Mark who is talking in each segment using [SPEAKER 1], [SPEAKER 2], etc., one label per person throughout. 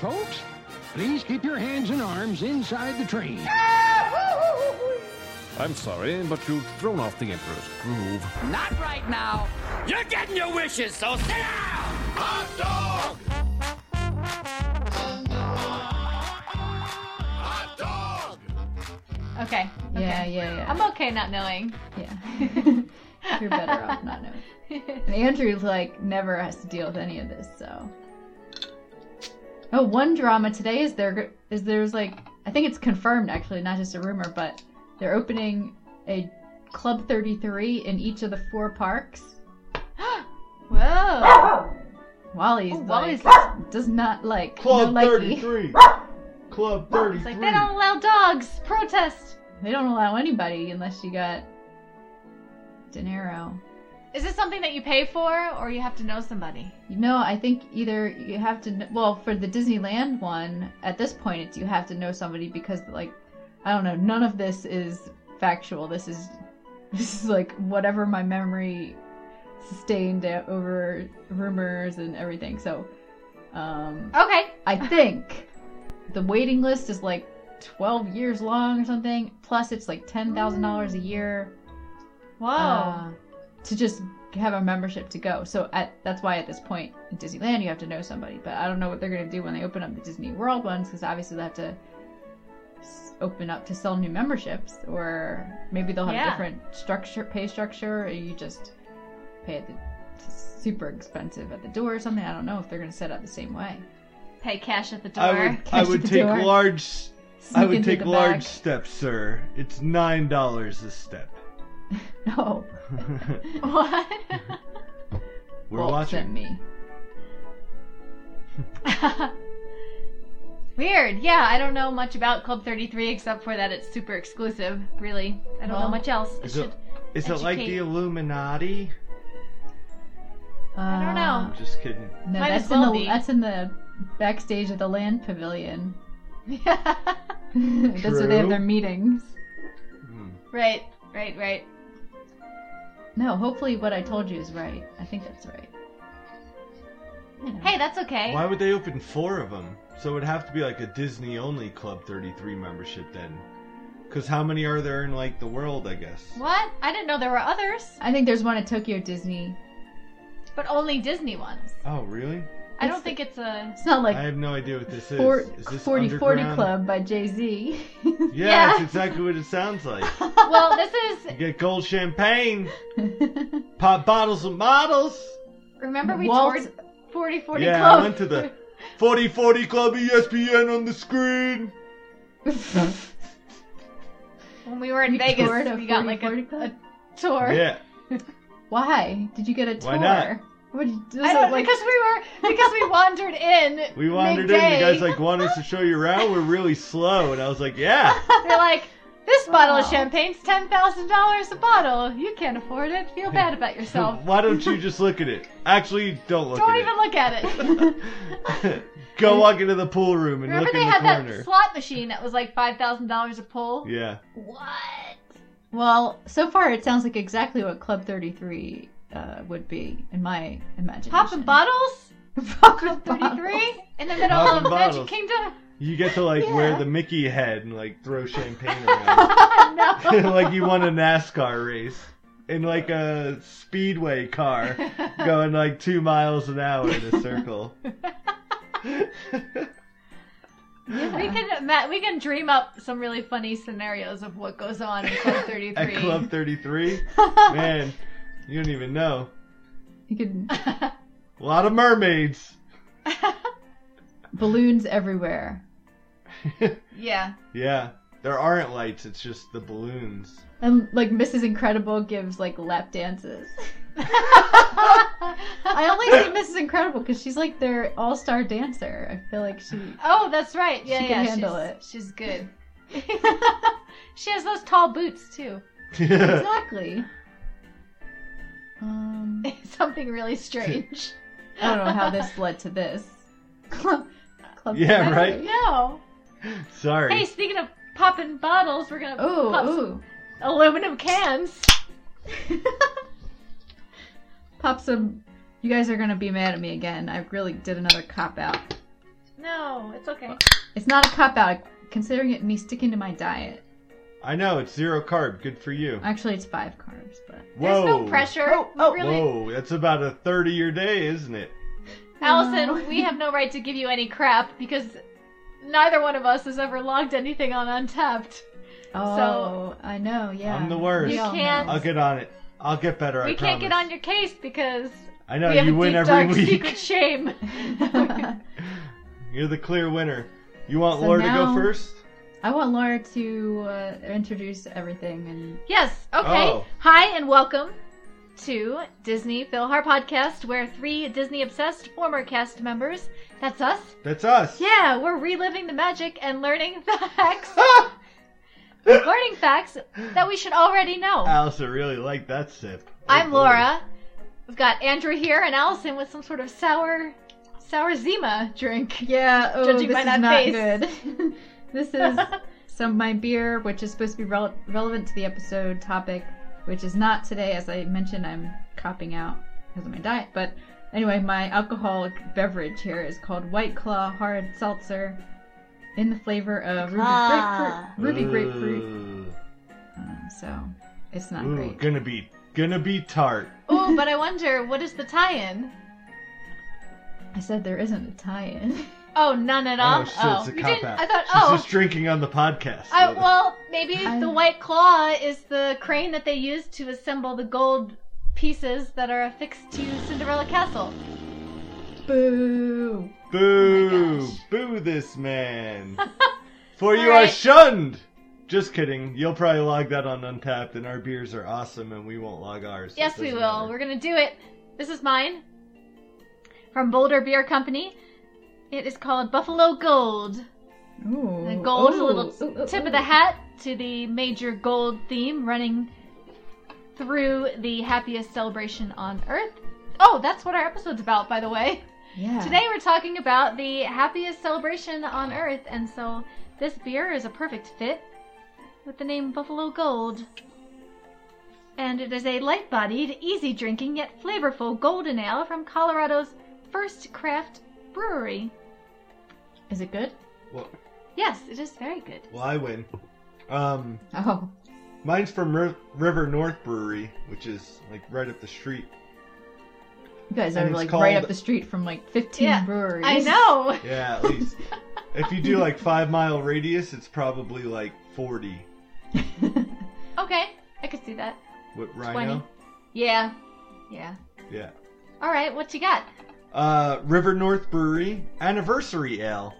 [SPEAKER 1] folks. Please keep your hands and arms inside the train.
[SPEAKER 2] I'm sorry, but you've thrown off the Emperor's groove.
[SPEAKER 3] Not right now. You're getting your wishes, so sit down! Hot dog!
[SPEAKER 4] Okay.
[SPEAKER 5] Yeah,
[SPEAKER 4] okay.
[SPEAKER 5] yeah, yeah.
[SPEAKER 4] I'm okay not knowing.
[SPEAKER 5] Yeah. You're better off not knowing. And Andrew's like never has to deal with any of this, so. Oh, one drama today is there is there's like I think it's confirmed actually, not just a rumor, but they're opening a Club 33 in each of the four parks.
[SPEAKER 4] Whoa.
[SPEAKER 5] Wally's
[SPEAKER 4] Oh,
[SPEAKER 5] like
[SPEAKER 4] Wally's-
[SPEAKER 5] does not like
[SPEAKER 6] Club
[SPEAKER 5] no likey.
[SPEAKER 6] 33. Club 33.
[SPEAKER 4] It's like they don't allow dogs. Protest.
[SPEAKER 5] They don't allow anybody unless you got dinero.
[SPEAKER 4] Is this something that you pay for, or you have to know somebody?
[SPEAKER 5] You know, I think either you have to kn- well for the Disneyland one at this point it's you have to know somebody because like I don't know none of this is factual. This is this is like whatever my memory sustained o- over rumors and everything. So um
[SPEAKER 4] Okay.
[SPEAKER 5] I think the waiting list is like 12 years long or something plus it's like $10,000 a year
[SPEAKER 4] Whoa.
[SPEAKER 5] uh, to just have a membership to go. So at that's why at this point in Disneyland you have to know somebody. But I don't know what they're gonna do when they open up the Disney World ones because obviously they have to s- open up to sell new memberships, or maybe they'll have
[SPEAKER 4] Yeah.
[SPEAKER 5] a different structure, pay structure, or you just pay at the it's super expensive at the door or something. I don't know if they're gonna set up the same way.
[SPEAKER 4] Pay cash at the door.
[SPEAKER 6] I would, I
[SPEAKER 5] Catch
[SPEAKER 6] would
[SPEAKER 5] the
[SPEAKER 6] take
[SPEAKER 5] door.
[SPEAKER 6] large. I
[SPEAKER 5] Sneak in
[SPEAKER 6] would
[SPEAKER 5] through
[SPEAKER 6] take
[SPEAKER 5] the
[SPEAKER 6] large
[SPEAKER 5] back.
[SPEAKER 6] steps, sir. It's nine dollars a step.
[SPEAKER 5] No,
[SPEAKER 6] We're
[SPEAKER 4] What?
[SPEAKER 5] Walt sent
[SPEAKER 6] watching.
[SPEAKER 5] me.
[SPEAKER 4] Weird. Yeah, I don't know much about Club 33 except for that it's super exclusive. Really, I don't know
[SPEAKER 5] Well,
[SPEAKER 4] much else. I
[SPEAKER 6] Is
[SPEAKER 4] should-
[SPEAKER 6] it, is it like the
[SPEAKER 4] educate-
[SPEAKER 6] Illuminati?
[SPEAKER 5] I
[SPEAKER 4] don't know.
[SPEAKER 6] I'm just kidding.
[SPEAKER 5] Uh, No,
[SPEAKER 4] Might
[SPEAKER 5] that's
[SPEAKER 4] as well
[SPEAKER 5] in the
[SPEAKER 4] be.
[SPEAKER 5] that's in the backstage of the land pavilion. That's where they
[SPEAKER 6] True.
[SPEAKER 5] have their meetings.
[SPEAKER 6] Hmm.
[SPEAKER 4] right. Right. Right.
[SPEAKER 5] No, hopefully what I told you is right. I think that's right. You know.
[SPEAKER 4] Hey, that's okay.
[SPEAKER 6] Why would they open four of them? So it would have to be like a Disney only Club 33 membership then. Because how many are there in like the world, I guess?
[SPEAKER 4] What? I didn't know there were others,
[SPEAKER 5] I think there's one at Tokyo Disney.
[SPEAKER 4] but only Disney ones.
[SPEAKER 6] Oh, really?
[SPEAKER 4] I
[SPEAKER 5] It's
[SPEAKER 4] don't
[SPEAKER 5] the-
[SPEAKER 4] think it's a.
[SPEAKER 5] It's not like
[SPEAKER 6] I have no idea what this
[SPEAKER 5] four,
[SPEAKER 6] is. Is this
[SPEAKER 5] 40 40
[SPEAKER 6] underground?
[SPEAKER 5] Club by Jay Z.
[SPEAKER 6] Yeah,
[SPEAKER 4] Yeah.
[SPEAKER 6] that's exactly what it sounds like.
[SPEAKER 4] Well, this is.
[SPEAKER 6] You get gold champagne, pop bottles and models.
[SPEAKER 4] Remember we
[SPEAKER 5] Walt-
[SPEAKER 4] toured 40 40
[SPEAKER 6] yeah,
[SPEAKER 4] Club.
[SPEAKER 6] I went to the 4040 Club E ESPN on the screen.
[SPEAKER 4] when we were in
[SPEAKER 5] You
[SPEAKER 4] Vegas.
[SPEAKER 5] toured a
[SPEAKER 4] We got like
[SPEAKER 5] 40
[SPEAKER 4] a,
[SPEAKER 5] Club?
[SPEAKER 4] a tour.
[SPEAKER 6] Yeah.
[SPEAKER 5] Why did you get a tour?
[SPEAKER 6] Why not?
[SPEAKER 5] What did you, this
[SPEAKER 4] I don't
[SPEAKER 5] is like,
[SPEAKER 4] because we were because we wandered in.
[SPEAKER 6] We wandered in. The
[SPEAKER 4] midday.
[SPEAKER 6] guy's like, want us to show you around? We're really slow. And I was like, yeah.
[SPEAKER 4] They're like, this bottle of
[SPEAKER 5] Wow.
[SPEAKER 4] champagne's ten thousand dollars a bottle. You can't afford it. Feel bad about yourself.
[SPEAKER 6] Why don't you just look at it? Actually, don't look
[SPEAKER 4] Don't
[SPEAKER 6] at
[SPEAKER 4] even look at it.
[SPEAKER 6] it. Go walk into the pool room and
[SPEAKER 4] Remember
[SPEAKER 6] look
[SPEAKER 4] they
[SPEAKER 6] in the
[SPEAKER 4] had
[SPEAKER 6] corner.
[SPEAKER 4] that slot machine that was like five thousand dollars a pull.
[SPEAKER 6] yeah.
[SPEAKER 4] What?
[SPEAKER 5] well, so far it sounds like exactly what Club 33 uh, would be in my imagination.
[SPEAKER 4] Popping bottles?
[SPEAKER 5] Poppin'
[SPEAKER 4] Thirty three in the middle
[SPEAKER 6] Poppin'
[SPEAKER 4] of Magic
[SPEAKER 6] bottles.
[SPEAKER 4] Kingdom?
[SPEAKER 6] You get to like wear
[SPEAKER 5] Yeah.
[SPEAKER 6] the Mickey head and like throw champagne around. like you won a NASCAR race. In like a speedway car going like two miles an hour in a circle.
[SPEAKER 4] We can Matt, we can dream up some really funny scenarios of what goes on in Club Thirty
[SPEAKER 6] At
[SPEAKER 4] Three.
[SPEAKER 6] Club 33? Man, you don't even know.
[SPEAKER 5] You could
[SPEAKER 6] A lot of mermaids.
[SPEAKER 5] balloons everywhere.
[SPEAKER 4] yeah.
[SPEAKER 6] Yeah. There aren't lights, it's just the balloons.
[SPEAKER 5] And like Mrs. Incredible gives like lap dances. I only see Mrs. Incredible because she's like their all-star dancer. I feel like she.
[SPEAKER 4] Oh, that's right. Yeah,
[SPEAKER 5] She
[SPEAKER 4] yeah.
[SPEAKER 5] can handle
[SPEAKER 4] she's,
[SPEAKER 5] it.
[SPEAKER 4] She's good. she has those tall boots too.
[SPEAKER 5] Exactly. Um,
[SPEAKER 4] Something really strange.
[SPEAKER 5] I don't know how this led to this. Club
[SPEAKER 6] Yeah,
[SPEAKER 5] Club-
[SPEAKER 6] right?
[SPEAKER 4] No.
[SPEAKER 6] Sorry.
[SPEAKER 4] Hey, speaking of popping bottles, we're gonna pop some
[SPEAKER 5] Ooh, ooh.
[SPEAKER 4] aluminum cans.
[SPEAKER 5] Pop some. You guys are gonna be mad at me again. I really did another cop out.
[SPEAKER 4] No, it's okay.
[SPEAKER 5] It's not a cop out, considering it me sticking to my diet.
[SPEAKER 6] I know it's zero carb. Good for you.
[SPEAKER 5] Actually, it's five carbs, but
[SPEAKER 6] Whoa.
[SPEAKER 4] There's no pressure.
[SPEAKER 5] oh,
[SPEAKER 4] really,
[SPEAKER 6] Whoa, that's about a thirty-year day, isn't it?
[SPEAKER 5] uh,
[SPEAKER 4] Allison, we have no right to give you any crap because neither one of us has ever logged anything on Untapped.
[SPEAKER 5] oh, I know. Yeah,
[SPEAKER 6] I'm the worst.
[SPEAKER 5] We
[SPEAKER 4] You
[SPEAKER 5] all know.
[SPEAKER 4] can't-
[SPEAKER 6] I'll get on it. I'll get better.
[SPEAKER 4] we
[SPEAKER 6] I
[SPEAKER 4] can't get
[SPEAKER 6] promise.
[SPEAKER 4] on your case because
[SPEAKER 6] I know
[SPEAKER 4] we have
[SPEAKER 6] you
[SPEAKER 4] a
[SPEAKER 6] win
[SPEAKER 4] deep,
[SPEAKER 6] every
[SPEAKER 4] dark
[SPEAKER 6] week.
[SPEAKER 4] secret shame.
[SPEAKER 6] You're the clear winner. You want
[SPEAKER 5] So
[SPEAKER 6] Laura
[SPEAKER 5] now-
[SPEAKER 6] to go first?
[SPEAKER 5] I want Laura to uh, introduce everything and
[SPEAKER 4] Yes. Okay.
[SPEAKER 6] Oh.
[SPEAKER 4] Hi and welcome to Disney Philhar Podcast, where three Disney obsessed former cast members, that's us,
[SPEAKER 6] That's us.
[SPEAKER 4] yeah, we're reliving the magic and learning facts, learning facts that we should already know.
[SPEAKER 6] Allison really liked that sip. Oh,
[SPEAKER 4] I'm
[SPEAKER 6] boy.
[SPEAKER 4] Laura. We've got Andrew here and Allison with some sort of sour, sour Zima drink.
[SPEAKER 5] yeah. Oh,
[SPEAKER 4] Judging
[SPEAKER 5] this
[SPEAKER 4] by
[SPEAKER 5] is
[SPEAKER 4] that
[SPEAKER 5] not
[SPEAKER 4] face.
[SPEAKER 5] good. this is some of my beer, which is supposed to be rel- relevant to the episode topic, which is not today. As I mentioned, I'm copping out because of my diet. But anyway, my alcoholic beverage here is called White Claw Hard Seltzer, in the flavor of ruby grapefruit. Ruby grapefruit.
[SPEAKER 6] Ooh.
[SPEAKER 5] Um, so it's not
[SPEAKER 6] Ooh,
[SPEAKER 5] great.
[SPEAKER 6] gonna be gonna be tart.
[SPEAKER 4] Oh, but I wonder what is the tie-in?
[SPEAKER 5] I said there isn't a tie-in.
[SPEAKER 4] Oh, none at all.
[SPEAKER 6] oh, shit, it's a
[SPEAKER 4] you
[SPEAKER 6] cop
[SPEAKER 4] didn't.
[SPEAKER 6] out.
[SPEAKER 4] I thought.
[SPEAKER 6] She's
[SPEAKER 4] oh,
[SPEAKER 6] just drinking on the podcast.
[SPEAKER 4] I, well, maybe
[SPEAKER 5] I-
[SPEAKER 4] the white claw is the crane that they use to assemble the gold pieces that are affixed to Cinderella Castle.
[SPEAKER 5] Boo.
[SPEAKER 6] boo,
[SPEAKER 4] oh gosh.
[SPEAKER 6] boo this man. For you are
[SPEAKER 4] Alright.
[SPEAKER 6] shunned. Just kidding. You'll probably log that on Untapped, and our beers are awesome, and we won't log ours. so
[SPEAKER 4] yes,
[SPEAKER 6] it
[SPEAKER 4] we
[SPEAKER 6] doesn't
[SPEAKER 4] will.
[SPEAKER 6] matter.
[SPEAKER 4] We're gonna do it. This is mine from Boulder Beer Company. It is called Buffalo Gold.
[SPEAKER 5] Ooh.
[SPEAKER 4] The gold is a
[SPEAKER 5] Ooh.
[SPEAKER 4] little
[SPEAKER 5] Ooh, ooh,
[SPEAKER 4] tip
[SPEAKER 5] ooh.
[SPEAKER 4] of the hat to the major gold theme running through the happiest celebration on earth. Oh, that's what our episode's about, by the way.
[SPEAKER 5] Yeah.
[SPEAKER 4] Today we're talking about the happiest celebration on earth, and so this beer is a perfect fit with the name Buffalo Gold. And it is a light bodied, easy drinking, yet flavorful golden ale from Colorado's first craft brewery.
[SPEAKER 5] Is it good?
[SPEAKER 6] Well,
[SPEAKER 4] Yes, it is very good.
[SPEAKER 6] well, I win. Um,
[SPEAKER 5] Oh.
[SPEAKER 6] mine's from Ri- River North Brewery, which is like right up the street.
[SPEAKER 5] You guys
[SPEAKER 6] And
[SPEAKER 5] are
[SPEAKER 6] it's
[SPEAKER 5] like
[SPEAKER 6] called-
[SPEAKER 5] right up the street from like 15
[SPEAKER 4] Yeah,
[SPEAKER 5] breweries.
[SPEAKER 4] I know!
[SPEAKER 6] Yeah, at least. if you do like five mile radius, it's probably like forty.
[SPEAKER 4] Okay, I could see that.
[SPEAKER 6] What Rhino?
[SPEAKER 4] Yeah, yeah.
[SPEAKER 6] Yeah.
[SPEAKER 4] Alright, what you got?
[SPEAKER 6] Uh, River North Brewery Anniversary Ale,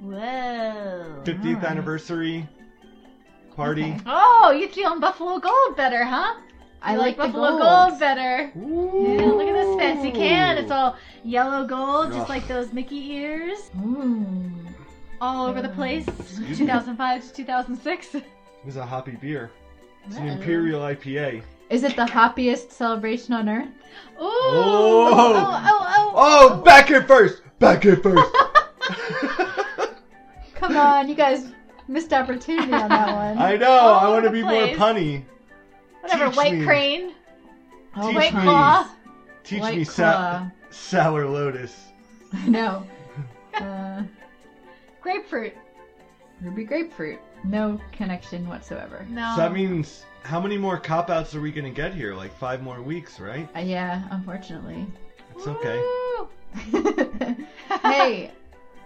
[SPEAKER 4] Whoa.
[SPEAKER 6] fiftieth
[SPEAKER 5] Alright.
[SPEAKER 6] anniversary party.
[SPEAKER 5] Okay.
[SPEAKER 4] Oh, you feeling Buffalo Gold better, huh?
[SPEAKER 5] I
[SPEAKER 4] You
[SPEAKER 5] like, the
[SPEAKER 4] Buffalo
[SPEAKER 5] gold.
[SPEAKER 4] better.
[SPEAKER 6] Ooh.
[SPEAKER 4] Yeah, look at this fancy can. It's all yellow gold,
[SPEAKER 6] Ugh.
[SPEAKER 4] just like those Mickey ears,
[SPEAKER 5] Ooh.
[SPEAKER 4] all over the place. 2005 to 2006.
[SPEAKER 6] It was a hoppy beer. It's an
[SPEAKER 4] Uh-oh.
[SPEAKER 6] imperial IPA.
[SPEAKER 5] Is it the hoppiest celebration on earth?
[SPEAKER 4] Ooh! Oh, oh, oh!
[SPEAKER 6] Oh, back it first. Back it first.
[SPEAKER 5] Come on, you guys missed opportunity on that one.
[SPEAKER 6] I know.
[SPEAKER 4] All
[SPEAKER 6] I want
[SPEAKER 4] over
[SPEAKER 6] to
[SPEAKER 4] the
[SPEAKER 6] be
[SPEAKER 4] place.
[SPEAKER 6] more punny.
[SPEAKER 4] Whatever,
[SPEAKER 6] teach
[SPEAKER 4] White
[SPEAKER 6] me.
[SPEAKER 4] Crane,
[SPEAKER 5] oh,
[SPEAKER 6] teach
[SPEAKER 5] my
[SPEAKER 4] White
[SPEAKER 6] me.
[SPEAKER 4] Claw.
[SPEAKER 6] Teach
[SPEAKER 5] White
[SPEAKER 6] me
[SPEAKER 5] Claw.
[SPEAKER 4] uh,
[SPEAKER 6] sa- sour lotus.
[SPEAKER 5] I know. Uh,
[SPEAKER 4] Grapefruit.
[SPEAKER 5] ruby grapefruit. No connection whatsoever.
[SPEAKER 4] No.
[SPEAKER 6] So that means how many more cop outs are we gonna get here? Like five more weeks, right?
[SPEAKER 5] Uh, yeah, unfortunately.
[SPEAKER 6] It's okay.
[SPEAKER 4] Ooh. Oh,
[SPEAKER 5] hey,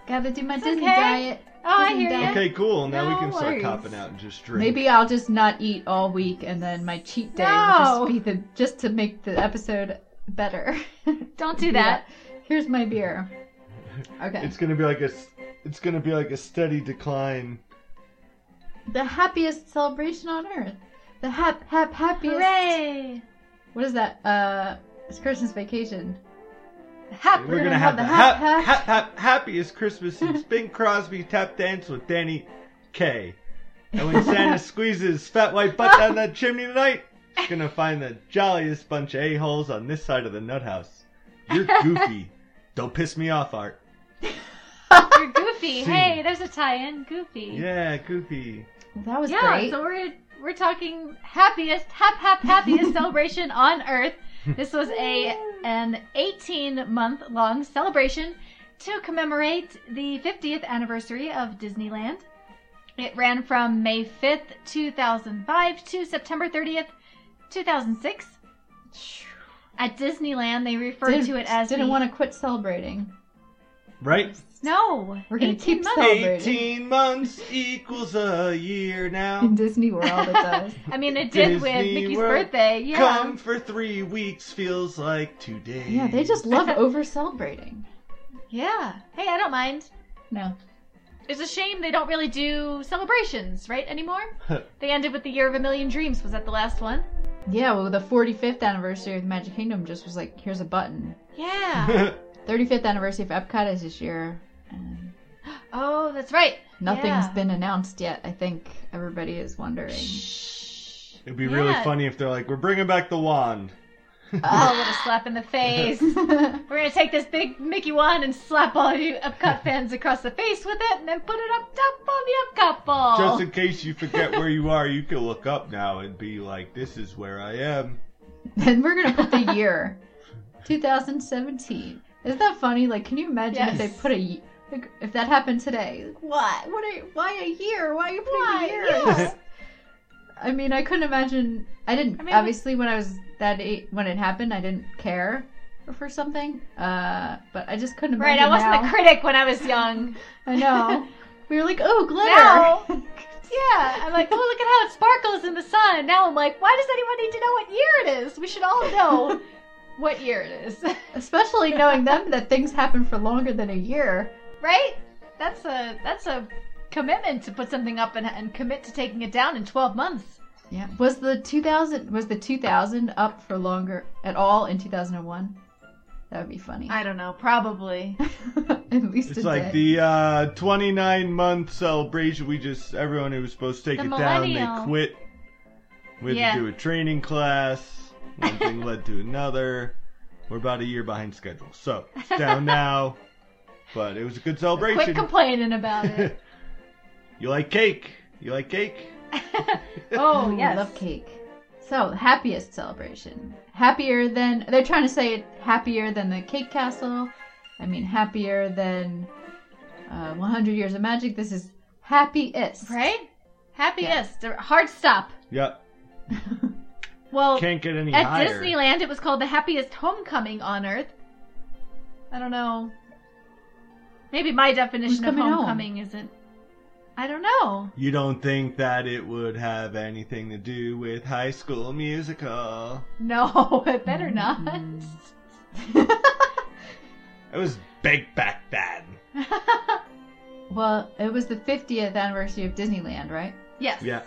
[SPEAKER 5] gotta do my Disney
[SPEAKER 4] okay.
[SPEAKER 5] diet.
[SPEAKER 4] Oh, I
[SPEAKER 5] Disney
[SPEAKER 4] hear
[SPEAKER 5] diet.
[SPEAKER 4] you.
[SPEAKER 6] Okay, cool. Now we
[SPEAKER 4] No
[SPEAKER 6] can start
[SPEAKER 4] worries.
[SPEAKER 6] copping out and just drink.
[SPEAKER 5] Maybe I'll just not eat all week, and then my cheat day
[SPEAKER 4] No.
[SPEAKER 5] will just be the just to make the episode better.
[SPEAKER 4] Don't do that.
[SPEAKER 5] Here's my beer. Okay.
[SPEAKER 6] it's gonna be like a, s- it's gonna be like a steady decline.
[SPEAKER 5] The happiest celebration on earth. The hap hap happiest.
[SPEAKER 4] Hooray!
[SPEAKER 5] What is that? Uh, it's Christmas vacation.
[SPEAKER 4] Hap.
[SPEAKER 6] We're, gonna, have, the hap, hap, hap, happiest Christmas since Bing Crosby tap dance with Danny K. And when Santa squeezes his fat white butt down that chimney tonight, he's gonna find the jolliest bunch of a-holes on this side of the nut house. You're goofy. Don't piss me off, Art.
[SPEAKER 4] You're Goofy.
[SPEAKER 6] See.
[SPEAKER 4] Hey, there's a tie-in. Goofy.
[SPEAKER 6] Yeah, goofy.
[SPEAKER 5] Well, that was
[SPEAKER 4] yeah,
[SPEAKER 5] great.
[SPEAKER 4] so we're we're talking happiest, hap hap happiest celebration on earth. This was a an 18 month long celebration to commemorate the 50th anniversary of Disneyland. It ran from May 5th, 2005 to September 30th, 2006. At Disneyland, they referred
[SPEAKER 5] Didn't-
[SPEAKER 4] to it as
[SPEAKER 5] didn't
[SPEAKER 4] the-
[SPEAKER 5] want to quit celebrating.
[SPEAKER 6] Right?
[SPEAKER 4] No,
[SPEAKER 5] We're gonna
[SPEAKER 4] 18
[SPEAKER 5] keep
[SPEAKER 4] months.
[SPEAKER 5] celebrating.
[SPEAKER 6] 18 months equals a year now.
[SPEAKER 5] In Disney World, it does.
[SPEAKER 4] I mean, it did with
[SPEAKER 6] Disney
[SPEAKER 4] Mickey's
[SPEAKER 6] World.
[SPEAKER 4] birthday. Yeah.
[SPEAKER 6] Come for three weeks feels like two days.
[SPEAKER 5] yeah, they just love over celebrating.
[SPEAKER 4] Yeah. Hey, I don't mind.
[SPEAKER 5] No,
[SPEAKER 4] It's a shame they don't really do celebrations, right, anymore? they ended with the Year of a Million Dreams. Was that the last one?
[SPEAKER 5] yeah, well, the 45th anniversary of the Magic Kingdom just was like, here's a button.
[SPEAKER 4] Yeah.
[SPEAKER 5] 35th anniversary of Epcot is this year, and
[SPEAKER 4] oh, that's right.
[SPEAKER 5] nothing's
[SPEAKER 4] Yeah.
[SPEAKER 5] been announced yet. I think everybody is wondering.
[SPEAKER 6] It'd be really
[SPEAKER 4] Yeah.
[SPEAKER 6] funny if they're like, we're bringing back the wand.
[SPEAKER 4] Oh, what a slap in the face. We're going to take this big Mickey wand and slap all you Epcot fans across the face with it and then put it up top on the Epcot ball.
[SPEAKER 6] Just in case you forget where you are, you can look up now and be like, this is where I am.
[SPEAKER 5] Then we're gonna put the year, 2017. Isn't that funny? Like, can you imagine if they
[SPEAKER 4] Yes.
[SPEAKER 5] put a y- like if that happened today? Like, what? What are? Why a year? Why are you putting
[SPEAKER 4] Why?
[SPEAKER 5] a year?
[SPEAKER 4] Yeah.
[SPEAKER 5] I mean, I couldn't imagine. I didn't
[SPEAKER 4] I mean-
[SPEAKER 5] obviously when I was that eight, when it happened, I didn't care for something. Uh, but I just couldn't
[SPEAKER 4] right,
[SPEAKER 5] imagine.
[SPEAKER 4] I wasn't
[SPEAKER 5] now.
[SPEAKER 4] a critic when I was young.
[SPEAKER 5] I know. We were like, oh,
[SPEAKER 4] Now-
[SPEAKER 5] glitter.
[SPEAKER 4] Yeah, I'm like, oh, look at how it sparkles in the sun. And now I'm like, why does anyone need to know what year it is? We should all know what year it is,
[SPEAKER 5] Especially knowing them that things happen for longer than a year.
[SPEAKER 4] right? That's a that's a commitment to put something up and, and commit to taking it down in 12 months.
[SPEAKER 5] Yeah. Was the 2000 was the 2000 up for longer at all in 2001? That would be funny.
[SPEAKER 4] I don't know, probably.
[SPEAKER 5] at least
[SPEAKER 6] It's
[SPEAKER 5] a
[SPEAKER 6] like
[SPEAKER 5] day.
[SPEAKER 6] the uh, 29 month celebration. We just, everyone who was supposed to take
[SPEAKER 4] The
[SPEAKER 6] it down,
[SPEAKER 4] millennial.
[SPEAKER 6] they quit. We had
[SPEAKER 4] Yeah.
[SPEAKER 6] to do a training class. One thing led to another. We're about a year behind schedule. So, it's down now. But it was a good
[SPEAKER 4] Quit
[SPEAKER 6] celebration.
[SPEAKER 4] complaining about it.
[SPEAKER 6] you like cake? You like cake?
[SPEAKER 4] Oh,
[SPEAKER 5] Ooh,
[SPEAKER 4] yes.
[SPEAKER 5] love cake. So, happiest celebration. Happier than they're trying to say it happier than the cake castle. I mean happier than uh, 100 years of magic. This is happiest.
[SPEAKER 4] Right? Happiest. Hard stop.
[SPEAKER 6] Yep.
[SPEAKER 4] Well,
[SPEAKER 6] Can't get any
[SPEAKER 4] at
[SPEAKER 6] higher.
[SPEAKER 4] Disneyland, it was called the happiest homecoming on Earth. I don't know. Maybe my definition of
[SPEAKER 5] coming home?
[SPEAKER 4] homecoming isn't. I don't know.
[SPEAKER 6] You don't think that it would have anything to do with High School Musical?
[SPEAKER 4] No, it better not.
[SPEAKER 5] Mm-hmm.
[SPEAKER 6] It was big back then.
[SPEAKER 5] Well, it was the 50th anniversary of Disneyland, right?
[SPEAKER 4] yes.
[SPEAKER 6] Yeah.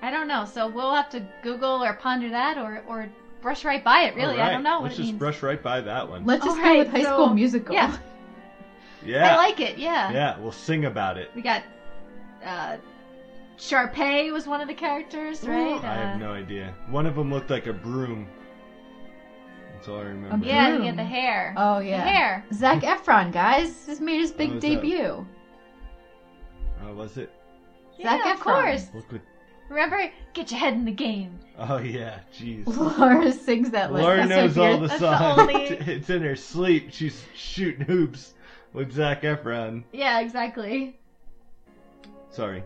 [SPEAKER 4] I don't know. So we'll have to Google or ponder that, or or brush right by it. Really, I
[SPEAKER 6] Alright,
[SPEAKER 4] don't know what
[SPEAKER 6] Let's
[SPEAKER 4] it
[SPEAKER 6] just
[SPEAKER 4] means.
[SPEAKER 6] brush right by that one.
[SPEAKER 5] Let's just go
[SPEAKER 4] Alright,
[SPEAKER 5] with High
[SPEAKER 4] so-
[SPEAKER 5] School Musical.
[SPEAKER 4] yeah.
[SPEAKER 6] yeah.
[SPEAKER 4] I like it. Yeah.
[SPEAKER 6] yeah, we'll sing about it.
[SPEAKER 4] We got. uh Sharpay was one of the characters, right?
[SPEAKER 6] I
[SPEAKER 4] Uh,
[SPEAKER 6] have no idea. One of them looked like a broom. That's all I remember.
[SPEAKER 5] Okay.
[SPEAKER 4] Um, Yeah, you
[SPEAKER 5] Room.
[SPEAKER 4] get the hair.
[SPEAKER 5] Oh
[SPEAKER 4] The
[SPEAKER 5] yeah.
[SPEAKER 4] hair.
[SPEAKER 5] Zach Efron, guys, just made his big
[SPEAKER 6] Oh, is that-
[SPEAKER 5] debut.
[SPEAKER 6] Oh, was it?
[SPEAKER 5] Zac
[SPEAKER 4] yeah, of
[SPEAKER 5] Efron.
[SPEAKER 4] course.
[SPEAKER 6] Look what.
[SPEAKER 4] Remember, get your head in the game.
[SPEAKER 6] Oh yeah, jeez.
[SPEAKER 5] Laura sings that like
[SPEAKER 6] Laura
[SPEAKER 5] that's so
[SPEAKER 6] knows all
[SPEAKER 5] weird.
[SPEAKER 6] the
[SPEAKER 4] That's
[SPEAKER 6] songs.
[SPEAKER 4] the only-
[SPEAKER 6] It's in her sleep. She's shooting hoops with Zach Efron.
[SPEAKER 4] Yeah, exactly.
[SPEAKER 6] Sorry.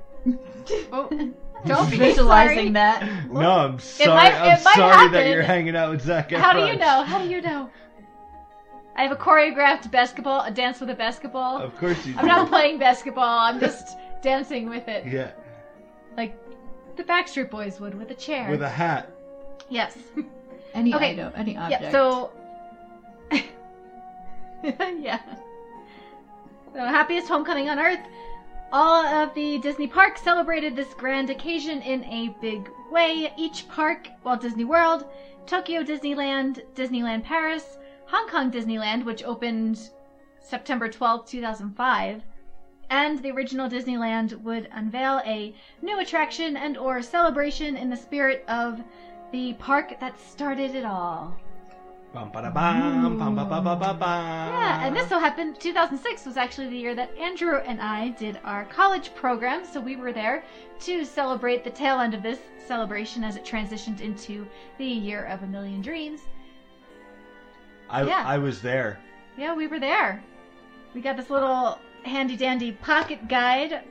[SPEAKER 4] Oh, don't be
[SPEAKER 5] visualizing
[SPEAKER 4] sorry.
[SPEAKER 5] that.
[SPEAKER 6] No, I'm sorry.
[SPEAKER 4] might-
[SPEAKER 6] I'm
[SPEAKER 4] it might
[SPEAKER 6] sorry that
[SPEAKER 4] happen.
[SPEAKER 6] you're hanging out with Zach Efron.
[SPEAKER 4] How do you know? How do you know? I have a choreographed basketball, a dance with a basketball.
[SPEAKER 6] Of course you do.
[SPEAKER 4] I'm not playing basketball. I'm just dancing with it,
[SPEAKER 6] Yeah,
[SPEAKER 4] like the Backstreet Boys would with a chair.
[SPEAKER 6] with a hat.
[SPEAKER 4] yes.
[SPEAKER 5] Any
[SPEAKER 4] Okay.
[SPEAKER 5] item, any object.
[SPEAKER 4] Yeah. So. yeah. So happiest homecoming on Earth. All of the Disney parks celebrated this grand occasion in a big way. Each park, Walt Disney World, Tokyo Disneyland, Disneyland Paris, Hong Kong Disneyland, which opened September 12, 2005, and the original Disneyland would unveil a new attraction and or celebration in the spirit of the park that started it all.
[SPEAKER 6] Bum ba da bum, bum ba ba ba ba ba.
[SPEAKER 4] Yeah, and this so happened 2006 was actually the year that Andrew and I did our college program, so we were there to celebrate the tail end of this celebration as it transitioned into the year of a million dreams.
[SPEAKER 6] I,
[SPEAKER 4] yeah.
[SPEAKER 6] I was there.
[SPEAKER 4] Yeah, we were there. We got this little handy dandy pocket guide.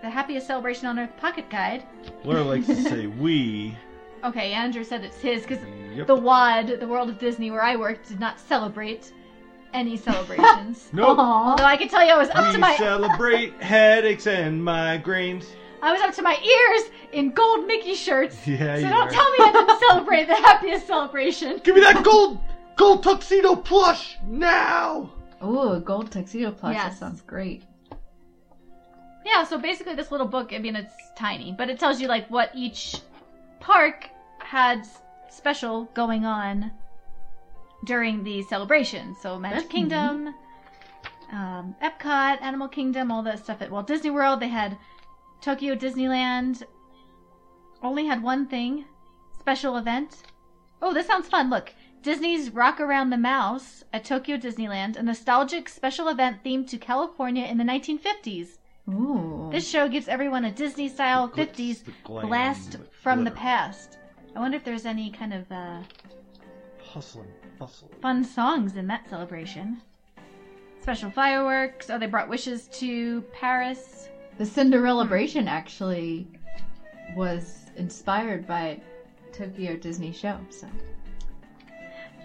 [SPEAKER 4] The Happiest Celebration on Earth pocket guide.
[SPEAKER 6] Laura likes to say we.
[SPEAKER 4] Okay, Andrew said it's his because
[SPEAKER 6] Yep.
[SPEAKER 4] the WAD, the World of Disney, where I worked, did not celebrate any celebrations.
[SPEAKER 6] Nope.
[SPEAKER 4] Although I can tell you, I was up to
[SPEAKER 6] We
[SPEAKER 4] my
[SPEAKER 6] celebrate headaches and migraines.
[SPEAKER 4] I was up to my ears in gold Mickey shirts.
[SPEAKER 6] Yeah,
[SPEAKER 4] so
[SPEAKER 6] you
[SPEAKER 4] don't
[SPEAKER 6] were.
[SPEAKER 4] tell me I didn't celebrate the happiest celebration.
[SPEAKER 6] Give me that gold, gold tuxedo plush now.
[SPEAKER 5] Ooh, a gold tuxedo plush.
[SPEAKER 4] Yes.
[SPEAKER 5] That sounds great.
[SPEAKER 4] Yeah, so basically this little book, I mean it's tiny, but it tells you like what each park had s- special going on during the celebration. So Magic
[SPEAKER 5] That's
[SPEAKER 4] Kingdom, um, Epcot, Animal Kingdom, all that stuff at Walt Disney World. They had Tokyo Disneyland. Only had one thing, special event. Oh, this sounds fun. Look, Disney's Rock Around the Mouse at Tokyo Disneyland, a nostalgic special event themed to California in the 1950s.
[SPEAKER 5] Ooh.
[SPEAKER 4] This show gives everyone a Disney style
[SPEAKER 6] glitz,
[SPEAKER 4] 50s
[SPEAKER 6] the glam,
[SPEAKER 4] blast
[SPEAKER 6] the
[SPEAKER 4] from the
[SPEAKER 6] glitter.
[SPEAKER 4] past. I wonder if there's any kind of uh,
[SPEAKER 6] Hustling, bustle.
[SPEAKER 4] fun songs in that celebration. Special fireworks. Oh, they brought wishes to Paris.
[SPEAKER 5] The Cinderella Bration actually was inspired by Tokyo Disney show. So,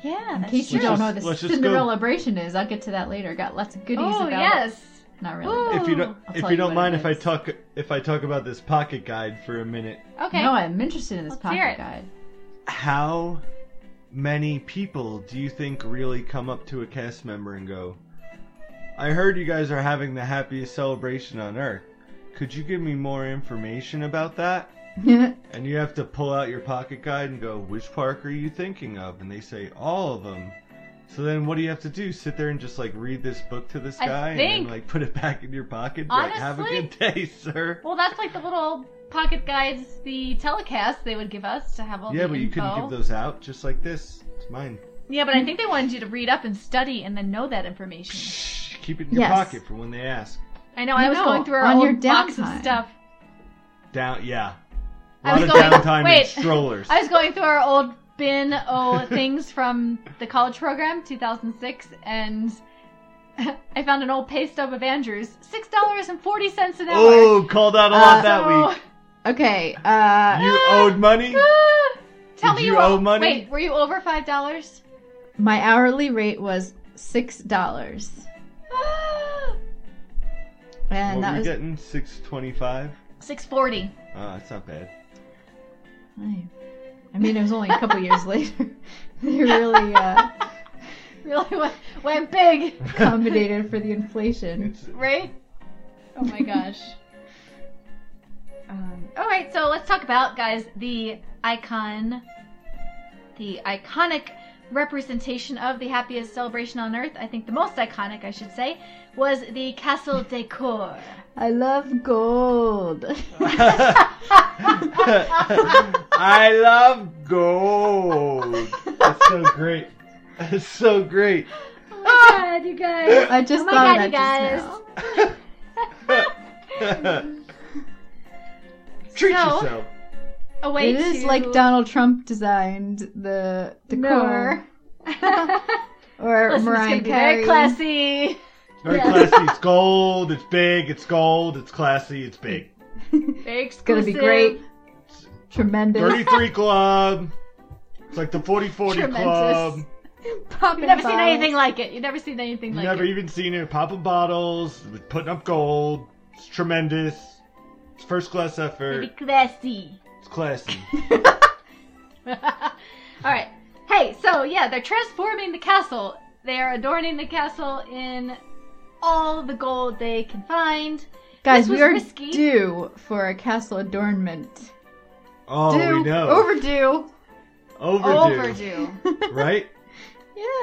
[SPEAKER 4] Yeah,
[SPEAKER 5] in
[SPEAKER 4] that's
[SPEAKER 5] case you
[SPEAKER 4] true.
[SPEAKER 5] don't
[SPEAKER 6] Let's
[SPEAKER 5] know
[SPEAKER 6] just-
[SPEAKER 5] what the
[SPEAKER 6] let's just go-
[SPEAKER 5] Cinderella Bration is, I'll get to that later. Got lots of goodies
[SPEAKER 4] Oh
[SPEAKER 5] about it.
[SPEAKER 4] yes.
[SPEAKER 5] Not really.
[SPEAKER 4] Ooh.
[SPEAKER 6] If you don't,
[SPEAKER 5] I'll
[SPEAKER 6] if
[SPEAKER 5] tell
[SPEAKER 6] you
[SPEAKER 5] you
[SPEAKER 6] don't
[SPEAKER 5] what it
[SPEAKER 6] mind, if I
[SPEAKER 5] is.
[SPEAKER 6] talk, if I talk about this pocket guide for a minute,
[SPEAKER 4] Okay.
[SPEAKER 5] No, I'm interested in this
[SPEAKER 4] Let's hear
[SPEAKER 5] pocket
[SPEAKER 4] it.
[SPEAKER 5] guide.
[SPEAKER 6] how many people do you think really come up to a cast member and go, "I heard you guys are having the happiest celebration on earth. Could you give me more information about that?" And you have to pull out your pocket guide and go, which park are you thinking of? And they say, all of them. So then what do you have to do? Sit there and just like read this book to this
[SPEAKER 4] I
[SPEAKER 6] guy and
[SPEAKER 4] think-
[SPEAKER 6] then like put it back in your pocket? and be like, have a good day, sir.
[SPEAKER 4] Well, that's like the little pocket guides, the telecast they would give us to have all
[SPEAKER 6] Yeah,
[SPEAKER 4] the
[SPEAKER 6] but you couldn't give
[SPEAKER 4] info.
[SPEAKER 6] those out just like this. It's mine.
[SPEAKER 4] Yeah, but I think they wanted you to read up and study and then know that information.
[SPEAKER 6] Shh, Keep it in your
[SPEAKER 5] Yes.
[SPEAKER 6] pocket for when they ask.
[SPEAKER 4] I know. I was
[SPEAKER 5] No,
[SPEAKER 4] going through our
[SPEAKER 5] on
[SPEAKER 4] old
[SPEAKER 5] your
[SPEAKER 4] box of
[SPEAKER 5] downtime.
[SPEAKER 4] stuff.
[SPEAKER 6] Down, yeah. A
[SPEAKER 4] I
[SPEAKER 6] lot
[SPEAKER 4] was
[SPEAKER 6] of
[SPEAKER 4] going-
[SPEAKER 6] downtime
[SPEAKER 4] wait.
[SPEAKER 6] and strollers.
[SPEAKER 4] I was going through our old bin of things from the college program, 2006, and I found an old pay stub of Andrews, six dollars and forty cents an hour.
[SPEAKER 6] Oh, called out a lot
[SPEAKER 5] Uh,
[SPEAKER 4] Oh.
[SPEAKER 6] that week.
[SPEAKER 5] Okay. Uh,
[SPEAKER 6] You owed money?
[SPEAKER 4] Ah! Tell
[SPEAKER 6] Did
[SPEAKER 4] me
[SPEAKER 6] you
[SPEAKER 4] were-
[SPEAKER 6] owe money?
[SPEAKER 4] Wait, were you over five dollars?
[SPEAKER 5] my hourly rate was six dollars, and
[SPEAKER 4] Ah,
[SPEAKER 6] what were
[SPEAKER 5] that
[SPEAKER 6] you
[SPEAKER 5] was
[SPEAKER 6] getting? 625
[SPEAKER 4] Six forty.
[SPEAKER 6] Uh, it's not bad.
[SPEAKER 5] I I mean, it was only a couple years later. They really uh,
[SPEAKER 4] Really went, went big,
[SPEAKER 5] accommodated for the inflation.
[SPEAKER 6] It's,
[SPEAKER 4] right? Oh my gosh. Um, all right, so let's talk about guys the icon, the iconic representation of the happiest celebration on earth. I think the most iconic, I should say, was the castle decor.
[SPEAKER 5] I love gold.
[SPEAKER 4] Oh
[SPEAKER 6] I love gold. That's so great. That's so great.
[SPEAKER 4] Oh my god, you guys!
[SPEAKER 5] I just
[SPEAKER 4] Oh my
[SPEAKER 5] thought
[SPEAKER 4] God,
[SPEAKER 5] of
[SPEAKER 4] you
[SPEAKER 5] that
[SPEAKER 4] guys.
[SPEAKER 5] just now.
[SPEAKER 6] Treat
[SPEAKER 4] So-
[SPEAKER 6] yourself.
[SPEAKER 4] A way
[SPEAKER 5] it is
[SPEAKER 4] to-
[SPEAKER 5] like Donald Trump designed the decor, or
[SPEAKER 4] Listen, it's gonna
[SPEAKER 5] Mariah
[SPEAKER 4] be very
[SPEAKER 5] Carey.
[SPEAKER 4] classy.
[SPEAKER 6] Very classy. It's gold. It's big. It's gold. It's classy. It's big.
[SPEAKER 4] Very
[SPEAKER 5] It's gonna
[SPEAKER 4] exclusive.
[SPEAKER 5] be great. Tremendous.
[SPEAKER 6] 33 Club. It's like the 4040
[SPEAKER 4] Tremendous. Oh
[SPEAKER 6] Club.
[SPEAKER 5] Pop
[SPEAKER 4] You've never seen anything like it. You've never seen anything
[SPEAKER 6] You've
[SPEAKER 4] like
[SPEAKER 6] never
[SPEAKER 4] it.
[SPEAKER 6] even seen it. Popping bottles. Putting up gold. It's tremendous. It's first class
[SPEAKER 4] It'll
[SPEAKER 6] effort.
[SPEAKER 4] be classy.
[SPEAKER 6] It's classy.
[SPEAKER 4] All right. Hey, so yeah, they're transforming the castle. They are adorning the castle in all the gold they can find.
[SPEAKER 5] Guys,
[SPEAKER 4] This was
[SPEAKER 5] we are
[SPEAKER 4] risky.
[SPEAKER 5] due for a castle adornment.
[SPEAKER 6] Oh,
[SPEAKER 5] due,
[SPEAKER 6] we know.
[SPEAKER 5] overdue.
[SPEAKER 4] Overdue.
[SPEAKER 6] Right?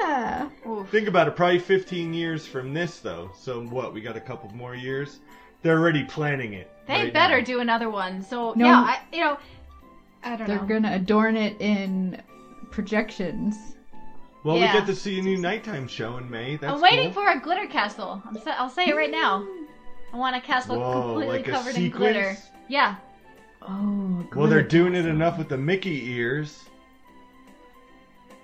[SPEAKER 5] Yeah.
[SPEAKER 6] Think about it. Probably 15 years from this, though. So what? We got a couple more years. They're already planning it.
[SPEAKER 4] They
[SPEAKER 6] right
[SPEAKER 4] better
[SPEAKER 6] now.
[SPEAKER 4] do another one. So
[SPEAKER 5] No.
[SPEAKER 4] yeah, I, you know, I don't
[SPEAKER 5] They're
[SPEAKER 4] know.
[SPEAKER 5] gonna adorn it in projections.
[SPEAKER 6] Well,
[SPEAKER 4] Yeah.
[SPEAKER 6] we get to see a new nighttime show in May. That's
[SPEAKER 4] I'm waiting
[SPEAKER 6] cool.
[SPEAKER 4] for a glitter castle. I'm sa- I'll say it right now. I want a castle
[SPEAKER 6] Whoa,
[SPEAKER 4] completely
[SPEAKER 6] like a
[SPEAKER 4] covered in
[SPEAKER 6] sequence?
[SPEAKER 4] glitter. Yeah.
[SPEAKER 5] Oh.
[SPEAKER 6] Well, they're doing it enough with the Mickey ears.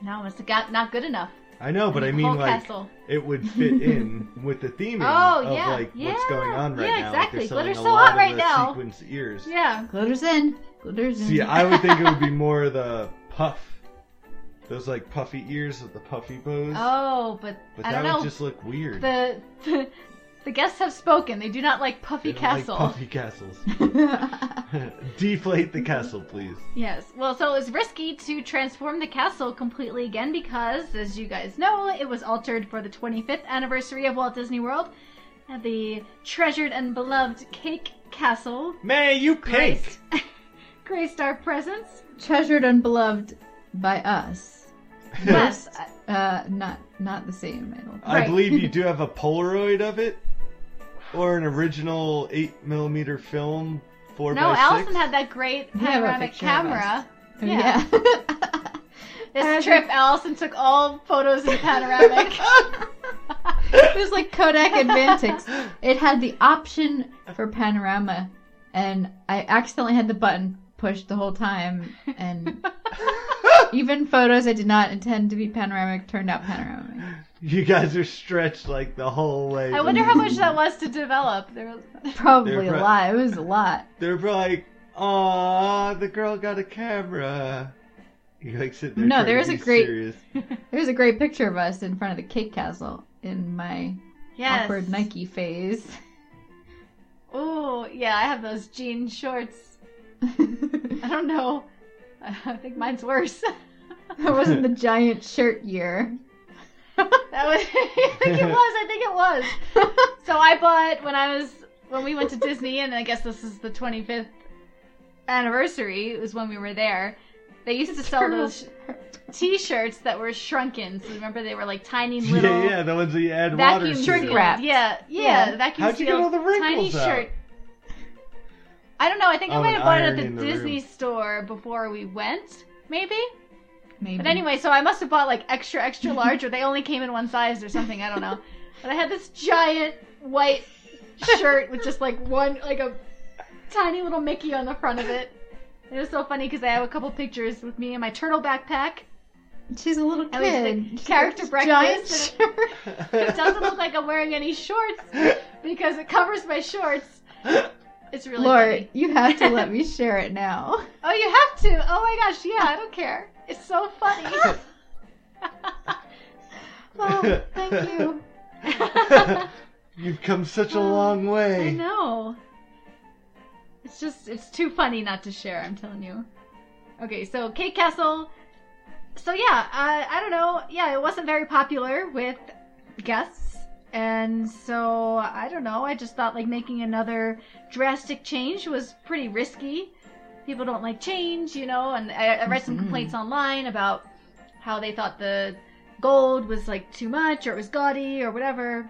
[SPEAKER 4] No, it's got not good enough.
[SPEAKER 6] I know, but I mean,
[SPEAKER 4] Paul
[SPEAKER 6] like,
[SPEAKER 4] Castle.
[SPEAKER 6] it would fit in with the theming
[SPEAKER 4] Oh,
[SPEAKER 6] of
[SPEAKER 4] yeah,
[SPEAKER 6] like what's
[SPEAKER 4] yeah,
[SPEAKER 6] going on right
[SPEAKER 4] yeah,
[SPEAKER 6] now.
[SPEAKER 4] exactly.
[SPEAKER 6] Like, they're selling
[SPEAKER 4] Glitter's
[SPEAKER 6] a
[SPEAKER 4] so
[SPEAKER 6] lot
[SPEAKER 4] hot
[SPEAKER 6] of
[SPEAKER 4] right
[SPEAKER 6] the
[SPEAKER 4] now.
[SPEAKER 6] Sequence ears.
[SPEAKER 4] Yeah.
[SPEAKER 5] Glitters in. Glitters in.
[SPEAKER 6] See, I would think it would be more the puff, those like puffy ears with the puffy bows.
[SPEAKER 4] Oh, but,
[SPEAKER 6] but
[SPEAKER 4] I
[SPEAKER 6] that
[SPEAKER 4] don't know.
[SPEAKER 6] would just look weird.
[SPEAKER 4] The, the the guests have spoken. They do not like puffy
[SPEAKER 6] They don't like
[SPEAKER 4] castle.
[SPEAKER 6] puffy castles. Deflate the castle, please.
[SPEAKER 4] Yes. Well, so it was risky to transform the castle completely again because, as you guys know, it was altered for the 25th anniversary of Walt Disney World. And The treasured and beloved Cake Castle
[SPEAKER 6] May you pink.
[SPEAKER 4] graced, graced our presence.
[SPEAKER 5] Treasured and beloved by us.
[SPEAKER 4] Yes.
[SPEAKER 5] Uh, not not the same. I don't.
[SPEAKER 6] I
[SPEAKER 4] Right.
[SPEAKER 6] believe you do have a Polaroid of it, or an original eight millimeter film four
[SPEAKER 4] Uh, No,
[SPEAKER 6] by
[SPEAKER 4] Allison
[SPEAKER 6] six.
[SPEAKER 4] had that great
[SPEAKER 5] have a
[SPEAKER 4] panoramic
[SPEAKER 5] picture of us.
[SPEAKER 4] camera.
[SPEAKER 5] think.
[SPEAKER 4] Yeah. This
[SPEAKER 5] have
[SPEAKER 4] trip, Allison took all photos in panoramic.
[SPEAKER 5] it was like Kodak Advantix. It had the option for panorama, and I accidentally had the button pushed the whole time, and even photos I did not intend to be panoramic turned out panoramic.
[SPEAKER 6] You guys are stretched like the whole way.
[SPEAKER 4] I wonder how much that was to develop. There was...
[SPEAKER 5] Probably
[SPEAKER 6] They're
[SPEAKER 5] a
[SPEAKER 6] pro-
[SPEAKER 5] lot. It was a lot.
[SPEAKER 6] They're like, "Aw, the girl got a camera." You like sit there.
[SPEAKER 5] No,
[SPEAKER 6] trying
[SPEAKER 5] there
[SPEAKER 6] to
[SPEAKER 5] is
[SPEAKER 6] be
[SPEAKER 5] a great-
[SPEAKER 6] serious.
[SPEAKER 5] There's a great picture of us in front of the cake castle in my
[SPEAKER 4] Yes.
[SPEAKER 5] awkward Nike phase.
[SPEAKER 4] Oh, yeah, I have those jean shorts. I don't know. I think mine's worse.
[SPEAKER 5] It wasn't the giant shirt year.
[SPEAKER 4] That was I think it was. I think it was. So I bought when I was when we went to Disney and I guess this is the 25th anniversary was when we were there. They used to sell those t-shirts that were shrunken. So remember they were like tiny little
[SPEAKER 6] yeah, yeah, the ones that you add water
[SPEAKER 4] vacuum
[SPEAKER 6] to.
[SPEAKER 4] sealed.
[SPEAKER 5] wrapped.
[SPEAKER 4] Yeah, yeah,
[SPEAKER 5] Yeah.
[SPEAKER 4] vacuum
[SPEAKER 6] How'd you get
[SPEAKER 4] sealed
[SPEAKER 6] all the
[SPEAKER 4] tiny
[SPEAKER 6] wrinkles out?
[SPEAKER 4] shirt. I don't know. I think I
[SPEAKER 6] Oh,
[SPEAKER 4] might
[SPEAKER 6] an
[SPEAKER 4] have bought it at
[SPEAKER 6] iron
[SPEAKER 4] the
[SPEAKER 6] in the
[SPEAKER 4] Disney
[SPEAKER 6] room.
[SPEAKER 4] store before we went, maybe.
[SPEAKER 5] Maybe.
[SPEAKER 4] But anyway, so I must have bought like extra, extra large, or they only came in one size or something. I don't know. But I had this giant white shirt with just like one, like a tiny little Mickey on the front of it. It was so funny because I have a couple pictures with me in my turtle backpack.
[SPEAKER 5] she's a little
[SPEAKER 4] I was
[SPEAKER 5] kid.
[SPEAKER 4] like, character
[SPEAKER 5] She's a giant
[SPEAKER 4] breakfast
[SPEAKER 5] shirt.
[SPEAKER 4] It doesn't look like I'm wearing any shorts because it covers my shorts. It's really
[SPEAKER 5] Lord,
[SPEAKER 4] funny.
[SPEAKER 5] you have to let me share it now.
[SPEAKER 4] Oh, you have to. Oh my gosh, yeah, I don't care. It's so funny.
[SPEAKER 5] Oh, thank you.
[SPEAKER 6] You've come such a long way.
[SPEAKER 4] I know. It's just, it's too funny not to share, I'm telling you. Okay, so Kate Castle. So yeah, uh, I don't know. Yeah, it wasn't very popular with guests. And so, I don't know. I just thought like making another drastic change was pretty risky. People don't like change, you know, and I, I read some complaints online about how they thought the gold was like too much or it was gaudy or whatever.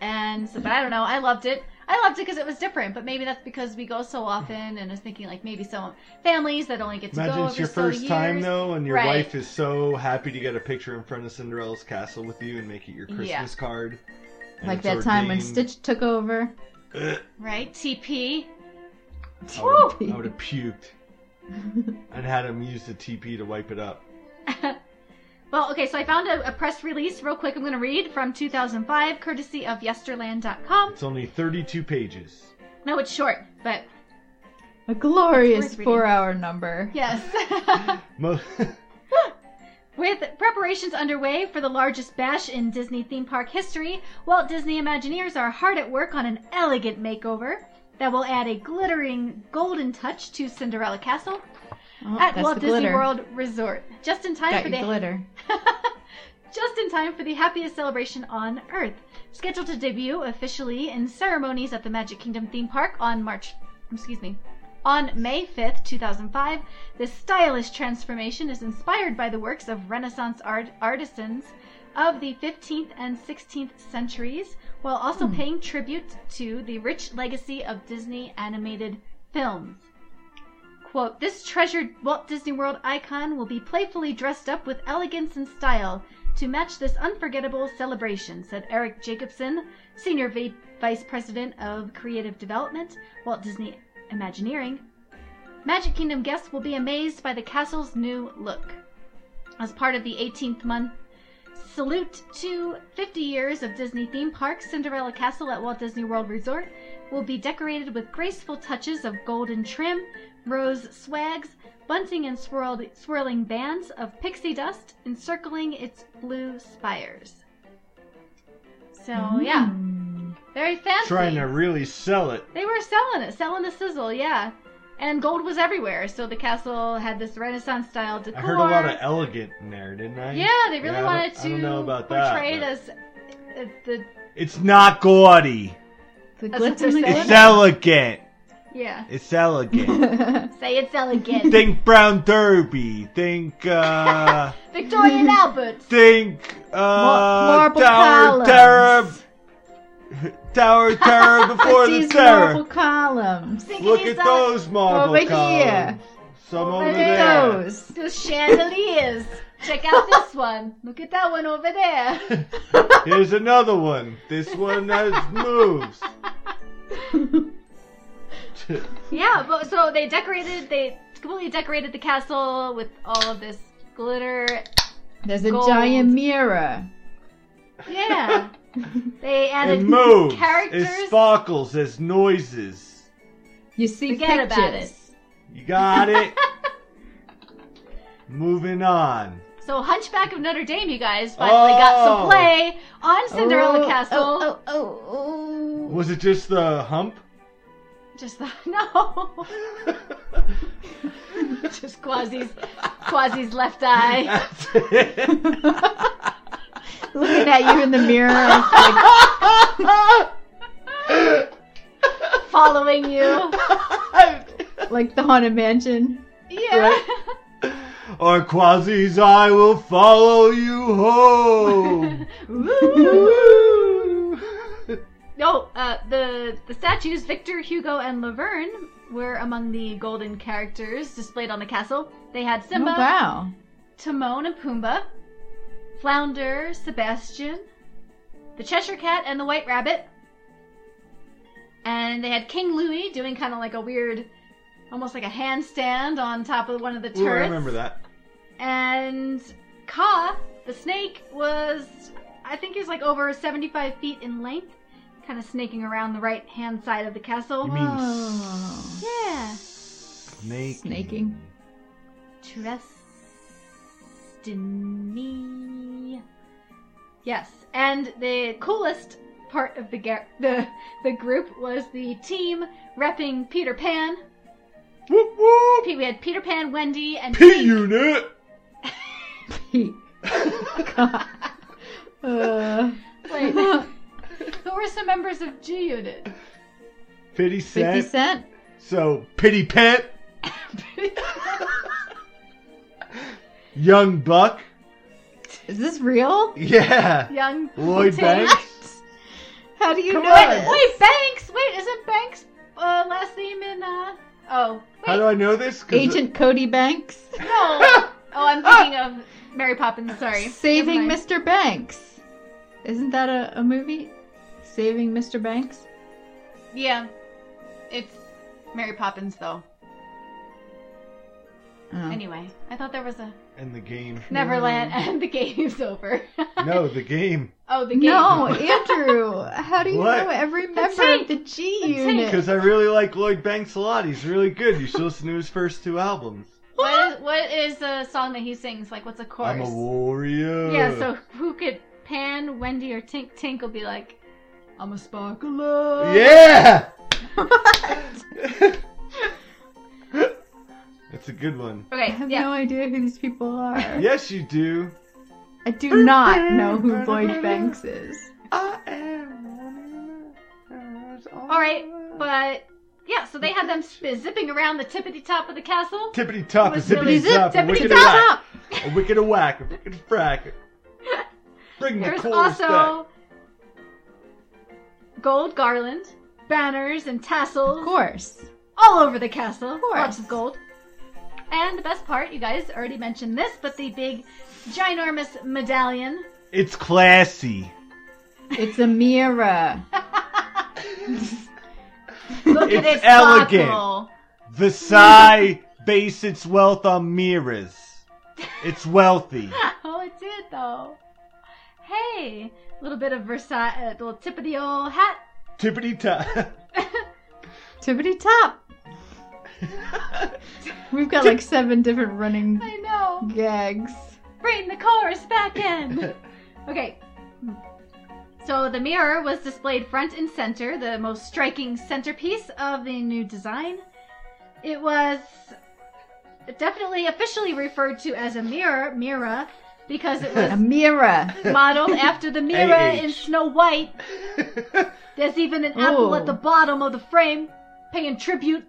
[SPEAKER 4] And so, but I don't know. I loved it. I loved it because it was different. But maybe that's because we go so often, and I was thinking like maybe some families that only get to
[SPEAKER 6] Imagine
[SPEAKER 4] go
[SPEAKER 6] it's
[SPEAKER 4] every
[SPEAKER 6] your
[SPEAKER 4] so
[SPEAKER 6] first
[SPEAKER 4] years.
[SPEAKER 6] time though, and your
[SPEAKER 4] Right.
[SPEAKER 6] wife is so happy to get a picture in front of Cinderella's castle with you and make it your Christmas
[SPEAKER 4] Yeah.
[SPEAKER 6] card. And
[SPEAKER 5] Like
[SPEAKER 6] it's
[SPEAKER 5] that time when
[SPEAKER 6] ordained.
[SPEAKER 5] Stitch took over.
[SPEAKER 4] Right? TP.
[SPEAKER 6] I would, have, I would have puked and had him use the TP to wipe it up.
[SPEAKER 4] Well, okay, so I found a, a press release real quick I'm going to read from 2005, courtesy of yesterland.com.
[SPEAKER 6] It's only 32 pages.
[SPEAKER 4] No, it's short, but
[SPEAKER 5] A glorious
[SPEAKER 4] It's worth reading.
[SPEAKER 5] four hour number.
[SPEAKER 4] yes.
[SPEAKER 6] Mo-
[SPEAKER 4] With preparations underway for the largest bash in Disney theme park history, Walt Disney Imagineers are hard at work on an elegant makeover that will add a glittering golden touch to Cinderella Castle
[SPEAKER 5] Oh,
[SPEAKER 4] at
[SPEAKER 5] that's
[SPEAKER 4] Walt
[SPEAKER 5] the
[SPEAKER 4] Disney
[SPEAKER 5] glitter.
[SPEAKER 4] World Resort, just in time
[SPEAKER 5] Got
[SPEAKER 4] for
[SPEAKER 5] your
[SPEAKER 4] the
[SPEAKER 5] glitter.
[SPEAKER 4] just in time for the happiest celebration on Earth, scheduled to debut officially in ceremonies at the Magic Kingdom theme park on March, excuse me, on May 5th, 2005. This stylish transformation is inspired by the works of Renaissance art artisans of the 15th and 16th centuries, while also
[SPEAKER 5] Hmm.
[SPEAKER 4] paying tribute to the rich legacy of Disney animated films. Quote, this treasured Walt Disney World icon will be playfully dressed up with elegance and style to match this unforgettable celebration, said Eric Jacobson, Senior v- Vice President of Creative Development, Walt Disney Imagineering. Magic Kingdom guests will be amazed by the castle's new look. As part of the 18th month Salute to 50 years of Disney theme parks. Cinderella Castle at Walt Disney World Resort will be decorated with graceful touches of golden trim, rose swags, bunting and swirled, swirling bands of pixie dust encircling its blue spires. So, yeah, very fancy.
[SPEAKER 6] Mm. Trying to really sell it.
[SPEAKER 4] They were selling it, selling the sizzle, yeah. And gold was everywhere, so the castle had this Renaissance style decor.
[SPEAKER 6] I heard a lot of elegant in there, didn't I?
[SPEAKER 4] yeah, they really
[SPEAKER 6] I don't-
[SPEAKER 4] wanted
[SPEAKER 6] I
[SPEAKER 4] to
[SPEAKER 6] don't know about that,
[SPEAKER 4] portray
[SPEAKER 6] but-
[SPEAKER 4] it as uh, the
[SPEAKER 6] It's not gaudy.
[SPEAKER 5] The
[SPEAKER 4] That's what
[SPEAKER 5] glitz and the
[SPEAKER 4] they're
[SPEAKER 6] It's
[SPEAKER 5] glitter.
[SPEAKER 6] elegant.
[SPEAKER 4] yeah.
[SPEAKER 6] It's elegant.
[SPEAKER 4] Say it's elegant.
[SPEAKER 6] think brown derby. Think uh
[SPEAKER 4] Victorian Alberts.
[SPEAKER 6] think uh
[SPEAKER 5] marble
[SPEAKER 6] tower
[SPEAKER 5] columns.
[SPEAKER 6] terror tower terror before the
[SPEAKER 5] These marble
[SPEAKER 6] terror.
[SPEAKER 5] columns.
[SPEAKER 6] Look at those marble
[SPEAKER 5] Over
[SPEAKER 6] columns.
[SPEAKER 5] here.
[SPEAKER 6] Some
[SPEAKER 4] Over
[SPEAKER 6] over,
[SPEAKER 4] there.
[SPEAKER 6] there.
[SPEAKER 5] Those.
[SPEAKER 4] Those chandeliers. Check out this one. Look at that one over there.
[SPEAKER 6] Here's another one. This one has moves.
[SPEAKER 4] Yeah, but so they decorated, they completely decorated the castle with all of this glitter.
[SPEAKER 5] There's a
[SPEAKER 4] Gold.
[SPEAKER 5] giant mirror.
[SPEAKER 4] Yeah. they added
[SPEAKER 6] It moves.
[SPEAKER 4] characters.
[SPEAKER 6] It sparkles. There's noises.
[SPEAKER 5] You see
[SPEAKER 4] Forget
[SPEAKER 5] pictures.
[SPEAKER 4] about it.
[SPEAKER 6] You got it. Moving on.
[SPEAKER 4] So Hunchback of Notre Dame, you guys, finally got some
[SPEAKER 6] Oh.
[SPEAKER 4] play on Cinderella
[SPEAKER 5] Oh,
[SPEAKER 4] Castle.
[SPEAKER 5] Oh, oh, oh, oh.
[SPEAKER 6] Was it just the hump?
[SPEAKER 4] Just the, no. Just Quasi's Quasi's left eye.
[SPEAKER 6] That's it.
[SPEAKER 5] Looking at you in the mirror. I
[SPEAKER 4] following you.
[SPEAKER 5] was like the haunted mansion.
[SPEAKER 4] Yeah.
[SPEAKER 6] Or Quasi's eye will follow you home.
[SPEAKER 4] No, uh, the the statues Victor Hugo and Laverne were among the golden characters displayed on the castle. They had
[SPEAKER 5] Oh,
[SPEAKER 4] Simba,
[SPEAKER 5] wow.
[SPEAKER 4] Timon and Pumbaa, Flounder, Sebastian, the Cheshire Cat and the White Rabbit. And they had King Louis doing kind of like a weird, almost like a handstand on top of one of the turrets.
[SPEAKER 6] Ooh, I remember that.
[SPEAKER 4] And Ka, the snake, was I think he was like over 75 feet in length, kind of snaking around the right hand side of the castle.
[SPEAKER 6] You mean
[SPEAKER 5] Oh.
[SPEAKER 4] yeah,
[SPEAKER 6] snake?
[SPEAKER 5] Snaking.
[SPEAKER 4] trust in me. Yes, and the coolest part of the ga- the the group was the team repping Peter Pan.
[SPEAKER 6] Whoop whoop.
[SPEAKER 4] We had Peter Pan, Wendy, and
[SPEAKER 6] P unit.
[SPEAKER 5] God. Uh,
[SPEAKER 4] Wait, who were some members of G Unit?
[SPEAKER 6] Pity
[SPEAKER 5] 50
[SPEAKER 6] cent.
[SPEAKER 5] Cent?
[SPEAKER 6] So pity pet. Young buck.
[SPEAKER 5] Is this real?
[SPEAKER 6] Yeah.
[SPEAKER 4] Young
[SPEAKER 6] Lloyd
[SPEAKER 4] Tank.
[SPEAKER 6] Banks.
[SPEAKER 5] How do you
[SPEAKER 6] Come
[SPEAKER 5] know
[SPEAKER 6] on.
[SPEAKER 5] this?
[SPEAKER 4] Wait, Banks. Wait, isn't Banks uh, last name in? Uh... Oh,
[SPEAKER 6] How
[SPEAKER 4] wait,
[SPEAKER 6] do I know this? 'Cause
[SPEAKER 5] Agent Cody Banks?
[SPEAKER 4] no. oh, I'm thinking of Mary Poppins. Sorry,
[SPEAKER 5] Saving
[SPEAKER 4] Never mind.
[SPEAKER 5] Mr. Banks. Isn't that a, a movie? Saving Mr. Banks?
[SPEAKER 4] Yeah, it's Mary Poppins though.
[SPEAKER 5] Oh.
[SPEAKER 4] Anyway, I thought there was a
[SPEAKER 6] it- And the game.
[SPEAKER 4] Neverland, and the game's over.
[SPEAKER 6] No, the game.
[SPEAKER 4] oh, the game.
[SPEAKER 5] No, Andrew, how do you
[SPEAKER 6] What?
[SPEAKER 5] know every member
[SPEAKER 4] tank.
[SPEAKER 5] of the G
[SPEAKER 4] tank.
[SPEAKER 5] unit?
[SPEAKER 6] Because I really like Lloyd Banks a lot. He's really good. You should listen to his first two albums.
[SPEAKER 4] What is, what is the song that he sings? Like, what's a chorus?
[SPEAKER 6] I'm a warrior.
[SPEAKER 4] Yeah, so who could Pan, Wendy, or Tink Tink will be like, I'm a sparkler.
[SPEAKER 6] Yeah. That's a good one.
[SPEAKER 5] I
[SPEAKER 4] Okay,
[SPEAKER 5] have
[SPEAKER 4] yeah.
[SPEAKER 5] no idea who these people are.
[SPEAKER 6] Yes, you do.
[SPEAKER 5] I do not know who Lloyd Banks is.
[SPEAKER 6] I am. Oh.
[SPEAKER 4] All right, but yeah, so they had them sp- zipping around the tippity top of the castle.
[SPEAKER 6] Tippity top, a
[SPEAKER 4] Was really
[SPEAKER 6] zippity
[SPEAKER 4] zip,
[SPEAKER 6] zap, a
[SPEAKER 4] tippity
[SPEAKER 6] wicked a whack,
[SPEAKER 5] Stop!
[SPEAKER 6] a wicked a whack, a wicked frack. Bring the
[SPEAKER 4] There was
[SPEAKER 6] chorus back.
[SPEAKER 4] also gold garland, banners, and
[SPEAKER 5] Of
[SPEAKER 4] tassels
[SPEAKER 5] course.
[SPEAKER 4] all over the castle.
[SPEAKER 5] course.
[SPEAKER 4] Lots of gold. And the best part, you guys already mentioned this, but the big, ginormous medallion.
[SPEAKER 6] It's classy.
[SPEAKER 5] It's a mirror.
[SPEAKER 4] Look at
[SPEAKER 6] It's
[SPEAKER 4] it
[SPEAKER 6] elegant.
[SPEAKER 4] sparkle.
[SPEAKER 6] Versailles base its wealth on mirrors. It's wealthy.
[SPEAKER 4] Oh, it did though. Hey, a little bit of Versailles, a little tip of the old hat.
[SPEAKER 6] Tippity tap.
[SPEAKER 5] Tippity top. We've got like seven different running
[SPEAKER 4] I know.
[SPEAKER 5] gags.
[SPEAKER 4] Bring the chorus back in. okay. So the mirror was displayed front and center, the most striking centerpiece of the new design. It was definitely officially referred to as a mirror, Mira, because it was
[SPEAKER 5] Amira.
[SPEAKER 4] modeled after the Mira
[SPEAKER 6] AH.
[SPEAKER 4] in Snow White. There's even an apple at
[SPEAKER 5] Ooh.
[SPEAKER 4] the bottom of the frame, paying tribute.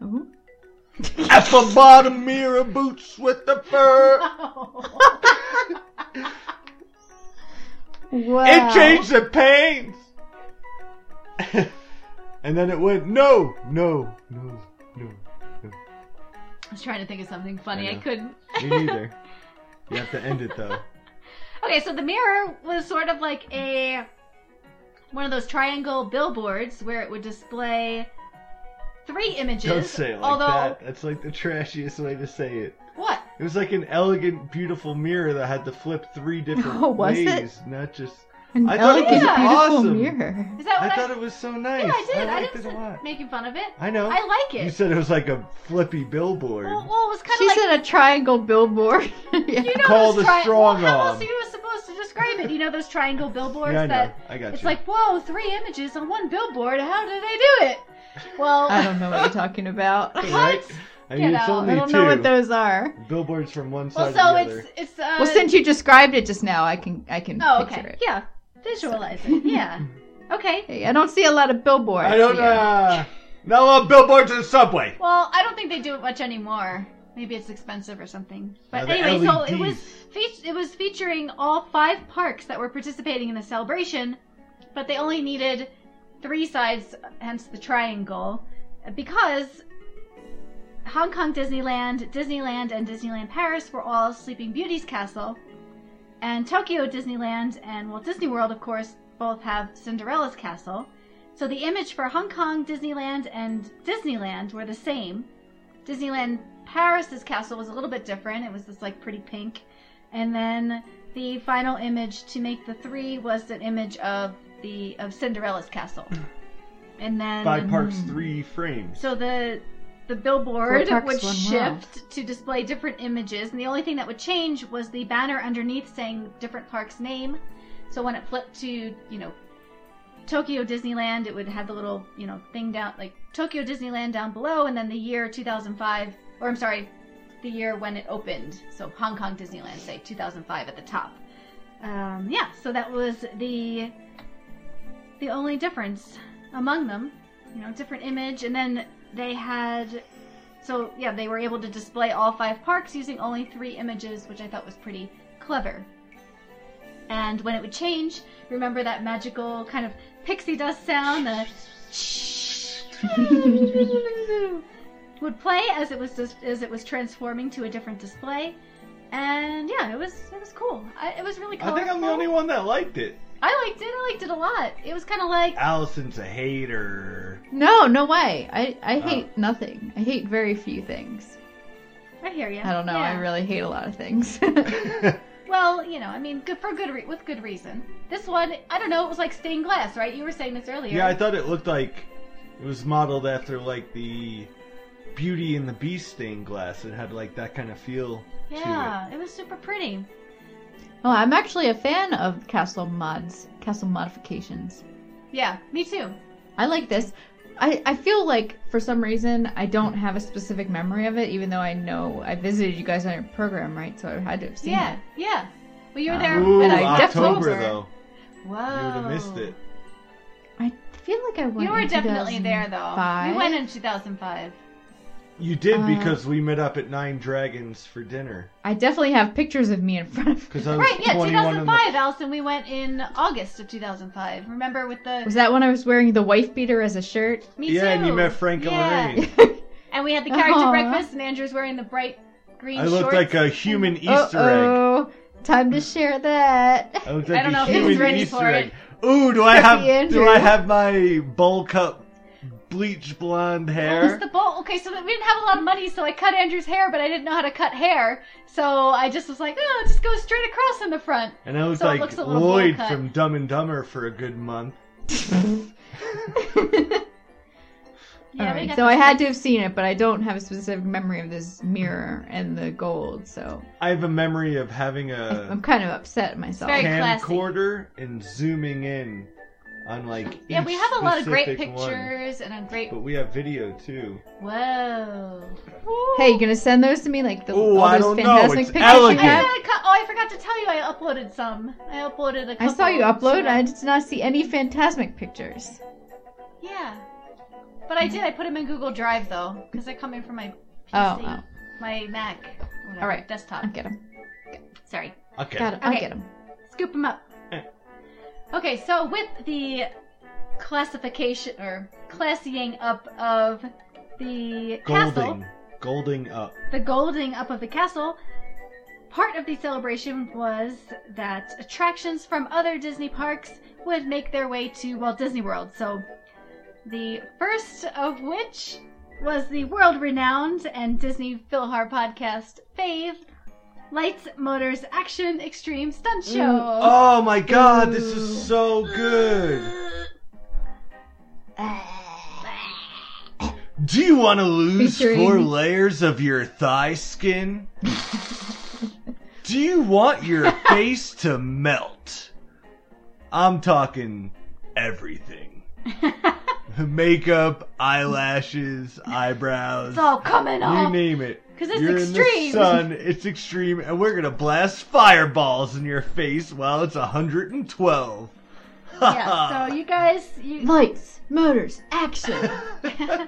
[SPEAKER 6] Apple bottom mirror boots with the fur.
[SPEAKER 5] Wow.
[SPEAKER 6] It changed the pains. and then it went no, no, no, no.
[SPEAKER 4] I was trying to think of something funny,
[SPEAKER 6] I
[SPEAKER 4] I
[SPEAKER 6] know.
[SPEAKER 4] couldn't.
[SPEAKER 6] Me neither. you have to end it though.
[SPEAKER 4] Okay, so the mirror was sort of like a one of those triangle billboards where it would display three images.
[SPEAKER 6] Don't say it like
[SPEAKER 4] although
[SPEAKER 6] that. That's like the trashiest way to say it.
[SPEAKER 4] what?
[SPEAKER 6] It was like an elegant, beautiful mirror that had to flip three different
[SPEAKER 5] Oh, was it?
[SPEAKER 6] ways, not just.
[SPEAKER 5] An
[SPEAKER 6] I thought it
[SPEAKER 5] elegant,
[SPEAKER 6] was
[SPEAKER 5] beautiful
[SPEAKER 6] awesome.
[SPEAKER 5] mirror.
[SPEAKER 4] Is that
[SPEAKER 6] I
[SPEAKER 4] what I,
[SPEAKER 6] thought it was so nice.
[SPEAKER 4] Yeah, I did. I,
[SPEAKER 6] liked
[SPEAKER 4] didn't
[SPEAKER 6] it a
[SPEAKER 4] say-
[SPEAKER 6] lot.
[SPEAKER 4] making fun of it.
[SPEAKER 6] I know.
[SPEAKER 4] I like it.
[SPEAKER 6] You said it was like a flippy billboard.
[SPEAKER 4] well, well, it was kind
[SPEAKER 5] She
[SPEAKER 4] of like
[SPEAKER 5] said a triangle billboard. yeah.
[SPEAKER 4] you know
[SPEAKER 6] Call
[SPEAKER 4] those
[SPEAKER 6] the
[SPEAKER 4] tri-
[SPEAKER 6] strong
[SPEAKER 4] well, How
[SPEAKER 6] arm.
[SPEAKER 4] else are you supposed to describe it? You know those triangle billboards
[SPEAKER 6] yeah, I know.
[SPEAKER 4] that
[SPEAKER 6] I got
[SPEAKER 4] it's
[SPEAKER 6] you.
[SPEAKER 4] like, whoa, three images on one billboard. How did they do it? Well,
[SPEAKER 5] I don't know what you're talking about. I
[SPEAKER 6] right? I mean,
[SPEAKER 4] You
[SPEAKER 6] it's
[SPEAKER 4] know,
[SPEAKER 6] only
[SPEAKER 5] don't
[SPEAKER 6] two
[SPEAKER 5] know what those are.
[SPEAKER 6] billboards from one
[SPEAKER 4] well,
[SPEAKER 6] side
[SPEAKER 4] so
[SPEAKER 6] to the
[SPEAKER 4] it's
[SPEAKER 6] other.
[SPEAKER 4] it's uh,
[SPEAKER 5] Well, since you described it just now, I can I can
[SPEAKER 4] oh,
[SPEAKER 5] picture
[SPEAKER 4] okay,
[SPEAKER 5] it.
[SPEAKER 4] yeah, visualize it, yeah, okay.
[SPEAKER 5] Hey, I don't see a lot of billboards.
[SPEAKER 6] I don't
[SPEAKER 5] here.
[SPEAKER 6] know. No uh, billboards in the subway.
[SPEAKER 4] Well, I don't think they do it much anymore. Maybe it's expensive or something. But
[SPEAKER 6] Now the E
[SPEAKER 4] anyway, so it was
[SPEAKER 6] LEDs.
[SPEAKER 4] feat- it was featuring all five parks that were participating in the celebration, but they only needed three sides, hence the triangle, because Hong Kong Disneyland, Disneyland, and Disneyland Paris were all Sleeping Beauty's castle, and Tokyo Disneyland and Walt Disney World, of course, both have Cinderella's castle. So the image for Hong Kong, Disneyland, and Disneyland were the same. Disneyland Paris's castle was a little bit different. It was this like pretty pink. And then the final image to make the three was an image of the of Cinderella's castle. And then
[SPEAKER 6] Five parks, three frames.
[SPEAKER 4] Mm. so the the
[SPEAKER 5] Four
[SPEAKER 4] billboard
[SPEAKER 5] parks,
[SPEAKER 4] would
[SPEAKER 5] one
[SPEAKER 4] shift
[SPEAKER 5] world.
[SPEAKER 4] to display different images, and the only thing that would change was the banner underneath saying different park's name. So when it flipped to you know Tokyo Disneyland, it would have the little you know thing down like Tokyo Disneyland down below, and then the year 2005, or I'm sorry, the year when it opened. So Hong Kong Disneyland, say 2005 at the top. Um, yeah, so that was the the only difference among them. You know, different image, and then they had so yeah, they were able to display all five parks using only three images, which I thought was pretty clever. And when it would change, remember that magical kind of pixie dust sound, the would play as it was dis- as it was transforming to a different display. And yeah, it was it was cool. I, it was really
[SPEAKER 6] I
[SPEAKER 4] colorful.
[SPEAKER 6] think I'm the only one that liked it.
[SPEAKER 4] I liked it. I liked it a lot. It was kind of like
[SPEAKER 6] Allison's a hater.
[SPEAKER 5] No, no way. I, I hate
[SPEAKER 6] Oh.
[SPEAKER 5] nothing. I hate very few things.
[SPEAKER 4] I hear you.
[SPEAKER 5] I don't know. I really hate a lot of things.
[SPEAKER 4] Well, you know, I mean, good for good re- with good reason. This one, I don't know. It was like stained glass, right? You were saying this earlier.
[SPEAKER 6] Yeah, I thought it looked like it was modeled after like the Beauty and the Beast stained glass. It had like that kind of feel
[SPEAKER 4] Yeah, it was super pretty.
[SPEAKER 5] oh, I'm actually a fan of castle mods, castle modifications.
[SPEAKER 4] Yeah, me too.
[SPEAKER 5] I like this. I, I feel like for some reason I don't have a specific memory of it, even though I know I visited you guys on your program, right? So I had to have seen
[SPEAKER 4] yeah,
[SPEAKER 5] it.
[SPEAKER 4] yeah. Well, you were
[SPEAKER 5] Uh,
[SPEAKER 6] to
[SPEAKER 4] there.
[SPEAKER 6] it. Ooh,
[SPEAKER 5] and I definitely-
[SPEAKER 6] October though.
[SPEAKER 4] Whoa.
[SPEAKER 6] You would have missed it.
[SPEAKER 5] I feel like I went.
[SPEAKER 4] You were
[SPEAKER 5] in
[SPEAKER 4] definitely there, though.
[SPEAKER 5] 2005.
[SPEAKER 4] You went in 2005.
[SPEAKER 6] You did
[SPEAKER 4] Oh.
[SPEAKER 5] Uh,
[SPEAKER 6] because we met up at Nine Dragons for dinner.
[SPEAKER 5] I definitely have pictures of me in front of.
[SPEAKER 6] Because I was
[SPEAKER 4] Right, yeah,
[SPEAKER 6] 21 in the
[SPEAKER 4] 2005, Allison. We went in August of 2005. Remember with the.
[SPEAKER 5] Was that when I was wearing the wife beater as a shirt?
[SPEAKER 4] me
[SPEAKER 6] yeah,
[SPEAKER 4] too.
[SPEAKER 6] and you met Frank
[SPEAKER 4] yeah.
[SPEAKER 6] and Lorraine.
[SPEAKER 4] And we had the character
[SPEAKER 5] Aw.
[SPEAKER 4] breakfast, and Andrew's wearing the bright green
[SPEAKER 6] I looked
[SPEAKER 4] shorts.
[SPEAKER 6] like a human Easter egg.
[SPEAKER 5] oh, time to share that.
[SPEAKER 6] I looked
[SPEAKER 4] I
[SPEAKER 6] like
[SPEAKER 4] don't know
[SPEAKER 6] a
[SPEAKER 4] if he's
[SPEAKER 6] human
[SPEAKER 4] ready
[SPEAKER 6] Easter
[SPEAKER 4] for
[SPEAKER 6] egg. Ooh, do I
[SPEAKER 5] Happy
[SPEAKER 6] have do
[SPEAKER 5] Andrew.
[SPEAKER 6] I have my bowl cup bleach blonde
[SPEAKER 4] What was
[SPEAKER 6] hair.
[SPEAKER 4] the bowl? Okay, so we didn't have a lot of money, so I cut Andrew's hair, but I didn't know how to cut hair, so I just was like, oh, just go straight across in the front.
[SPEAKER 6] And I was
[SPEAKER 4] So it
[SPEAKER 6] like
[SPEAKER 4] looks a little
[SPEAKER 6] Lloyd
[SPEAKER 4] bowl cut.
[SPEAKER 6] from Dumb and Dumber for a good month.
[SPEAKER 4] Yeah, we
[SPEAKER 5] Alright,
[SPEAKER 4] got
[SPEAKER 5] so
[SPEAKER 4] this
[SPEAKER 5] I had
[SPEAKER 4] big-
[SPEAKER 5] to have seen it, but I don't have a specific memory of this mirror and the gold, so
[SPEAKER 6] I have a memory of having
[SPEAKER 5] I'm
[SPEAKER 6] a
[SPEAKER 5] kind of upset at myself.
[SPEAKER 4] Very classy.
[SPEAKER 6] camcorder and zooming in on like
[SPEAKER 4] Yeah,
[SPEAKER 6] each
[SPEAKER 4] we have a lot of great
[SPEAKER 6] specific one.
[SPEAKER 4] pictures and a great.
[SPEAKER 6] But we have video too.
[SPEAKER 4] Whoa.
[SPEAKER 5] Hey, you gonna send those to me? Like the,
[SPEAKER 6] Ooh,
[SPEAKER 5] all
[SPEAKER 6] I
[SPEAKER 5] those
[SPEAKER 6] don't know,
[SPEAKER 5] fantastic
[SPEAKER 6] it's
[SPEAKER 5] pictures
[SPEAKER 6] elegant.
[SPEAKER 5] you
[SPEAKER 4] I
[SPEAKER 5] have?
[SPEAKER 4] got a cou- oh, I forgot to tell you, I uploaded some. I uploaded a couple.
[SPEAKER 5] I saw you upload.
[SPEAKER 4] so-
[SPEAKER 5] I did not see any fantastic pictures.
[SPEAKER 4] Yeah. But I did. I put them in Google Drive though, because they're coming from my PC,
[SPEAKER 5] Oh, oh.
[SPEAKER 4] my Mac, whatever,
[SPEAKER 5] All right.
[SPEAKER 4] desktop.
[SPEAKER 5] I'll get them.
[SPEAKER 4] Sorry.
[SPEAKER 6] Okay.
[SPEAKER 5] Got 'em. I'll
[SPEAKER 4] Okay.
[SPEAKER 5] get them.
[SPEAKER 4] Scoop them up. Okay, so with the classification or classying up of the castle,
[SPEAKER 6] Golding. Golding up.
[SPEAKER 4] the golding up of the castle, part of the celebration was that attractions from other Disney parks would make their way to Walt Disney World. So, the first of which was the world renowned and Disney Philhar podcast fave Lights, Motors, Action Extreme Stunt Show.
[SPEAKER 6] Oh my god, this is so good. Do you want to lose
[SPEAKER 5] Featuring-
[SPEAKER 6] four layers of your thigh skin? Do you want your face to melt? I'm talking everything. Makeup, eyelashes, eyebrows.
[SPEAKER 4] It's all coming
[SPEAKER 6] You
[SPEAKER 4] off.
[SPEAKER 6] name it.
[SPEAKER 4] 'Cause it's
[SPEAKER 6] You're in the
[SPEAKER 4] extreme.
[SPEAKER 6] sun, it's extreme, and we're gonna blast fireballs in your face while it's 112.
[SPEAKER 4] yeah, so you guys, you,
[SPEAKER 5] Lights, motors, action.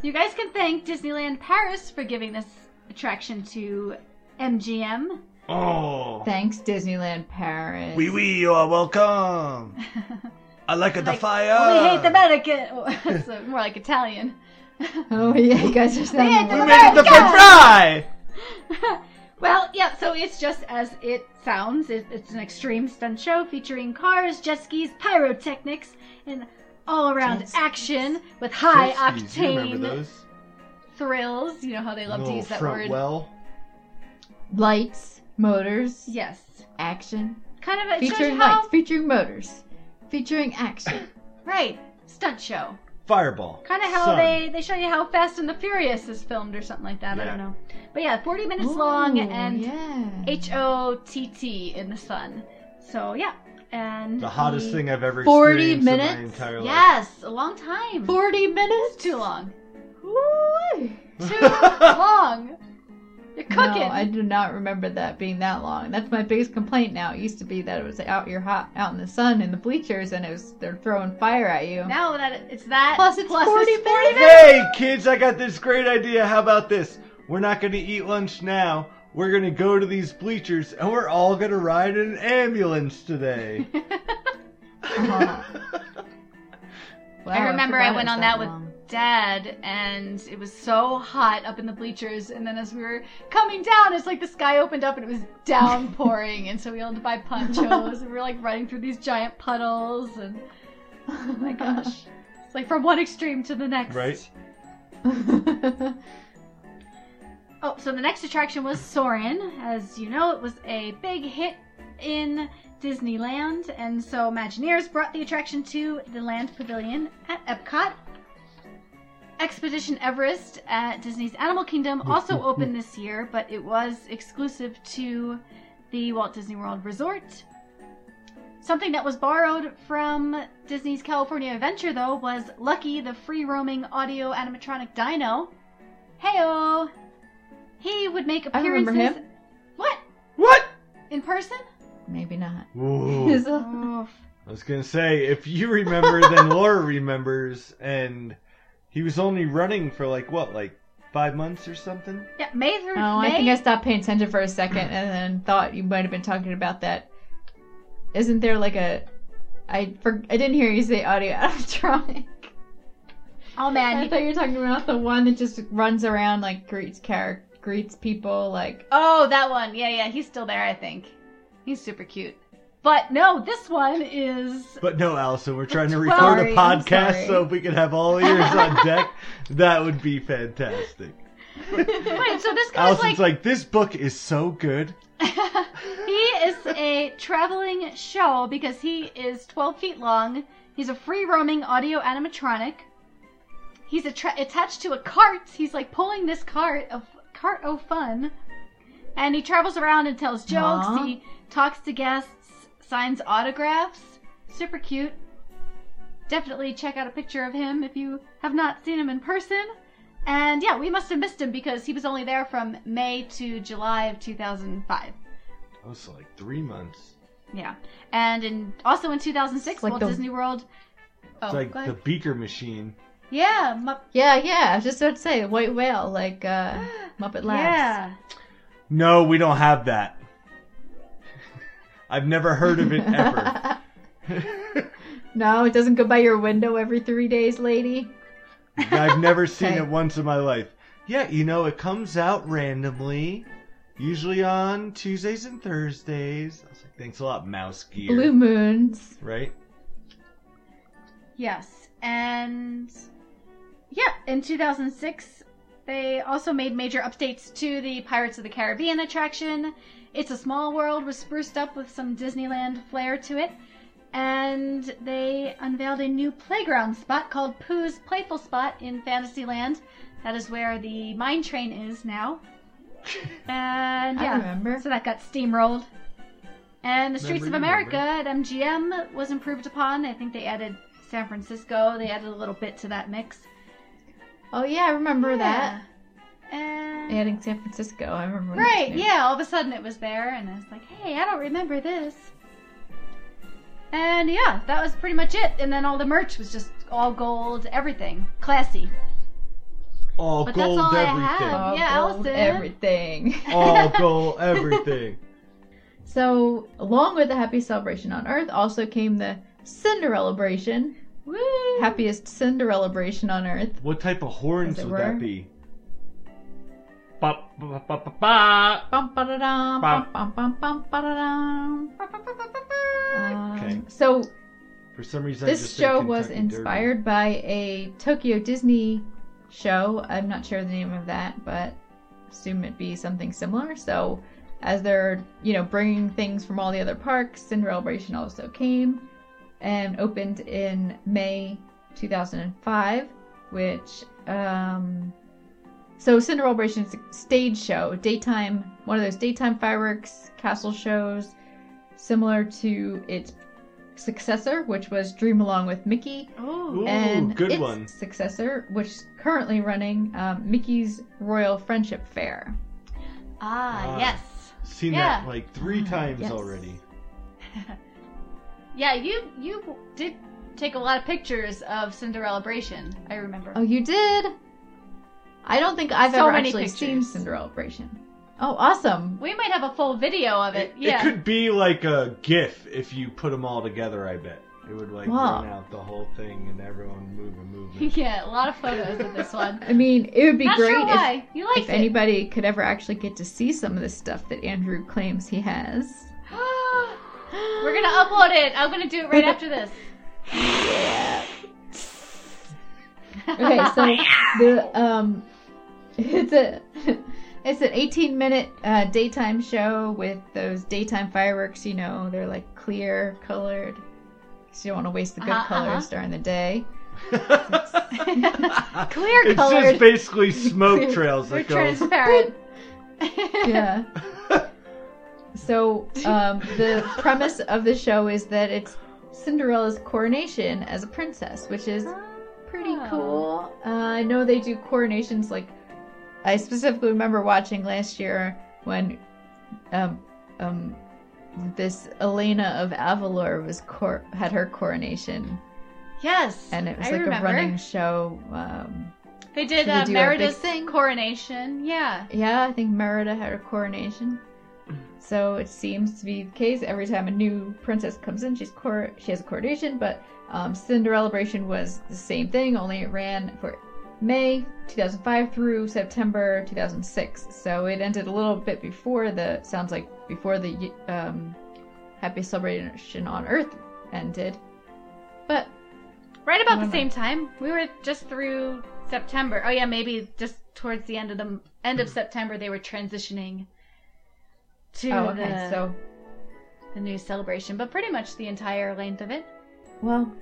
[SPEAKER 4] You guys can thank Disneyland Paris for giving this attraction to MGM.
[SPEAKER 6] oh,
[SPEAKER 5] Thanks, Disneyland Paris.
[SPEAKER 6] wee wee, you are welcome. I like uh, the
[SPEAKER 4] Like, oh,
[SPEAKER 6] fire.
[SPEAKER 4] We hate the Vatican. it's uh, more like Italian.
[SPEAKER 5] Oh yeah, you guys are
[SPEAKER 4] had
[SPEAKER 5] sounding.
[SPEAKER 4] the
[SPEAKER 5] like-
[SPEAKER 6] We made the french fry.
[SPEAKER 4] Well, yeah, so it's just as it sounds. It, it's an extreme stunt show featuring cars, jet skis, pyrotechnics, and all around
[SPEAKER 5] Jet skis.
[SPEAKER 4] action with high
[SPEAKER 6] Jet skis, you remember
[SPEAKER 4] octane
[SPEAKER 6] those?
[SPEAKER 4] thrills. You know how they love to
[SPEAKER 6] Little
[SPEAKER 4] use that
[SPEAKER 6] front
[SPEAKER 4] word.
[SPEAKER 6] well.
[SPEAKER 5] Lights, motors,
[SPEAKER 4] Yes.
[SPEAKER 5] action.
[SPEAKER 4] Kind of a it shows you
[SPEAKER 5] Featuring
[SPEAKER 4] how
[SPEAKER 5] lights, featuring motors, featuring action.
[SPEAKER 4] right stunt show.
[SPEAKER 6] Fireball.
[SPEAKER 4] Kind of how
[SPEAKER 6] Sun.
[SPEAKER 4] they they show you how Fast and the Furious is filmed or something like that. I
[SPEAKER 6] Yeah.
[SPEAKER 4] don't know. But yeah, 40 minutes long
[SPEAKER 5] Ooh,
[SPEAKER 4] and
[SPEAKER 5] yeah.
[SPEAKER 4] H O T T in the sun. So yeah, and
[SPEAKER 6] The hottest thing I've ever
[SPEAKER 5] 40
[SPEAKER 6] experienced in my
[SPEAKER 5] minutes?
[SPEAKER 6] entire
[SPEAKER 4] Yes, a long time.
[SPEAKER 5] forty minutes.
[SPEAKER 4] Too long.
[SPEAKER 5] Ooh.
[SPEAKER 4] Too long. You're cooking.
[SPEAKER 5] No, I do not remember that being that long. That's my biggest complaint now. It used to be that it was out you're hot out in the sun in the bleachers and it was they're throwing fire at you.
[SPEAKER 4] Now that it- it's that
[SPEAKER 5] Plus it's 40
[SPEAKER 4] it's
[SPEAKER 5] minutes.
[SPEAKER 6] Hey, kids, I got this great idea. How about this? We're not going to eat lunch now. We're going to go to these bleachers and we're all going to ride in an ambulance today.
[SPEAKER 5] Wow,
[SPEAKER 4] I remember I,
[SPEAKER 5] forgot it
[SPEAKER 4] went
[SPEAKER 5] was
[SPEAKER 4] on that,
[SPEAKER 5] long.
[SPEAKER 4] with Dad, and it was so hot up in the bleachers. And then as we were coming down, it's like the sky opened up and it was downpouring. and so we all had to buy ponchos, and we were like running through these giant puddles. And oh my gosh, it's like from one extreme to the next.
[SPEAKER 6] right?
[SPEAKER 4] Oh, so the next attraction was Soarin'. As you know, it was a big hit in Disneyland, and so Imagineers brought the attraction to the Land Pavilion at Epcot. Expedition Everest at Disney's Animal Kingdom also opened this year, but it was exclusive to the Walt Disney World Resort. Something that was borrowed from Disney's California Adventure, though, was Lucky the free roaming audio animatronic dino. Heyo! He would make
[SPEAKER 5] I
[SPEAKER 4] appearances.
[SPEAKER 5] remember him.
[SPEAKER 4] What?
[SPEAKER 6] What?
[SPEAKER 4] In person? Oh,
[SPEAKER 5] Maybe not.
[SPEAKER 6] Ooh.
[SPEAKER 5] Uh,
[SPEAKER 4] Oof.
[SPEAKER 6] I was going to say, if you remember, then Laura remembers. And he was only running for like, what, like five months or something?
[SPEAKER 4] Yeah, May through
[SPEAKER 5] Oh,
[SPEAKER 4] May.
[SPEAKER 5] I think I stopped paying attention for a second and then thought you might have been talking about that. Isn't there like a? I for I didn't hear you say audio animatronic.
[SPEAKER 4] oh man,
[SPEAKER 5] I
[SPEAKER 4] you-
[SPEAKER 5] thought you were talking about the one that just runs around like greets char- greets people like
[SPEAKER 4] Oh, that one. Yeah, yeah, he's still there, I think. He's super cute. But no, this one is
[SPEAKER 6] But no, Allison, we're trying to
[SPEAKER 4] Sorry,
[SPEAKER 6] record a
[SPEAKER 5] I'm sorry.
[SPEAKER 6] podcast, so if we could have all ears on deck, that would be fantastic.
[SPEAKER 4] wait. So this guy's like,
[SPEAKER 6] Allison's like, this book is so good.
[SPEAKER 4] he is a traveling show because he is 12 feet long. He's a free roaming audio animatronic. He's attra- attached to a cart. He's like pulling this cart of cart o fun, and he travels around and tells jokes.
[SPEAKER 5] Aw.
[SPEAKER 4] He talks to guests, signs autographs. Super cute. Definitely check out a picture of him if you have not seen him in person. And yeah, we must have missed him because he was only there from May to July of 2005.
[SPEAKER 6] Oh, so like three months.
[SPEAKER 4] Yeah, and in also in 2006,
[SPEAKER 5] It's like
[SPEAKER 4] Walt
[SPEAKER 5] the-
[SPEAKER 4] Disney World. Oh,
[SPEAKER 6] It's like
[SPEAKER 4] go
[SPEAKER 6] the
[SPEAKER 4] ahead.
[SPEAKER 6] beaker machine.
[SPEAKER 4] yeah, Mupp-
[SPEAKER 5] Yeah, yeah. I was just about to say White Whale, like uh, Muppet Labs.
[SPEAKER 4] yeah.
[SPEAKER 6] No, we don't have that. I've never heard of it ever.
[SPEAKER 5] no, it doesn't go by your window every three days, lady.
[SPEAKER 6] I've never seen
[SPEAKER 5] Okay.
[SPEAKER 6] it once in my life. Yeah, you know, it comes out randomly, usually on Tuesdays and Thursdays. I was like, thanks a lot, Mouse Gear.
[SPEAKER 5] Blue Moons.
[SPEAKER 6] Right?
[SPEAKER 4] Yes, and yeah, in 2006, they also made major updates to the Pirates of the Caribbean attraction. It's a Small World was spruced up with some Disneyland flair to it, and they unveiled a new playground spot called Pooh's Playful Spot in Fantasyland. That is where the mine train is now. And
[SPEAKER 5] I
[SPEAKER 4] yeah,
[SPEAKER 5] remember.
[SPEAKER 4] so that got steamrolled. And the Streets of
[SPEAKER 6] Remember,
[SPEAKER 4] America at
[SPEAKER 6] you
[SPEAKER 4] MGM was improved upon. I think they added San Francisco. They added a little bit to that mix.
[SPEAKER 5] Oh yeah, I remember that.
[SPEAKER 4] Yeah. And
[SPEAKER 5] Adding San Francisco, I remember. when it was
[SPEAKER 4] right,
[SPEAKER 5] new.
[SPEAKER 4] yeah. All of a sudden, it was there, and I was like, "Hey, I don't remember this." And yeah, that was pretty much it. And then all the merch was just all gold, everything classy.
[SPEAKER 6] All
[SPEAKER 4] But that's
[SPEAKER 6] gold
[SPEAKER 4] all I
[SPEAKER 6] everything.
[SPEAKER 4] have.
[SPEAKER 5] Oh,
[SPEAKER 4] Yeah,
[SPEAKER 5] gold,
[SPEAKER 4] Allison.
[SPEAKER 5] Everything.
[SPEAKER 6] All gold everything.
[SPEAKER 5] So, along with the Happy Celebration on Earth, also came the Cinderellabration,
[SPEAKER 4] Woo!
[SPEAKER 5] happiest Cinderellabration on Earth.
[SPEAKER 6] What type of horns
[SPEAKER 5] As it
[SPEAKER 6] would that
[SPEAKER 5] were.
[SPEAKER 6] be? Ba, ba, ba, ba, ba.
[SPEAKER 5] Bum, ba-da-dum,
[SPEAKER 6] Bum.
[SPEAKER 5] bum, bum, bum, bum, ba-da-dum. Um,
[SPEAKER 6] Okay.
[SPEAKER 5] So,
[SPEAKER 6] For some reason, I
[SPEAKER 5] this
[SPEAKER 6] just
[SPEAKER 5] show
[SPEAKER 6] think
[SPEAKER 5] was
[SPEAKER 6] Kentucky Derby.
[SPEAKER 5] inspired by a Tokyo Disney show. I'm not sure the name of that, but assume it'd be something similar. So, as they're you know bringing things from all the other parks, Cinderellabration also came and opened in May 2005, which um, so Cinderellabration is a stage show, daytime, one of those daytime fireworks castle shows, similar to its successor, which was Dream Along with Mickey,
[SPEAKER 4] Ooh.
[SPEAKER 6] Ooh,
[SPEAKER 5] and
[SPEAKER 6] good
[SPEAKER 5] its
[SPEAKER 6] one.
[SPEAKER 5] successor, which is currently running um, Mickey's Royal Friendship Fair.
[SPEAKER 4] Ah,
[SPEAKER 6] Ah.
[SPEAKER 4] yes.
[SPEAKER 6] Seen
[SPEAKER 4] Yeah.
[SPEAKER 6] that like three times
[SPEAKER 5] Yes.
[SPEAKER 6] already.
[SPEAKER 4] Yeah, you you did take a lot of pictures of Cinderellabration. I remember.
[SPEAKER 5] Oh, you did? I don't think I've
[SPEAKER 4] So
[SPEAKER 5] ever
[SPEAKER 4] many
[SPEAKER 5] actually seen
[SPEAKER 4] pictures.
[SPEAKER 5] Cinderellabration. Oh, awesome!
[SPEAKER 4] We might have a full video of it. yeah.
[SPEAKER 6] It could be like a GIF if you put them all together. I bet it would like
[SPEAKER 5] Wow.
[SPEAKER 6] run out the whole thing and everyone move and move.
[SPEAKER 4] yeah, a lot of photos of this one.
[SPEAKER 5] I mean, it would be
[SPEAKER 4] Not
[SPEAKER 5] great
[SPEAKER 4] sure
[SPEAKER 5] if
[SPEAKER 4] why. you liked
[SPEAKER 5] if
[SPEAKER 4] it.
[SPEAKER 5] anybody could ever actually get to see some of the stuff that Andrew claims he has.
[SPEAKER 4] We're gonna upload it. I'm gonna do it right after this.
[SPEAKER 5] Okay, so the um, it's a it's an 18 minute uh, daytime show with those daytime fireworks. You know, they're like clear colored, so you don't want to waste the good
[SPEAKER 4] Uh-huh,
[SPEAKER 5] colors during the day.
[SPEAKER 4] Clear
[SPEAKER 6] it's
[SPEAKER 4] colored.
[SPEAKER 6] just basically smoke trails
[SPEAKER 4] We're
[SPEAKER 6] that go.
[SPEAKER 4] transparent.
[SPEAKER 5] yeah. So um, the premise of the show is that it's Cinderella's coronation as a princess, which is pretty
[SPEAKER 4] Ah.
[SPEAKER 5] cool. Uh, I know they do coronations. Like I specifically remember watching last year when um, um, this Elena of Avalor was cor- had her coronation,
[SPEAKER 4] Yes.
[SPEAKER 5] and it was
[SPEAKER 4] I
[SPEAKER 5] like
[SPEAKER 4] remember.
[SPEAKER 5] a running show. Um,
[SPEAKER 4] They did
[SPEAKER 5] Should we
[SPEAKER 4] uh,
[SPEAKER 5] do a big
[SPEAKER 4] Meredith's
[SPEAKER 5] thing?
[SPEAKER 4] coronation. Yeah.
[SPEAKER 5] Yeah, I think Merida had a coronation. So it seems to be the case every time a new princess comes in, she's cor- she has a coronation. But um, Cinderellabration was the same thing, only it ran for May 2005 through September 2006. So it ended a little bit before the sounds like before the um, Happy Celebration on Earth ended. But
[SPEAKER 4] Right about the
[SPEAKER 5] Remember.
[SPEAKER 4] same time. We were just through September. Oh yeah, maybe just towards the end of the end of September they were transitioning to
[SPEAKER 5] oh, okay,
[SPEAKER 4] the,
[SPEAKER 5] so
[SPEAKER 4] the new celebration, but pretty much the entire length of it.
[SPEAKER 5] well,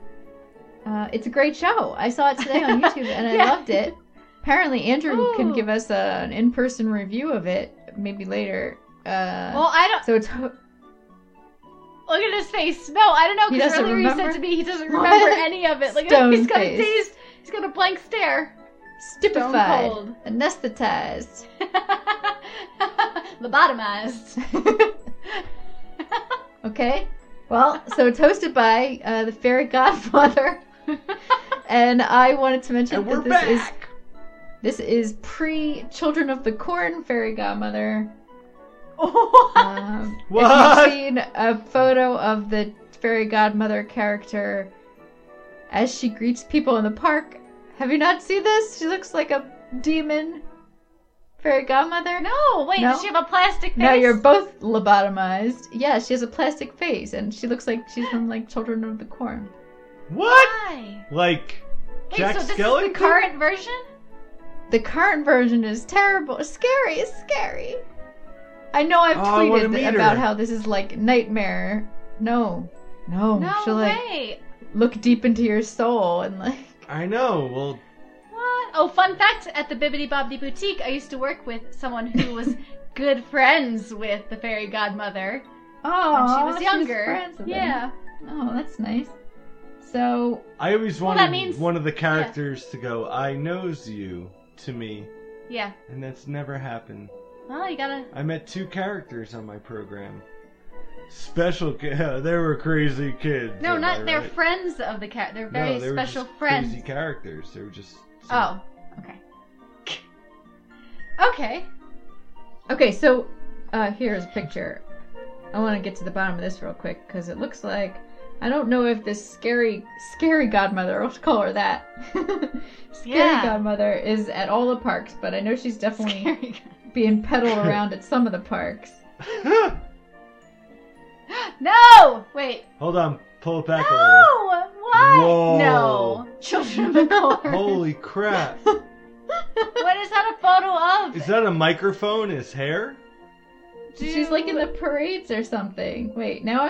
[SPEAKER 5] uh, it's a great show. I saw it today on YouTube and I
[SPEAKER 4] Yeah.
[SPEAKER 5] loved it. Apparently, Andrew can
[SPEAKER 4] Ooh.
[SPEAKER 5] give us a, an in-person review of it maybe later. Uh,
[SPEAKER 4] well, I don't
[SPEAKER 5] so it's
[SPEAKER 4] look at his face. No, I don't know
[SPEAKER 5] He
[SPEAKER 4] because
[SPEAKER 5] doesn't
[SPEAKER 4] earlier he
[SPEAKER 5] remember?
[SPEAKER 4] said to me he doesn't
[SPEAKER 5] What?
[SPEAKER 4] remember any of it. Like
[SPEAKER 5] Stone
[SPEAKER 4] he's got a
[SPEAKER 5] face.
[SPEAKER 4] dazed, he's got a blank stare.
[SPEAKER 5] stupefied,
[SPEAKER 4] cold.
[SPEAKER 5] anesthetized.
[SPEAKER 4] Lobotomized.
[SPEAKER 5] Okay. Well, so it's hosted by uh, the fairy godfather, and I wanted to mention
[SPEAKER 6] And
[SPEAKER 5] that
[SPEAKER 6] we're
[SPEAKER 5] this
[SPEAKER 6] back.
[SPEAKER 5] is this is pre Children of the Corn fairy godmother. Um,
[SPEAKER 6] What?
[SPEAKER 5] If you've seen a photo of the fairy godmother character as she greets people in the park, have you not seen this? She looks like a demon fairy godmother.
[SPEAKER 4] no, wait,
[SPEAKER 5] No?
[SPEAKER 4] does she have a plastic face?
[SPEAKER 5] Now you're both lobotomized. Yeah, she has a plastic face, and she looks like she's from like Children of the Corn.
[SPEAKER 6] What?
[SPEAKER 4] Why?
[SPEAKER 6] Like
[SPEAKER 4] Wait,
[SPEAKER 6] Jack
[SPEAKER 4] so this is
[SPEAKER 6] Skellington?
[SPEAKER 4] the current version?
[SPEAKER 5] The current version is terrible, It's scary, it's scary. I know I've
[SPEAKER 6] Oh, I wanna
[SPEAKER 5] tweeted
[SPEAKER 6] meet
[SPEAKER 5] th- about
[SPEAKER 6] her.
[SPEAKER 5] how this is like nightmare. No, no,
[SPEAKER 4] No
[SPEAKER 5] Oh, she'll like
[SPEAKER 4] way.
[SPEAKER 5] look deep into your soul and like.
[SPEAKER 6] I know. Well,
[SPEAKER 4] What? Oh, fun fact at the Bibbidi Bobbidi Boutique, I used to work with someone who was good friends with the fairy godmother when
[SPEAKER 5] Oh,
[SPEAKER 4] she was younger. yeah.
[SPEAKER 5] Oh, that's nice. So
[SPEAKER 6] I always
[SPEAKER 4] Well,
[SPEAKER 6] wanted
[SPEAKER 4] that means-
[SPEAKER 6] one of the characters to go, "I knows you" to me,
[SPEAKER 4] Yeah.
[SPEAKER 6] and that's never happened.
[SPEAKER 4] Well, you gotta.
[SPEAKER 6] I met two characters on my program. Special, ki- they were crazy kids.
[SPEAKER 4] No,
[SPEAKER 6] am I
[SPEAKER 4] not they're
[SPEAKER 6] right?
[SPEAKER 4] friends of the cat. They're very
[SPEAKER 6] no, they
[SPEAKER 4] special
[SPEAKER 6] were just
[SPEAKER 4] friends.
[SPEAKER 6] Crazy characters. They were just.
[SPEAKER 4] Oh, okay. okay.
[SPEAKER 5] Okay, so uh, here's a picture. I want to get to the bottom of this real quick because it looks like I don't know if this scary, scary godmother. I'll call her that. scary
[SPEAKER 4] Yeah.
[SPEAKER 5] godmother is at all the parks, but I know she's definitely
[SPEAKER 4] Scary
[SPEAKER 5] being peddled around at some of the parks.
[SPEAKER 4] god- No! Wait.
[SPEAKER 6] Hold on, pull it back a little.
[SPEAKER 4] No! What?
[SPEAKER 6] Whoa.
[SPEAKER 4] No. Children of the Corn.
[SPEAKER 6] Holy crap!
[SPEAKER 4] what is that a photo of?
[SPEAKER 6] Is that a microphone? His hair?
[SPEAKER 5] She's like in the parades or something. Wait, now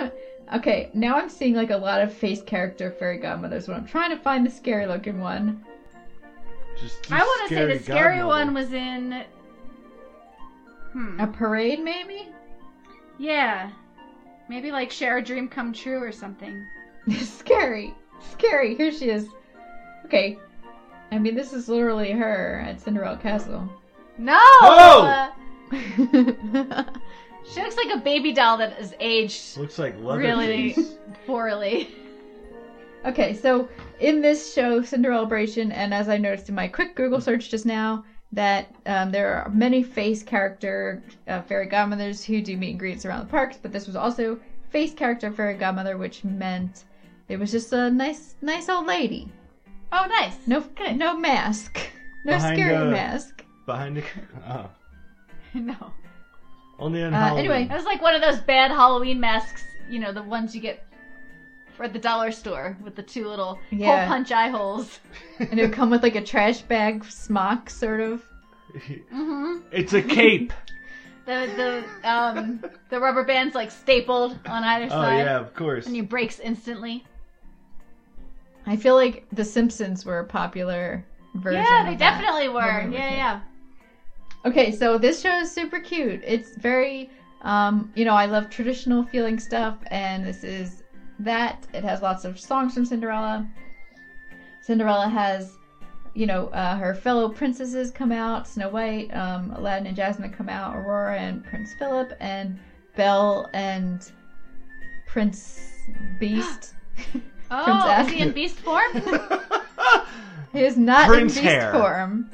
[SPEAKER 5] I'm okay. Now I'm seeing like a lot of face character fairy godmothers. When I'm trying to find the scary looking one.
[SPEAKER 6] Just. just
[SPEAKER 4] I want to say the scary
[SPEAKER 6] godmother.
[SPEAKER 4] one was in. Hmm.
[SPEAKER 5] A parade, maybe?
[SPEAKER 4] Yeah. Maybe like share a dream come true or something.
[SPEAKER 5] scary, scary. Here she is. Okay, I mean this is literally her at Cinderella Castle.
[SPEAKER 4] No!
[SPEAKER 6] Oh!
[SPEAKER 4] she looks like a baby doll that is aged
[SPEAKER 6] Looks like leather.
[SPEAKER 4] Really?
[SPEAKER 6] face.
[SPEAKER 4] poorly.
[SPEAKER 5] okay, so in this show, Cinderella Bration, and as I noticed in my quick Google search just now, that um, there are many face character uh, fairy godmothers who do meet and greets around the parks, but this was also face character fairy godmother, which meant it was just a nice, nice old lady.
[SPEAKER 4] Oh, nice.
[SPEAKER 5] No, no mask, no
[SPEAKER 6] Behind
[SPEAKER 5] scary
[SPEAKER 6] a-
[SPEAKER 5] mask.
[SPEAKER 6] Behind the. Oh.
[SPEAKER 4] no.
[SPEAKER 6] Only on
[SPEAKER 5] Uh,
[SPEAKER 6] Halloween.
[SPEAKER 5] anyway.
[SPEAKER 4] That was like one of those bad Halloween masks, you know, the ones you get for at the dollar store with the two little
[SPEAKER 5] Yeah.
[SPEAKER 4] hole punch eye holes.
[SPEAKER 5] and it would come with like a trash bag smock sort of
[SPEAKER 4] hmm
[SPEAKER 6] It's a cape.
[SPEAKER 4] The the um the rubber band's like stapled on either
[SPEAKER 6] oh
[SPEAKER 4] side,
[SPEAKER 6] yeah, of course.
[SPEAKER 4] and it breaks instantly.
[SPEAKER 5] i feel like the simpsons were a popular version
[SPEAKER 4] Yeah, they
[SPEAKER 5] of that
[SPEAKER 4] definitely
[SPEAKER 5] when
[SPEAKER 4] were.
[SPEAKER 5] we
[SPEAKER 4] Yeah,
[SPEAKER 5] kids.
[SPEAKER 4] yeah.
[SPEAKER 5] okay so this show is super cute it's very um you know i love traditional feeling stuff and this is that it has lots of songs from cinderella cinderella has you know uh, her fellow princesses come out snow white um, aladdin and jasmine come out aurora and prince philip and belle and prince beast
[SPEAKER 4] Oh,
[SPEAKER 5] Princess.
[SPEAKER 4] is he in beast form?
[SPEAKER 5] It is not
[SPEAKER 6] Prince
[SPEAKER 5] in beast
[SPEAKER 6] hair.
[SPEAKER 5] form.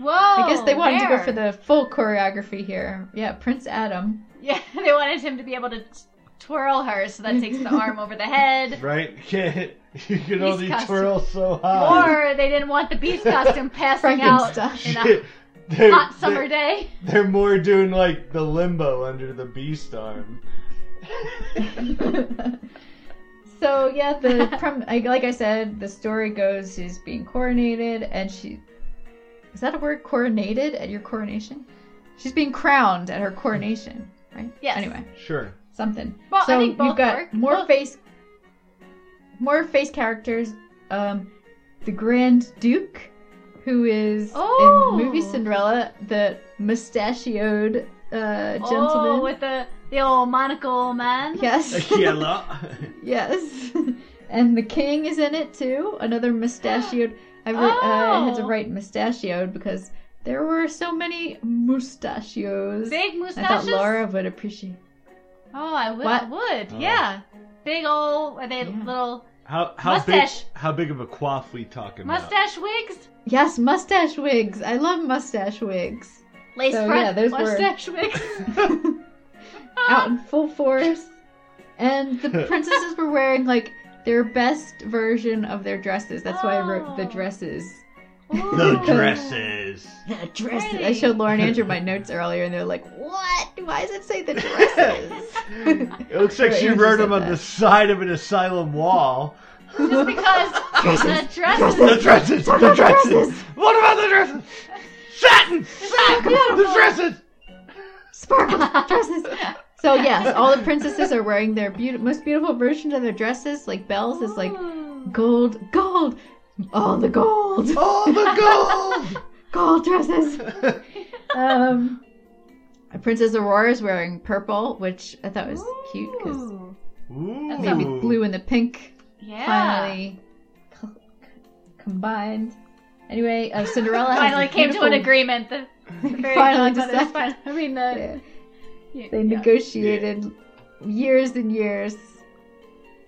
[SPEAKER 4] Whoa!
[SPEAKER 5] I guess they wanted to go
[SPEAKER 4] there.
[SPEAKER 5] for the full choreography here. Yeah, Prince Adam.
[SPEAKER 4] Yeah, they wanted him to be able to t- twirl her, so that takes the arm over the head.
[SPEAKER 6] right? You can't- you can only
[SPEAKER 4] costume.
[SPEAKER 6] twirl so
[SPEAKER 5] Oh.
[SPEAKER 6] high.
[SPEAKER 4] Or they didn't want the beast costume passing out in a
[SPEAKER 6] Shit. They're,
[SPEAKER 4] hot summer
[SPEAKER 6] they're,
[SPEAKER 4] day.
[SPEAKER 6] they're more doing like the limbo under the beast arm.
[SPEAKER 5] so yeah, the prom- I, like I said, the story goes she's being coronated, and she is that a word? Coronated at your coronation? She's being crowned at her coronation, right?
[SPEAKER 4] Yes.
[SPEAKER 5] Anyway,
[SPEAKER 6] Sure.
[SPEAKER 5] something.
[SPEAKER 4] Well, I
[SPEAKER 5] so
[SPEAKER 4] think both
[SPEAKER 5] you've got
[SPEAKER 4] work.
[SPEAKER 5] more
[SPEAKER 4] Both-
[SPEAKER 5] face, more face characters. Um, the Grand Duke, who is
[SPEAKER 4] Oh.
[SPEAKER 5] in movie Cinderella, the mustachioed uh, gentleman.
[SPEAKER 4] Oh, with the the old monocle man.
[SPEAKER 5] Yes.
[SPEAKER 6] Yellow.
[SPEAKER 5] Yes. And the king is in it too. Another mustachioed. I, wrote, uh, I had to
[SPEAKER 4] Oh.
[SPEAKER 5] write mustachioed because there were so many mustachios.
[SPEAKER 4] Big
[SPEAKER 5] I thought
[SPEAKER 4] mustaches.
[SPEAKER 5] Laura would appreciate.
[SPEAKER 4] Oh, I would.
[SPEAKER 5] What?
[SPEAKER 4] I would.
[SPEAKER 6] Oh.
[SPEAKER 4] Yeah. Big old. Are they
[SPEAKER 5] Yeah.
[SPEAKER 4] little
[SPEAKER 6] How how
[SPEAKER 4] Mustache.
[SPEAKER 6] big how big of a quaff we talking about?
[SPEAKER 4] mustache wigs?
[SPEAKER 5] Yes, mustache wigs. I love mustache wigs.
[SPEAKER 4] Lace
[SPEAKER 5] So,
[SPEAKER 4] front
[SPEAKER 5] yeah, those were-
[SPEAKER 4] mustache wigs.
[SPEAKER 5] Out in full force. And the princesses were wearing like their best version of their dresses. That's why I wrote the
[SPEAKER 4] Oh.
[SPEAKER 5] dresses.
[SPEAKER 6] The
[SPEAKER 4] Ooh.
[SPEAKER 6] dresses.
[SPEAKER 5] The dresses. I
[SPEAKER 4] Pretty.
[SPEAKER 5] showed Laura and Andrew my notes earlier, and they're like, "What? Why does it say the dresses?"
[SPEAKER 6] It looks like
[SPEAKER 5] Right,
[SPEAKER 6] she
[SPEAKER 5] Andrew
[SPEAKER 6] wrote
[SPEAKER 5] said
[SPEAKER 6] them on
[SPEAKER 5] that.
[SPEAKER 6] the side of an asylum wall.
[SPEAKER 4] Just because the dresses.
[SPEAKER 6] The dresses! The dresses! What about the dresses? Satin! Satin! The dresses!
[SPEAKER 5] Sparkle dresses. So yes, all the princesses are wearing their beaut- most beautiful versions of their dresses. Like Belle's is
[SPEAKER 4] Oh.
[SPEAKER 5] like
[SPEAKER 4] Ooh.
[SPEAKER 5] gold, gold, all the gold,
[SPEAKER 6] All the
[SPEAKER 5] gold dresses.
[SPEAKER 6] gold!
[SPEAKER 5] Um, Princess Aurora is wearing purple, which I thought was cute because
[SPEAKER 4] Ooh.
[SPEAKER 6] Ooh.
[SPEAKER 4] That's
[SPEAKER 5] maybe blue and the pink
[SPEAKER 4] Yeah.
[SPEAKER 5] finally co- combined. Anyway, uh, Cinderella has
[SPEAKER 4] Finally
[SPEAKER 5] this
[SPEAKER 4] came to an
[SPEAKER 5] beautiful-
[SPEAKER 4] agreement. The, the very
[SPEAKER 5] Finally
[SPEAKER 4] finally,
[SPEAKER 5] decided.
[SPEAKER 4] fine. I mean, the,
[SPEAKER 5] Yeah.
[SPEAKER 4] yeah.
[SPEAKER 5] They negotiated years and years.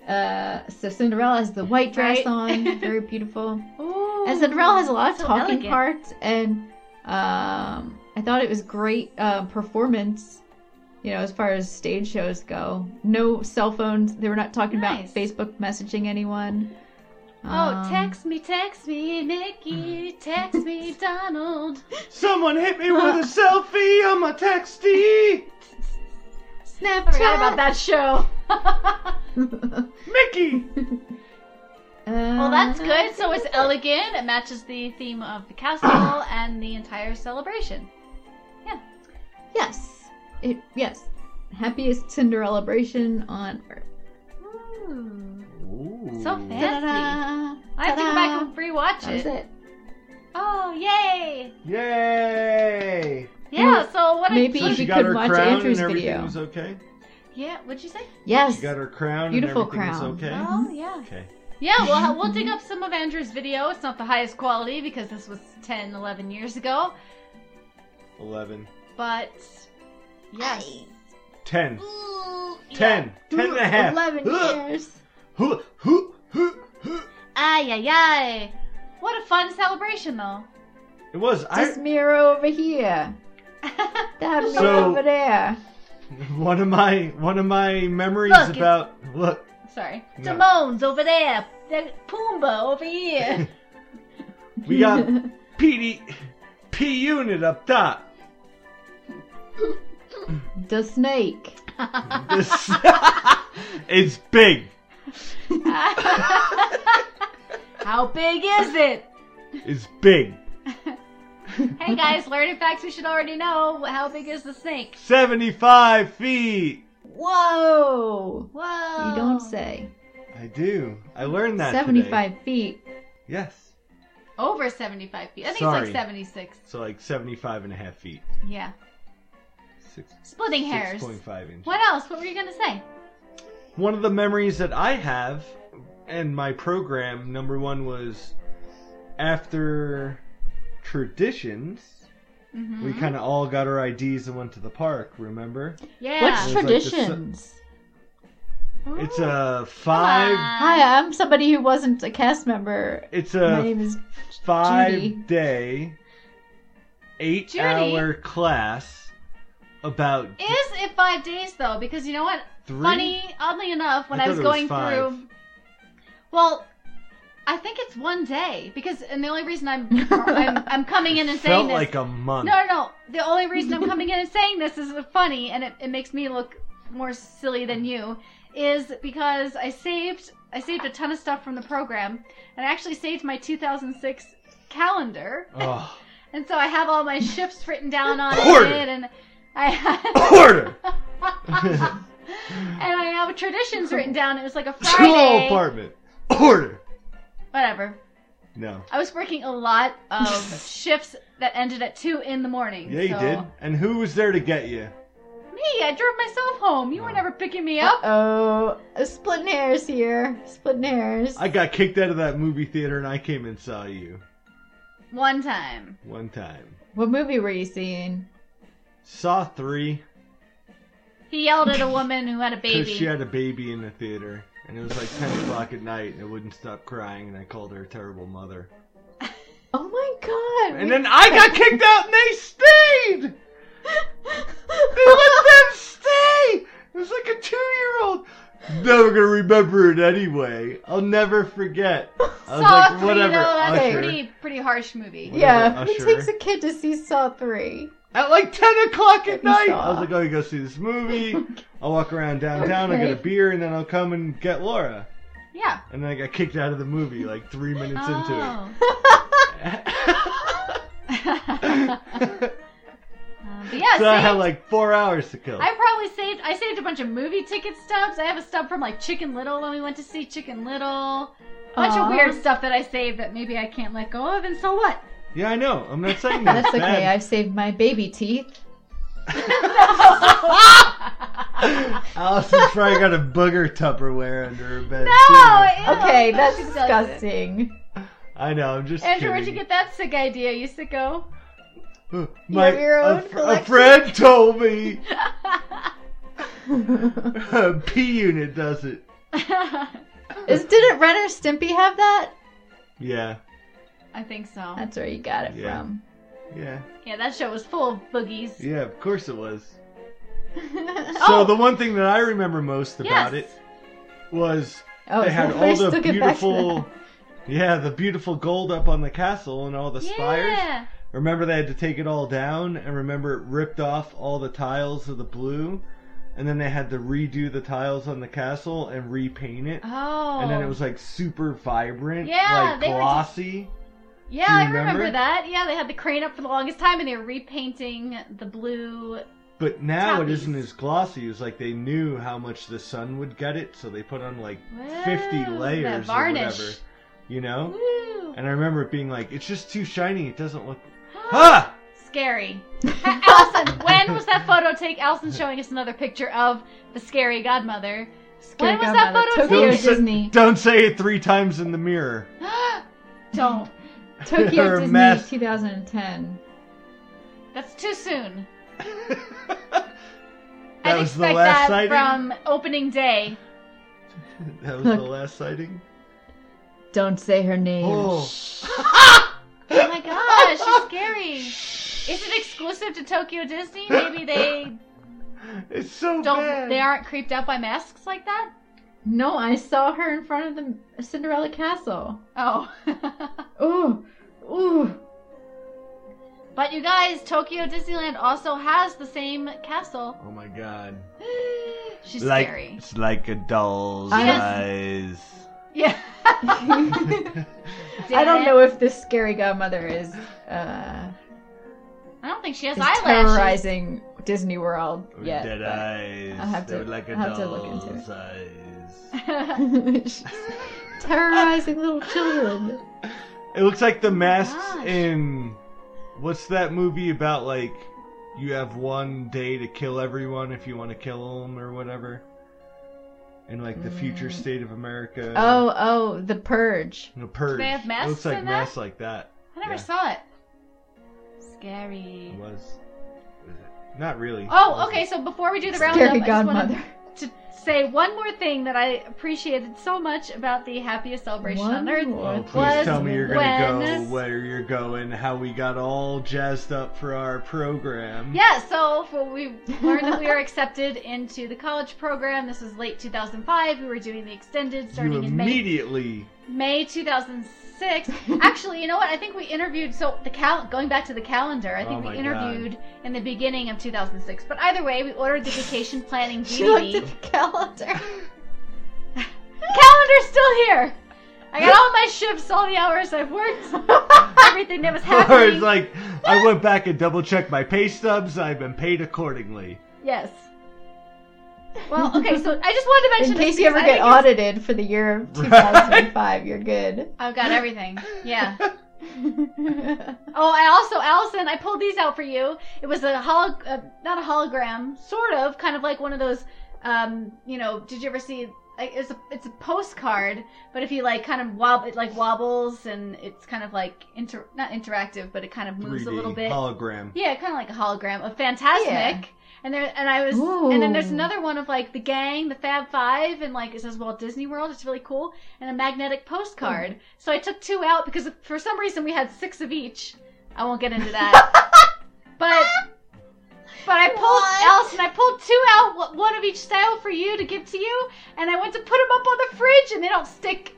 [SPEAKER 5] Uh, so Cinderella has the white dress
[SPEAKER 4] Right.
[SPEAKER 5] on, very beautiful.
[SPEAKER 4] Ooh.
[SPEAKER 5] And Cinderella has a lot of
[SPEAKER 4] So
[SPEAKER 5] talking
[SPEAKER 4] elegant.
[SPEAKER 5] parts, and um, I thought it was great uh, performance. You know, as far as stage shows go, no cell phones. They were not talking
[SPEAKER 4] Nice.
[SPEAKER 5] about Facebook messaging anyone.
[SPEAKER 4] Oh,
[SPEAKER 5] Um,
[SPEAKER 4] text me, text me, Nikki, text me, Donald.
[SPEAKER 6] Someone hit me with a selfie on my texty!
[SPEAKER 4] Snapchat. I forgot about that show.
[SPEAKER 6] Mickey!
[SPEAKER 5] Uh,
[SPEAKER 4] well, that's
[SPEAKER 5] Mm.
[SPEAKER 4] good. So it's elegant. It matches the theme of the castle and the entire celebration.
[SPEAKER 5] Yes. It yes. Happiest Cinderellabration on Earth.
[SPEAKER 6] Mm.
[SPEAKER 4] Ooh.
[SPEAKER 6] Ooh.
[SPEAKER 4] So fancy. I have to go
[SPEAKER 5] Ta-da.
[SPEAKER 4] back and rewatch
[SPEAKER 5] That was
[SPEAKER 4] it.
[SPEAKER 5] it.
[SPEAKER 4] Oh, yay!
[SPEAKER 6] Yay!
[SPEAKER 4] Yeah. So what?
[SPEAKER 5] Maybe-
[SPEAKER 4] A,
[SPEAKER 5] you
[SPEAKER 6] she
[SPEAKER 5] could
[SPEAKER 6] got her
[SPEAKER 5] watch
[SPEAKER 6] crown
[SPEAKER 5] Andrew's
[SPEAKER 6] and everything
[SPEAKER 5] video.
[SPEAKER 6] was okay?
[SPEAKER 4] yeah. What'd you say?
[SPEAKER 5] Yes.
[SPEAKER 6] She got her crown
[SPEAKER 5] Beautiful
[SPEAKER 6] and everything
[SPEAKER 5] crown.
[SPEAKER 6] was okay?
[SPEAKER 4] Oh, yeah.
[SPEAKER 6] Okay.
[SPEAKER 4] Yeah, well, we'll dig up some of Andrew's video. It's not the highest quality because this was 10, 11 years ago.
[SPEAKER 6] 11.
[SPEAKER 4] But, yes.
[SPEAKER 6] 10.
[SPEAKER 4] Yeah.
[SPEAKER 6] 10. 10 and a half.
[SPEAKER 5] Eleven
[SPEAKER 6] Ugh.
[SPEAKER 5] years.
[SPEAKER 6] Huh, huh, huh, huh.
[SPEAKER 4] Ay, ay, ay. What a fun celebration, though.
[SPEAKER 6] It was. I
[SPEAKER 5] This mirror over here. That mirror
[SPEAKER 6] So-
[SPEAKER 5] over there.
[SPEAKER 6] one of my one of my memories
[SPEAKER 4] Look, it's-
[SPEAKER 6] about look.
[SPEAKER 4] Sorry.
[SPEAKER 6] No.
[SPEAKER 4] Timon's over there. The Pumbaa over here.
[SPEAKER 6] We got PD P unit up top.
[SPEAKER 5] the snake.
[SPEAKER 6] This it's big.
[SPEAKER 4] How big is it?
[SPEAKER 6] It's big.
[SPEAKER 4] Hey, guys, learning facts we should already know. How big is the snake?
[SPEAKER 6] Seventy five feet.
[SPEAKER 5] Whoa.
[SPEAKER 4] Whoa.
[SPEAKER 5] You don't say.
[SPEAKER 6] I do. I learned that. today.
[SPEAKER 5] Seventy five feet.
[SPEAKER 6] Yes.
[SPEAKER 4] Over 75 feet. I think
[SPEAKER 6] Sorry.
[SPEAKER 4] it's like 76.
[SPEAKER 6] So like 75 and a half feet.
[SPEAKER 4] Yeah.
[SPEAKER 6] Six,
[SPEAKER 4] Splitting hairs.
[SPEAKER 6] 6.5 inches.
[SPEAKER 4] What else? What were you gonna say?
[SPEAKER 6] one of the memories that I have and my program number one was after traditions
[SPEAKER 4] Mm-hmm.
[SPEAKER 6] we kind of all got our IDs and went to the park remember
[SPEAKER 4] Yeah.
[SPEAKER 5] What's
[SPEAKER 6] It was like the se-
[SPEAKER 5] traditions?
[SPEAKER 6] it's a five
[SPEAKER 4] Uh,
[SPEAKER 5] Hi, I'm somebody who wasn't a cast member.
[SPEAKER 6] it's
[SPEAKER 5] My
[SPEAKER 6] a
[SPEAKER 5] name is
[SPEAKER 6] five
[SPEAKER 5] Judy.
[SPEAKER 6] day eight
[SPEAKER 4] Judy?
[SPEAKER 6] hour class about
[SPEAKER 4] Is it five days though? Because you know what?
[SPEAKER 6] three
[SPEAKER 4] Funny, oddly enough, when
[SPEAKER 6] I
[SPEAKER 4] I,
[SPEAKER 6] thought
[SPEAKER 4] was
[SPEAKER 6] it was
[SPEAKER 4] going
[SPEAKER 6] five.
[SPEAKER 4] through, well, I think it's one day because, and the only reason I'm I'm, I'm coming in and saying
[SPEAKER 6] felt
[SPEAKER 4] this,
[SPEAKER 6] like a month
[SPEAKER 4] no, no, no, the only reason I'm coming in and saying this is funny, and it, it makes me look more silly than you is because I saved I saved a ton of stuff from the program, and I actually saved my 2006 calendar,
[SPEAKER 6] Oh,
[SPEAKER 4] and so I have all my shifts written down on
[SPEAKER 6] Hoarder.
[SPEAKER 4] it, and I had,
[SPEAKER 6] order.
[SPEAKER 4] and I have traditions written down. It was like a
[SPEAKER 6] oh Troll
[SPEAKER 4] Friday,
[SPEAKER 6] apartment. Order.
[SPEAKER 4] whatever.
[SPEAKER 6] No.
[SPEAKER 4] I was working a lot of shifts that ended at two in the morning.
[SPEAKER 6] Yeah, you
[SPEAKER 4] so-
[SPEAKER 6] did. And who was there to get you?
[SPEAKER 4] Me, I drove myself home. You were never picking me up.
[SPEAKER 5] Oh, splitting hairs here. Splitting hairs.
[SPEAKER 6] I got kicked out of that movie theater and I came and saw you
[SPEAKER 4] One time.
[SPEAKER 6] one time.
[SPEAKER 5] What movie were you seeing?
[SPEAKER 6] Saw three
[SPEAKER 4] He yelled at a woman who had a
[SPEAKER 6] because
[SPEAKER 4] baby.
[SPEAKER 6] she had a baby in the theater, and it was like ten o'clock at night, and I wouldn't stop crying, and I called her a terrible mother.
[SPEAKER 5] Oh my god.
[SPEAKER 6] And then I got kicked out, and they stayed. They let them stay. It was like a two-year-old. Never gonna remember it anyway. I'll never forget. I was
[SPEAKER 4] Saw
[SPEAKER 6] like,
[SPEAKER 4] three,
[SPEAKER 6] whatever.
[SPEAKER 4] though, that's a
[SPEAKER 6] Usher.
[SPEAKER 4] pretty, pretty harsh movie.
[SPEAKER 6] What?
[SPEAKER 5] yeah,
[SPEAKER 6] Whatever,
[SPEAKER 5] who
[SPEAKER 6] Usher.
[SPEAKER 5] takes a kid to see Saw 3?
[SPEAKER 6] At like 10 o'clock
[SPEAKER 5] That
[SPEAKER 6] at
[SPEAKER 5] you
[SPEAKER 6] night.
[SPEAKER 5] saw.
[SPEAKER 6] I was like, oh, you go see this movie. I'll walk around downtown, I'll get a
[SPEAKER 5] Okay.
[SPEAKER 6] beer, and then I'll come and get Laura.
[SPEAKER 4] Yeah.
[SPEAKER 6] And then I got kicked out of the movie like three minutes
[SPEAKER 4] Oh.
[SPEAKER 6] into
[SPEAKER 4] Uh,
[SPEAKER 6] it.
[SPEAKER 4] Um, but yeah,
[SPEAKER 6] so I had
[SPEAKER 4] saved-
[SPEAKER 6] like four hours to kill.
[SPEAKER 4] I probably saved. I saved a bunch of movie ticket stubs. I have a stub from like Chicken Little when we went to see Chicken Little. A bunch
[SPEAKER 5] Aw.
[SPEAKER 4] of weird stuff that I saved that maybe I can't let go of. And so what?
[SPEAKER 6] Yeah, I know. I'm not saying that's,
[SPEAKER 5] That's okay,
[SPEAKER 6] bad.
[SPEAKER 5] I've saved my baby teeth.
[SPEAKER 6] Allison's probably got a booger Tupperware under her bed.
[SPEAKER 4] No.
[SPEAKER 6] too.
[SPEAKER 4] ew,
[SPEAKER 5] Okay, that's
[SPEAKER 4] Oh, she does it.
[SPEAKER 5] disgusting.
[SPEAKER 6] I know. I'm just
[SPEAKER 4] Andrew, where'd you
[SPEAKER 6] kidding.
[SPEAKER 4] get that sick idea, you sicko?
[SPEAKER 6] My,
[SPEAKER 5] have your own
[SPEAKER 6] a, fr- a
[SPEAKER 5] collection?
[SPEAKER 6] friend told me. P unit does it.
[SPEAKER 5] Is didn't Ren or Stimpy have that?
[SPEAKER 6] Yeah,
[SPEAKER 4] I think so.
[SPEAKER 5] That's where you got it
[SPEAKER 6] Yeah.
[SPEAKER 5] from.
[SPEAKER 6] yeah,
[SPEAKER 4] Uh, Yeah, that show was full of boogies.
[SPEAKER 6] yeah. Of course it was. So
[SPEAKER 4] Oh.
[SPEAKER 6] the one thing that I remember most
[SPEAKER 4] yes.
[SPEAKER 6] about it was
[SPEAKER 5] Oh,
[SPEAKER 6] they had
[SPEAKER 5] so
[SPEAKER 6] all
[SPEAKER 5] we
[SPEAKER 6] the
[SPEAKER 5] still get back to
[SPEAKER 6] beautiful, yeah, the beautiful gold up on the castle and all the spires.
[SPEAKER 4] Yeah.
[SPEAKER 6] Remember they had to take it all down, and remember it ripped off all the tiles of the blue, and then they had to redo the tiles on the castle and repaint it.
[SPEAKER 4] Oh.
[SPEAKER 6] And then it was like super vibrant,
[SPEAKER 4] Yeah,
[SPEAKER 6] like
[SPEAKER 4] they were just-
[SPEAKER 6] glossy.
[SPEAKER 4] Yeah,
[SPEAKER 6] Do you
[SPEAKER 4] I remember?
[SPEAKER 6] remember?
[SPEAKER 4] that. Yeah, they had the crane up for the longest time, and they were repainting the blue.
[SPEAKER 6] But now it
[SPEAKER 4] Toppies.
[SPEAKER 6] isn't as glossy. It's like they knew how much the sun would get it, so they put on like
[SPEAKER 4] Whoa,
[SPEAKER 6] 50
[SPEAKER 4] that
[SPEAKER 6] layers or
[SPEAKER 4] varnish.
[SPEAKER 6] whatever. You know?
[SPEAKER 4] Woo!
[SPEAKER 6] And I remember it being like, it's just too shiny. It doesn't look. Ha!
[SPEAKER 4] Scary. Allison, when was that photo take? Allison's showing us another picture of the scary godmother. when
[SPEAKER 5] Scary
[SPEAKER 4] was that photo
[SPEAKER 5] Godmother, Tokyo
[SPEAKER 6] Don't
[SPEAKER 4] taken?
[SPEAKER 6] say,
[SPEAKER 5] Disney.
[SPEAKER 6] don't say it three times in the mirror.
[SPEAKER 4] Don't.
[SPEAKER 5] Tokyo
[SPEAKER 6] Or
[SPEAKER 5] Disney
[SPEAKER 6] mess.
[SPEAKER 5] 2010.
[SPEAKER 4] That's too soon.
[SPEAKER 6] That
[SPEAKER 4] I'd
[SPEAKER 6] was the
[SPEAKER 4] expect
[SPEAKER 6] last
[SPEAKER 4] that
[SPEAKER 6] sighting?
[SPEAKER 4] from opening day.
[SPEAKER 6] That was the last sighting.
[SPEAKER 5] Don't say her name.
[SPEAKER 6] Oh,
[SPEAKER 4] Oh my gosh, she's scary. Is it exclusive to Tokyo Disney? Maybe they
[SPEAKER 6] it's so
[SPEAKER 4] don't.
[SPEAKER 6] bad.
[SPEAKER 4] They aren't creeped out by masks like that.
[SPEAKER 5] No, I saw her in front of the Cinderella Castle.
[SPEAKER 4] Oh.
[SPEAKER 5] Ooh, ooh.
[SPEAKER 4] but you guys, Tokyo Disneyland also has the same castle.
[SPEAKER 6] Oh my god.
[SPEAKER 4] She's
[SPEAKER 6] Like
[SPEAKER 4] scary.
[SPEAKER 6] it's like a doll's
[SPEAKER 5] I don't-
[SPEAKER 6] eyes.
[SPEAKER 4] Yeah.
[SPEAKER 5] I don't know if this scary godmother is uh,
[SPEAKER 4] I don't think she has
[SPEAKER 5] is
[SPEAKER 4] eyelashes.
[SPEAKER 5] terrorizing Disney World
[SPEAKER 6] With
[SPEAKER 5] yet.
[SPEAKER 6] dead
[SPEAKER 5] but-
[SPEAKER 6] eyes.
[SPEAKER 5] I'll have
[SPEAKER 6] They
[SPEAKER 5] to-
[SPEAKER 6] were like a
[SPEAKER 5] I'll have to look
[SPEAKER 6] doll's
[SPEAKER 5] into it.
[SPEAKER 6] eyes.
[SPEAKER 5] She's terrorizing little children.
[SPEAKER 6] It looks like the masks
[SPEAKER 4] Oh gosh.
[SPEAKER 6] in what's that movie about? Like you have one day to kill everyone if you want to kill them or whatever. In like the
[SPEAKER 4] Mm.
[SPEAKER 6] future state of America.
[SPEAKER 5] Oh, oh, the purge.
[SPEAKER 6] the purge.
[SPEAKER 4] They have
[SPEAKER 6] it
[SPEAKER 4] masks
[SPEAKER 6] looks like
[SPEAKER 4] in that?
[SPEAKER 6] masks like that.
[SPEAKER 4] I never
[SPEAKER 6] Yeah.
[SPEAKER 4] saw it.
[SPEAKER 6] It
[SPEAKER 4] Scary.
[SPEAKER 6] was. was it? Not really. It
[SPEAKER 4] Oh,
[SPEAKER 6] wasn't.
[SPEAKER 4] okay. So before we do the roundup,
[SPEAKER 5] Scary
[SPEAKER 4] I just wanna-
[SPEAKER 5] godmother.
[SPEAKER 4] to say one more thing that I appreciated so much about the happiest celebration
[SPEAKER 5] One
[SPEAKER 4] on earth
[SPEAKER 5] more
[SPEAKER 6] Oh,
[SPEAKER 5] It
[SPEAKER 6] please
[SPEAKER 4] was
[SPEAKER 6] tell me you're
[SPEAKER 4] when
[SPEAKER 6] gonna go where you're going, how we got all jazzed up for our program.
[SPEAKER 4] Yeah, so for, we learned that we were accepted into the college program. This was late 2005. We were doing the extended
[SPEAKER 6] you
[SPEAKER 4] starting in May
[SPEAKER 6] immediately
[SPEAKER 4] May 2006. Actually, you know what? I think we interviewed. So the cal going back to the calendar, I
[SPEAKER 6] Oh
[SPEAKER 4] think
[SPEAKER 6] my
[SPEAKER 4] we
[SPEAKER 6] God.
[SPEAKER 4] interviewed in the beginning of 2006. But either way, we ordered the vacation planning
[SPEAKER 5] She looked
[SPEAKER 4] DVD.
[SPEAKER 5] at the calendar.
[SPEAKER 4] Calendar's still here. I got all my shifts, all the hours I've worked, everything that was
[SPEAKER 6] Or it's
[SPEAKER 4] happening.
[SPEAKER 6] like I went back and double checked my pay stubs. I've been paid accordingly.
[SPEAKER 4] yes. Well, okay. So I just wanted to mention
[SPEAKER 5] In
[SPEAKER 4] this
[SPEAKER 5] case you ever
[SPEAKER 4] because I
[SPEAKER 5] get
[SPEAKER 4] think it's-
[SPEAKER 5] audited for the year of 2005, you're good.
[SPEAKER 4] I've got everything. Yeah. Oh, I also, Allison, I pulled these out for you. It was a holo, uh, not a hologram, sort of, kind of like one of those. Um, you know, did you ever see? Like, it's a it's a postcard, but if you like, kind of wobble, it like wobbles, and it's kind of like inter not interactive, but it kind of moves
[SPEAKER 6] 3D
[SPEAKER 4] a little bit.
[SPEAKER 6] hologram.
[SPEAKER 4] yeah, kind of like a hologram of Fantasmic.
[SPEAKER 5] Yeah.
[SPEAKER 4] And there, and I was, and then there's
[SPEAKER 5] Ooh.
[SPEAKER 4] another one of like the gang, the Fab Five, and like it says Walt Disney World. It's really cool, and a magnetic postcard.
[SPEAKER 5] Oh.
[SPEAKER 4] So I took two out because for some reason we had six of each. I won't get into that, but but I pulled
[SPEAKER 5] What?
[SPEAKER 4] Allison. I pulled two out, wh- one of each style for you to give to you, and I went to put them up on the fridge, and they don't stick.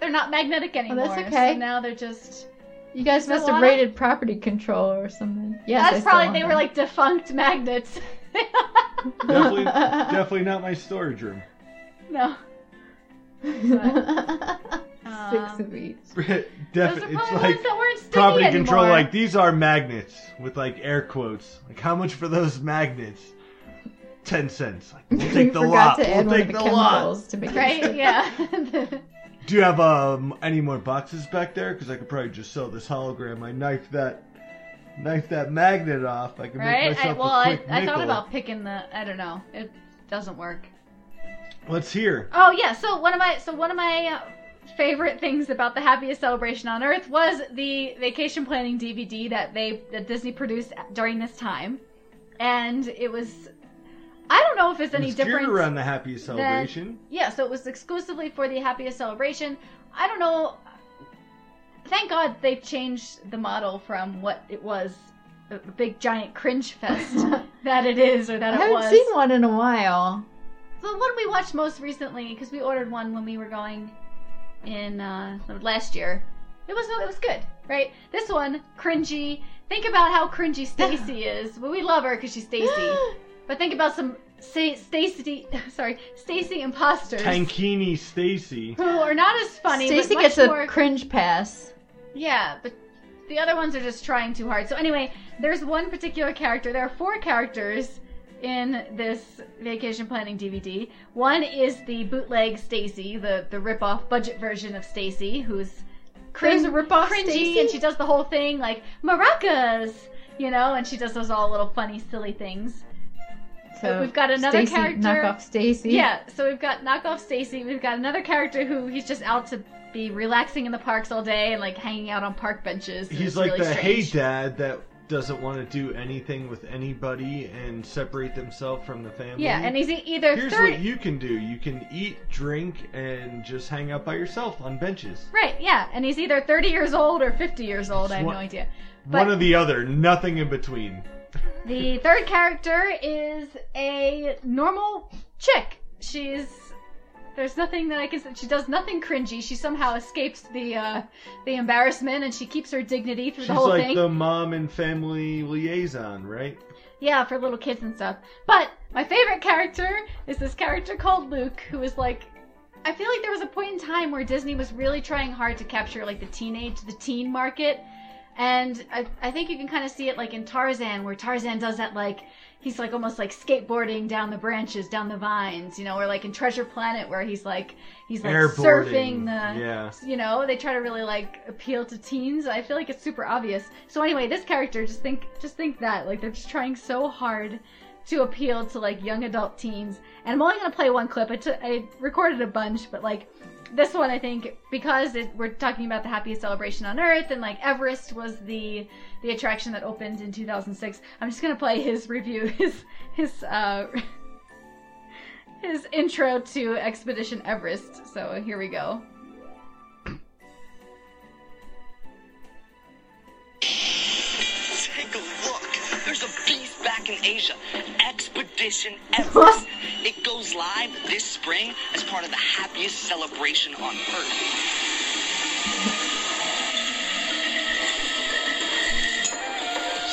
[SPEAKER 4] They're not magnetic anymore.
[SPEAKER 5] Oh, that's okay.
[SPEAKER 4] So now they're just.
[SPEAKER 5] You guys
[SPEAKER 4] Still
[SPEAKER 5] must have
[SPEAKER 4] want 'em?
[SPEAKER 5] raided property control or something. Yes, I
[SPEAKER 4] that's
[SPEAKER 5] still
[SPEAKER 4] probably
[SPEAKER 5] want
[SPEAKER 4] they were
[SPEAKER 5] them.
[SPEAKER 4] like defunct magnets.
[SPEAKER 6] definitely, definitely not my storage room.
[SPEAKER 4] no.
[SPEAKER 5] six
[SPEAKER 4] Um,
[SPEAKER 5] of each.
[SPEAKER 6] Def-
[SPEAKER 4] Those are probably
[SPEAKER 6] it's
[SPEAKER 4] ones
[SPEAKER 6] like
[SPEAKER 4] that weren't sticky
[SPEAKER 6] property control.
[SPEAKER 4] anymore.
[SPEAKER 6] Like these are magnets with like air quotes. Like how much for those magnets? Ten cents. Like, we'll
[SPEAKER 5] We
[SPEAKER 6] take the
[SPEAKER 5] forgot
[SPEAKER 6] lot.
[SPEAKER 5] to add
[SPEAKER 6] We'll
[SPEAKER 5] one of
[SPEAKER 6] take
[SPEAKER 5] the
[SPEAKER 6] the, lot.
[SPEAKER 5] chemicals to make it
[SPEAKER 4] right? Yeah.
[SPEAKER 6] Do you have um any more boxes back there? Because I could probably just sell this hologram. I knifed that, knifed that magnet off. I can make
[SPEAKER 4] right. I,
[SPEAKER 6] myself
[SPEAKER 4] well,
[SPEAKER 6] a
[SPEAKER 4] I,
[SPEAKER 6] quick
[SPEAKER 4] I thought
[SPEAKER 6] nickel.
[SPEAKER 4] about picking the. I don't know. It doesn't work.
[SPEAKER 6] Let's hear.
[SPEAKER 4] Oh yeah. So one of my so one of my uh, favorite things about the happiest celebration on earth was the vacation planning DVD that they that Disney produced during this time, and it was. I don't know if it's
[SPEAKER 6] It
[SPEAKER 4] any
[SPEAKER 6] was geared
[SPEAKER 4] different.
[SPEAKER 6] around the happiest celebration.
[SPEAKER 4] Yeah, so it was exclusively for the happiest celebration. I don't know. Thank God they've changed the model from what it was the big giant cringe fest that it is or
[SPEAKER 5] I
[SPEAKER 4] that it
[SPEAKER 5] haven't
[SPEAKER 4] was.
[SPEAKER 5] seen one in a while.
[SPEAKER 4] So what we watched most recently because we ordered one when we were going in uh, last year. It was it was good, right? This one cringy. Think about how cringy Stacy is. Well, we love her because she's Stacy, but think about some Sta- Stacy. Sorry, Stacy imposters
[SPEAKER 6] Tankini Stacy.
[SPEAKER 4] who are not as funny.
[SPEAKER 5] Stacy
[SPEAKER 4] but much
[SPEAKER 5] gets a
[SPEAKER 4] more,
[SPEAKER 5] cringe pass.
[SPEAKER 4] yeah, but the other ones are just trying too hard. So anyway, there's one particular character. There are four characters in this vacation planning DVD. One is the bootleg Stacy, the the rip-off budget version of Stacy, who's cringe,
[SPEAKER 5] There's a rip-off
[SPEAKER 4] cringy,
[SPEAKER 5] Stacy?
[SPEAKER 4] and she does the whole thing like maracas, you know, and she does those all little funny, silly things.
[SPEAKER 5] So
[SPEAKER 4] we've got another
[SPEAKER 5] Stacy,
[SPEAKER 4] character-
[SPEAKER 5] Knock off Stacy.
[SPEAKER 4] Yeah, so we've got knockoff Stacy. We've got another character who he's just out to be relaxing in the parks all day and like hanging out on park benches. and
[SPEAKER 6] He's
[SPEAKER 4] it's
[SPEAKER 6] like
[SPEAKER 4] really
[SPEAKER 6] the hey
[SPEAKER 4] strange.
[SPEAKER 6] dad that doesn't want to do anything with anybody and separate themselves from the family.
[SPEAKER 4] Yeah, and he's e- either
[SPEAKER 6] here's
[SPEAKER 4] thirty.
[SPEAKER 6] what you can do: you can eat, drink, and just hang out by yourself on benches.
[SPEAKER 4] Right, yeah, and he's either 30 years old or 50 years old. I have
[SPEAKER 6] What-
[SPEAKER 4] no idea.
[SPEAKER 6] One
[SPEAKER 4] But-
[SPEAKER 6] or the other, nothing in between.
[SPEAKER 4] The third character is a normal chick. She's there's nothing that I can. say- She does nothing cringy. She somehow escapes the uh, the embarrassment and she keeps her dignity through
[SPEAKER 6] She's
[SPEAKER 4] the whole
[SPEAKER 6] like
[SPEAKER 4] thing.
[SPEAKER 6] the mom and family liaison, right?
[SPEAKER 4] Yeah, for little kids and stuff. But my favorite character is this character called Luke, who is like. I feel like there was a point in time where Disney was really trying hard to capture like the teenage, the teen market. And I, I think you can kind of see it like in Tarzan, where Tarzan does that like, he's like almost like skateboarding down the branches, down the vines, you know, or like in Treasure Planet, where he's like, he's like surfing
[SPEAKER 6] Airboarding.
[SPEAKER 4] the,
[SPEAKER 6] yeah.
[SPEAKER 4] you know they try to really like appeal to teens i feel like it's super obvious so anyway this character just think just think that like they're just trying so hard to appeal to like young adult teens and i'm only going to play one clip I took- I recorded a bunch but like this one i think because it, we're talking about the happiest celebration on earth and like everest was the the attraction that opened in 2006 i'm just going to play his review his his uh his intro to Expedition Everest. So here we go.
[SPEAKER 7] Take a look. There's a beast back in Asia. Expedition Everest. It goes live this spring as part of the happiest celebration on Earth.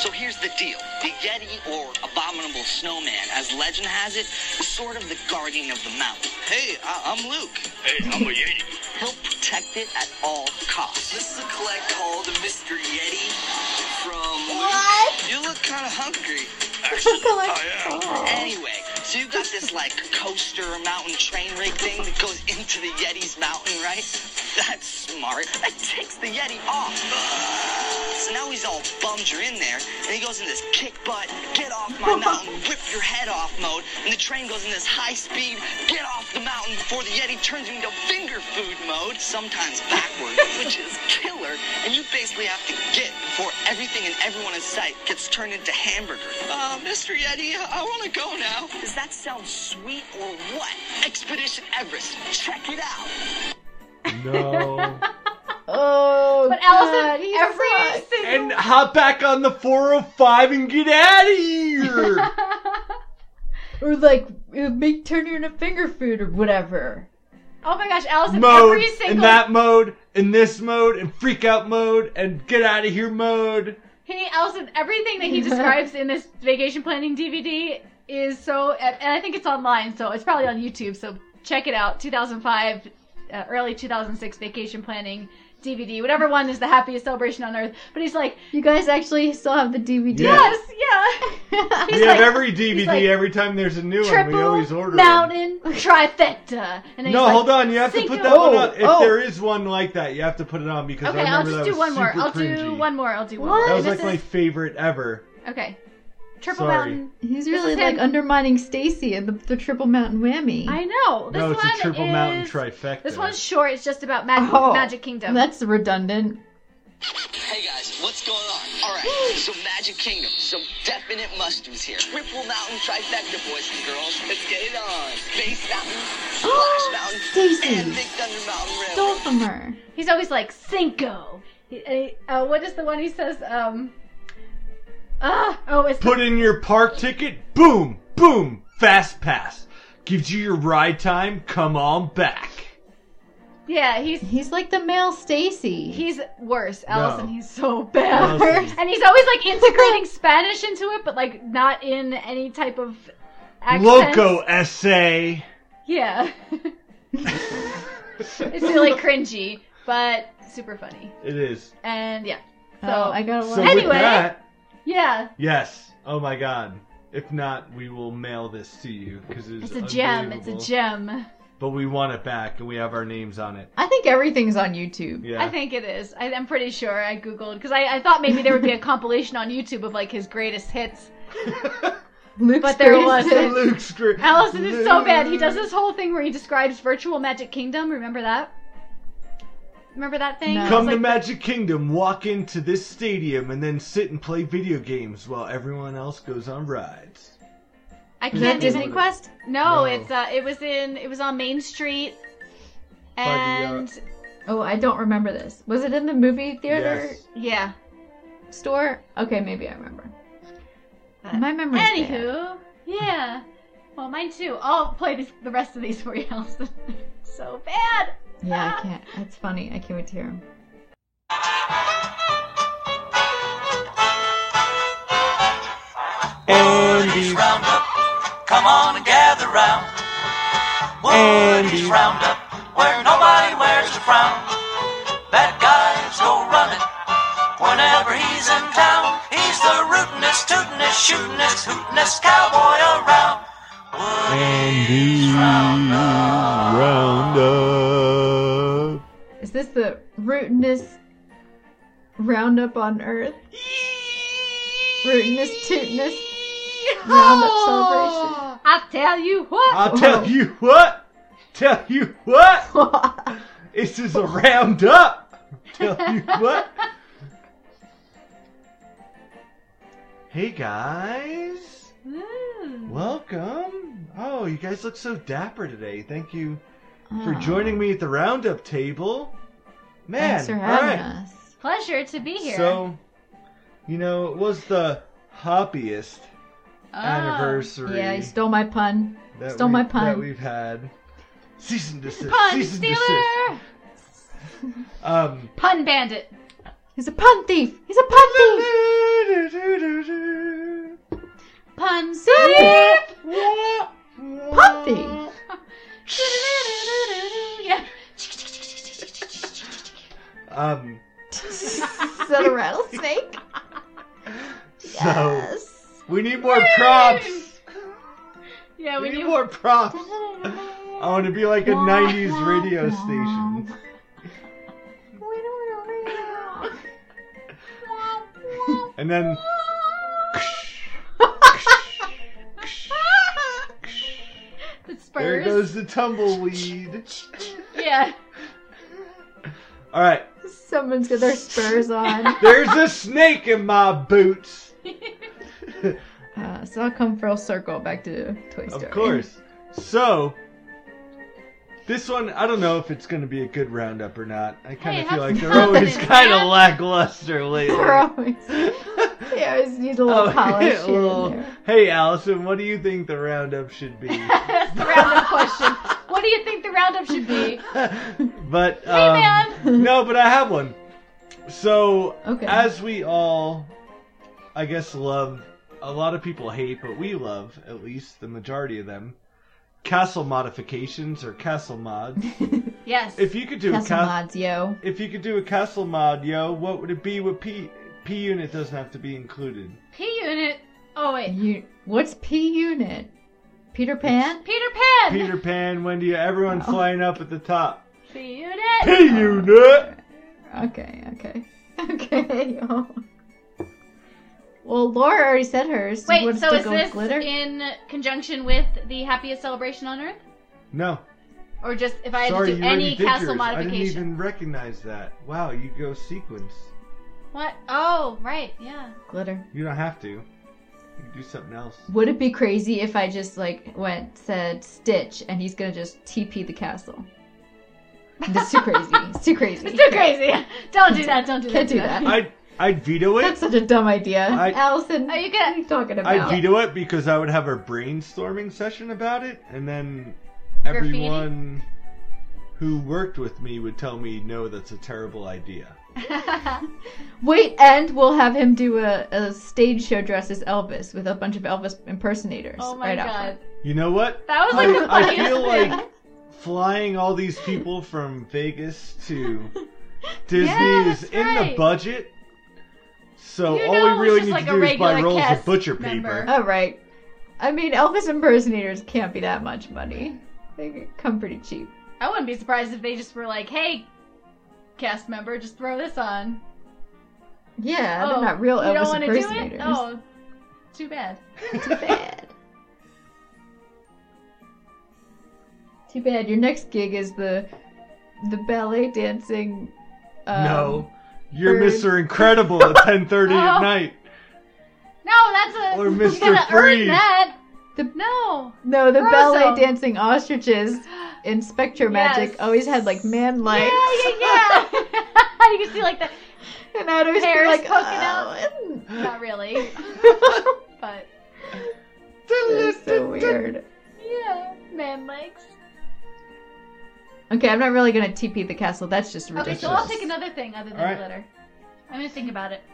[SPEAKER 7] So here's the deal. The Yeti or Abominable Snowman, as legend has it, is sort of the guardian of the mountain. Hey, I- I'm Luke. Hey, I'm a Yeti. He'll protect it at all costs. This is a collect called Mr. Yeti from What? You look kind of hungry. Oh, Anyway, so you got this like coaster mountain train rig thing that goes into the Yeti's mountain, right? That's smart. That takes the Yeti off. So now he's all bummed you're in there, and he goes in this kick butt, get off my mountain, whip your head off mode, and the train goes in this high speed, get off the mountain before the Yeti turns you into finger food mode, sometimes backwards, which is killer, and you basically have to get before everything and everyone in sight gets turned into hamburgers. Uh, Mr. Yeti, I want to go now. Does that sound sweet or what? Expedition Everest, check it out.
[SPEAKER 6] No.
[SPEAKER 5] Oh,
[SPEAKER 4] But
[SPEAKER 5] God,
[SPEAKER 4] Allison,
[SPEAKER 5] he
[SPEAKER 4] every
[SPEAKER 5] sucks.
[SPEAKER 4] single
[SPEAKER 6] and hop back on the 405 and get out of here.
[SPEAKER 5] or like it would make turn you into finger food or whatever.
[SPEAKER 4] oh my gosh, Allison,
[SPEAKER 6] mode,
[SPEAKER 4] every
[SPEAKER 6] in
[SPEAKER 4] single
[SPEAKER 6] that mode, in this mode, and freak out mode, and get out of here mode.
[SPEAKER 4] Hey, Allison, everything that he describes in this vacation planning DVD is so, and and I think it's online, so it's probably on YouTube. So check it out. 2005, uh, early 2006 vacation planning DVD. Whatever one is the happiest celebration on earth. But he's like,
[SPEAKER 5] You guys actually still have the DVD.
[SPEAKER 6] Yeah.
[SPEAKER 4] yes, yeah. He's
[SPEAKER 6] we
[SPEAKER 4] like,
[SPEAKER 6] have every DVD.
[SPEAKER 4] like,
[SPEAKER 6] every time there's a new one, we always
[SPEAKER 4] triple
[SPEAKER 6] order. them.
[SPEAKER 4] mountain trifecta. And then
[SPEAKER 6] No,
[SPEAKER 4] he's like,
[SPEAKER 6] hold on. You have to
[SPEAKER 4] Cinco-
[SPEAKER 6] put that one
[SPEAKER 5] Oh,
[SPEAKER 6] on. If
[SPEAKER 5] oh.
[SPEAKER 6] there is one like that, you have to put it on because
[SPEAKER 4] Okay,
[SPEAKER 6] I
[SPEAKER 4] I'll just
[SPEAKER 6] remember that
[SPEAKER 4] do
[SPEAKER 6] was
[SPEAKER 4] one more.
[SPEAKER 6] super
[SPEAKER 4] I'll do
[SPEAKER 6] cringy.
[SPEAKER 4] one more. I'll do one
[SPEAKER 5] What?
[SPEAKER 4] more.
[SPEAKER 6] That was
[SPEAKER 4] This
[SPEAKER 6] like my
[SPEAKER 4] is-
[SPEAKER 6] favorite ever.
[SPEAKER 4] okay. Triple
[SPEAKER 6] Sorry.
[SPEAKER 4] mountain.
[SPEAKER 5] He's really
[SPEAKER 4] is
[SPEAKER 5] like
[SPEAKER 4] him.
[SPEAKER 5] undermining Stacy and the, the triple mountain whammy.
[SPEAKER 4] I know. This
[SPEAKER 6] no, it's
[SPEAKER 4] one
[SPEAKER 6] a triple
[SPEAKER 4] is...
[SPEAKER 6] mountain trifecta.
[SPEAKER 4] This one's short. It's just about Mag-
[SPEAKER 5] Oh,
[SPEAKER 4] Magic Kingdom.
[SPEAKER 5] That's redundant.
[SPEAKER 7] Hey guys, what's going on? All right, so Magic Kingdom, some definite must-dos here. Triple Mountain trifecta, boys and girls. Let's get it on. Space Mountain, Splash Mountain,
[SPEAKER 5] Stacy.
[SPEAKER 7] and Big Thunder Mountain
[SPEAKER 5] Stole
[SPEAKER 7] Railroad.
[SPEAKER 5] from her.
[SPEAKER 4] He's always like Cinco. He- and he- uh, what is the one he says? Um. Ah, oh, it's
[SPEAKER 6] Put in your park ticket. Boom, boom. Fast pass gives you your ride time. Come on back.
[SPEAKER 4] yeah. He's
[SPEAKER 5] He's like the male Stacy.
[SPEAKER 4] he's worse, Allison.
[SPEAKER 6] No.
[SPEAKER 4] He's so bad.
[SPEAKER 6] Allison.
[SPEAKER 4] and he's always like integrating Spanish into it, but like not in any type of accent.
[SPEAKER 6] Loco essay.
[SPEAKER 4] Yeah. it's really cringy, but super funny.
[SPEAKER 6] It is.
[SPEAKER 4] And yeah. So
[SPEAKER 5] oh, I gotta
[SPEAKER 6] So
[SPEAKER 5] watch.
[SPEAKER 6] with
[SPEAKER 4] Anyway.
[SPEAKER 6] that,
[SPEAKER 4] yeah,
[SPEAKER 6] yes. Oh my God. If not, we will mail this to you because it's
[SPEAKER 4] it's a gem. It's a gem.
[SPEAKER 6] But we want it back, and we have our names on it.
[SPEAKER 5] I think everything's on YouTube.
[SPEAKER 6] Yeah.
[SPEAKER 4] I think it is. I, I'm pretty sure I googled because I, I thought maybe there would be a compilation on YouTube of like his greatest hits.
[SPEAKER 5] Luke's
[SPEAKER 4] But there
[SPEAKER 5] greatest
[SPEAKER 4] wasn't.
[SPEAKER 5] hit.
[SPEAKER 6] Luke's great.
[SPEAKER 4] Allison is so bad. He does this whole thing where he describes virtual Magic Kingdom. Remember that? Remember that thing?
[SPEAKER 5] No.
[SPEAKER 4] It's
[SPEAKER 6] Come
[SPEAKER 4] like
[SPEAKER 6] to Magic Kingdom, walk into this stadium, and then sit and play video games while everyone else goes on rides.
[SPEAKER 4] I
[SPEAKER 5] Is that
[SPEAKER 4] can't
[SPEAKER 5] Disney
[SPEAKER 4] even-
[SPEAKER 5] Quest?
[SPEAKER 4] No,
[SPEAKER 6] No.
[SPEAKER 4] it's uh, it was in it was on Main Street,
[SPEAKER 6] the, uh,
[SPEAKER 4] and
[SPEAKER 5] Oh, I don't remember this. Was it in the movie theater
[SPEAKER 6] Yes.
[SPEAKER 4] yeah.
[SPEAKER 5] store? Okay, maybe I remember.
[SPEAKER 4] But-
[SPEAKER 5] My memory's bad.
[SPEAKER 4] Anywho, yeah. Well, mine too. I'll play this, the rest of these for you, Allison. so bad. Ah.
[SPEAKER 5] Yeah, I can't. That's funny. I can't wait to hear him.
[SPEAKER 8] Andy's Roundup. Come on and gather round. Woody's Roundup, where nobody wears a frown. That guy's go running whenever he's in town. He's the rootinest, tootinest, shootinest, hootinest cowboy around. Woody's Roundup.
[SPEAKER 5] Is this the rootinest roundup on earth? Rootinest, tootinest roundup celebration.
[SPEAKER 4] I Oh! tell you what.
[SPEAKER 6] I'll tell you what. Tell you what. This is a roundup. Tell you what. Hey guys,
[SPEAKER 4] Mm. Hmm.
[SPEAKER 6] welcome. Oh, you guys look so dapper today. Thank you for joining me at the roundup table. Man,
[SPEAKER 5] Thanks for
[SPEAKER 6] all
[SPEAKER 5] having
[SPEAKER 6] right.
[SPEAKER 5] us.
[SPEAKER 4] Pleasure to be here.
[SPEAKER 6] So, you know, it was the hoppiest
[SPEAKER 4] Oh.
[SPEAKER 6] anniversary.
[SPEAKER 5] Ah, Yeah, you stole my pun.
[SPEAKER 6] that
[SPEAKER 5] stole
[SPEAKER 6] we-
[SPEAKER 5] my pun.
[SPEAKER 6] That we've had. Cease and desist.
[SPEAKER 4] Pun
[SPEAKER 6] cease and
[SPEAKER 4] stealer!
[SPEAKER 6] desist. Um,
[SPEAKER 4] Pun bandit.
[SPEAKER 5] He's a pun thief. He's a pun thief.
[SPEAKER 4] Pun thief!
[SPEAKER 5] Pun thief.
[SPEAKER 4] yeah.
[SPEAKER 6] um,
[SPEAKER 5] Is that a rattlesnake?
[SPEAKER 6] so we need more props.
[SPEAKER 4] Yeah,
[SPEAKER 6] We
[SPEAKER 4] we
[SPEAKER 6] need
[SPEAKER 4] do.
[SPEAKER 6] more props. I want to be like a '90s radio station. And then.
[SPEAKER 4] It spurs.
[SPEAKER 6] There goes the tumbleweed.
[SPEAKER 4] Yeah.
[SPEAKER 6] All right,
[SPEAKER 5] Someone's got their spurs on.
[SPEAKER 6] there's a snake in my boots.
[SPEAKER 5] Uh, so I'll come full circle back to Toy Story.
[SPEAKER 6] Of course. So, this one, I don't know if it's going to be a good roundup or not. I kind
[SPEAKER 4] Hey,
[SPEAKER 6] of
[SPEAKER 4] have
[SPEAKER 6] feel like they're
[SPEAKER 4] fun,
[SPEAKER 6] always
[SPEAKER 4] man.
[SPEAKER 6] kind of lackluster lately.
[SPEAKER 5] They're always, they always need a little
[SPEAKER 6] Oh,
[SPEAKER 5] polish
[SPEAKER 6] a
[SPEAKER 5] here
[SPEAKER 6] little-
[SPEAKER 5] and there.
[SPEAKER 6] hey, Allison, what do you think the roundup should be?
[SPEAKER 4] That's the roundup question. What do you think the roundup should be?
[SPEAKER 6] but um,
[SPEAKER 4] man.
[SPEAKER 6] no, but I have one. So
[SPEAKER 5] Okay.
[SPEAKER 6] as we all, I guess, love a lot of people hate, but we love at least the majority of them. Castle modifications or castle mods.
[SPEAKER 4] Yes.
[SPEAKER 6] if you could do a
[SPEAKER 5] Castle
[SPEAKER 6] ca-
[SPEAKER 5] mods, yo.
[SPEAKER 6] if you could do a castle mod, yo, what would it be with P? P unit doesn't have to be included.
[SPEAKER 4] P unit. Oh wait.
[SPEAKER 5] You, what's P Unit? Peter Pan?
[SPEAKER 4] Peter Pan.
[SPEAKER 6] Peter Pan, Wendy, everyone flying up at the top.
[SPEAKER 4] P
[SPEAKER 6] P
[SPEAKER 4] unit.
[SPEAKER 6] unit.
[SPEAKER 5] Okay, okay, okay. yo. well, Laura already said hers. You
[SPEAKER 4] Wait.
[SPEAKER 5] wanna
[SPEAKER 4] So
[SPEAKER 5] still
[SPEAKER 4] is
[SPEAKER 5] go with
[SPEAKER 4] this
[SPEAKER 5] glitter?
[SPEAKER 4] in conjunction with the happiest celebration on earth,
[SPEAKER 6] No,
[SPEAKER 4] or just if I had
[SPEAKER 6] sorry,
[SPEAKER 4] to
[SPEAKER 6] you
[SPEAKER 4] do
[SPEAKER 6] already
[SPEAKER 4] any
[SPEAKER 6] did
[SPEAKER 4] castle
[SPEAKER 6] yours. I
[SPEAKER 4] modification?
[SPEAKER 6] didn't even recognize that. Wow, you go sequence.
[SPEAKER 4] What? Oh, right. Yeah.
[SPEAKER 5] glitter.
[SPEAKER 6] You don't have to. You can do something else.
[SPEAKER 5] Would it be crazy if I just like went said Stitch and he's gonna just TP the castle? That's too crazy. It's too crazy.
[SPEAKER 4] It's too crazy. Don't do that. Don't do
[SPEAKER 5] Can't
[SPEAKER 4] that.
[SPEAKER 5] do that.
[SPEAKER 6] I'd, I'd veto
[SPEAKER 5] That's
[SPEAKER 6] it.
[SPEAKER 5] such a dumb idea,
[SPEAKER 6] I-
[SPEAKER 5] Allison.
[SPEAKER 4] Are you
[SPEAKER 5] what are
[SPEAKER 4] gonna?
[SPEAKER 5] you talking about?
[SPEAKER 6] I'd veto it because I would have a brainstorming session about it, and then
[SPEAKER 4] Graffiti?
[SPEAKER 6] everyone who worked with me would tell me, no, that's a terrible idea.
[SPEAKER 5] Wait, and we'll have him do a, a stage show dressed as Elvis with a bunch of Elvis impersonators.
[SPEAKER 4] Oh my
[SPEAKER 5] right out
[SPEAKER 4] god.
[SPEAKER 5] front.
[SPEAKER 6] You know what?
[SPEAKER 4] That was like the
[SPEAKER 6] I, I
[SPEAKER 4] funniest
[SPEAKER 6] feel
[SPEAKER 4] thing.
[SPEAKER 6] like flying all these people from Vegas to Disney
[SPEAKER 4] Yeah,
[SPEAKER 6] is
[SPEAKER 4] that's
[SPEAKER 6] in the
[SPEAKER 4] right.
[SPEAKER 6] budget. So
[SPEAKER 4] You
[SPEAKER 6] all
[SPEAKER 4] know, it's
[SPEAKER 6] we really
[SPEAKER 4] just
[SPEAKER 6] need
[SPEAKER 4] like
[SPEAKER 6] to
[SPEAKER 4] a
[SPEAKER 6] do is buy
[SPEAKER 4] regular
[SPEAKER 6] rolls of
[SPEAKER 4] cast
[SPEAKER 6] butcher
[SPEAKER 4] member.
[SPEAKER 6] paper.
[SPEAKER 5] All right. I mean, Elvis impersonators can't be that much money. They come pretty cheap.
[SPEAKER 4] I wouldn't be surprised if they just were like, "Hey, cast member, just throw this on."
[SPEAKER 5] Yeah,
[SPEAKER 4] oh,
[SPEAKER 5] they're not real
[SPEAKER 4] you
[SPEAKER 5] Elvis
[SPEAKER 4] don't wanna
[SPEAKER 5] impersonators.
[SPEAKER 4] Do it? Oh, too bad.
[SPEAKER 5] Too bad. Too bad. Your next gig is the the ballet dancing. Um,
[SPEAKER 6] No, you're
[SPEAKER 5] bird.
[SPEAKER 6] Mr. Incredible at 10:30 at
[SPEAKER 4] Oh.
[SPEAKER 6] night.
[SPEAKER 4] No, that's a.
[SPEAKER 6] Or
[SPEAKER 4] you
[SPEAKER 6] Mr.
[SPEAKER 4] gotta
[SPEAKER 6] Freeze.
[SPEAKER 4] Earn that.
[SPEAKER 5] The-
[SPEAKER 4] No.
[SPEAKER 5] No, the
[SPEAKER 4] Grosso.
[SPEAKER 5] ballet dancing ostriches in Spectre Magic
[SPEAKER 4] Yes.
[SPEAKER 5] always had like man legs.
[SPEAKER 4] Yeah, yeah, yeah. you can see like the
[SPEAKER 5] and I'd always
[SPEAKER 4] Hairs
[SPEAKER 5] be like,
[SPEAKER 4] poking out.
[SPEAKER 5] "Oh."
[SPEAKER 4] Not really, but
[SPEAKER 5] It's so weird.
[SPEAKER 4] yeah, man legs.
[SPEAKER 5] Okay, I'm not really gonna TP the castle. That's just
[SPEAKER 4] Okay,
[SPEAKER 5] ridiculous.
[SPEAKER 4] so I'll pick another thing other than
[SPEAKER 6] Alright.
[SPEAKER 4] glitter. I'm gonna think about it.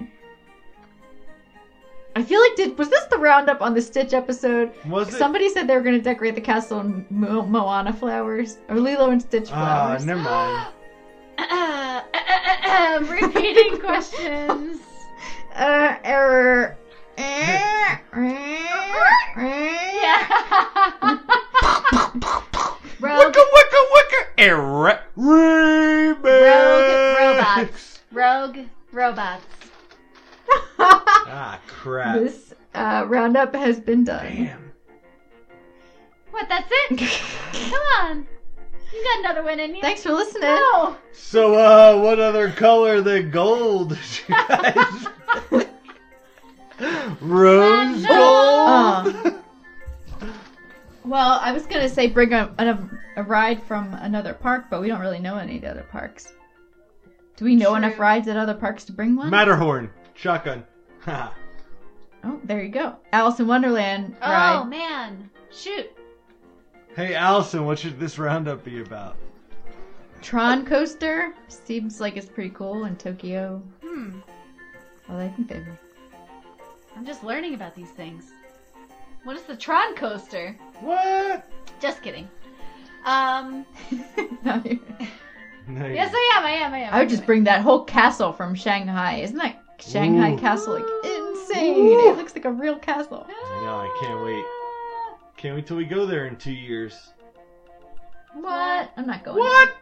[SPEAKER 5] I feel like did was this the roundup on the Stitch episode?
[SPEAKER 6] Was it?
[SPEAKER 5] Somebody said they were gonna decorate the castle in Mo- Moana flowers or Lilo and Stitch
[SPEAKER 6] Ah,
[SPEAKER 5] flowers.
[SPEAKER 6] never mind.
[SPEAKER 4] repeating questions.
[SPEAKER 5] Uh, error. Eh,
[SPEAKER 4] Yeah.
[SPEAKER 5] yeah.
[SPEAKER 4] Rogue,
[SPEAKER 2] Error.
[SPEAKER 4] rogue
[SPEAKER 6] Remix.
[SPEAKER 4] robots. Rogue robots.
[SPEAKER 6] Ah, crap.
[SPEAKER 5] This uh, roundup has been done.
[SPEAKER 6] Damn.
[SPEAKER 4] What? That's it? Come on. You got another one in you.
[SPEAKER 5] Thanks for listening.
[SPEAKER 4] No. Oh,
[SPEAKER 6] So, uh, what other color than gold, did you guys? Rose
[SPEAKER 4] No.
[SPEAKER 6] gold.
[SPEAKER 5] Uh, Um, Well, I was gonna say bring a, a, a ride from another park, but we don't really know any of the other parks. Do we know
[SPEAKER 4] True.
[SPEAKER 5] enough rides at other parks to bring one?
[SPEAKER 6] Matterhorn, shotgun. Ha.
[SPEAKER 5] oh, there you go. Alice in Wonderland
[SPEAKER 4] Oh
[SPEAKER 5] ride.
[SPEAKER 4] man, shoot!
[SPEAKER 6] hey, Allison, what should this roundup be about?
[SPEAKER 5] Tron coaster seems like it's pretty cool in Tokyo.
[SPEAKER 4] Hmm,
[SPEAKER 5] Well, I think they.
[SPEAKER 4] I'm just learning about these things. What is the Tron coaster?
[SPEAKER 6] What?
[SPEAKER 4] Just kidding. Um,
[SPEAKER 5] Not here.
[SPEAKER 6] No, you-
[SPEAKER 4] yes, I am. I am. I am.
[SPEAKER 5] I would just bring that whole castle from Shanghai. Isn't that Shanghai
[SPEAKER 6] Ooh.
[SPEAKER 5] castle like insane? It looks like a real castle.
[SPEAKER 6] No, I can't wait. Can't wait till we go there in two years.
[SPEAKER 5] What? I'm not going.
[SPEAKER 6] What?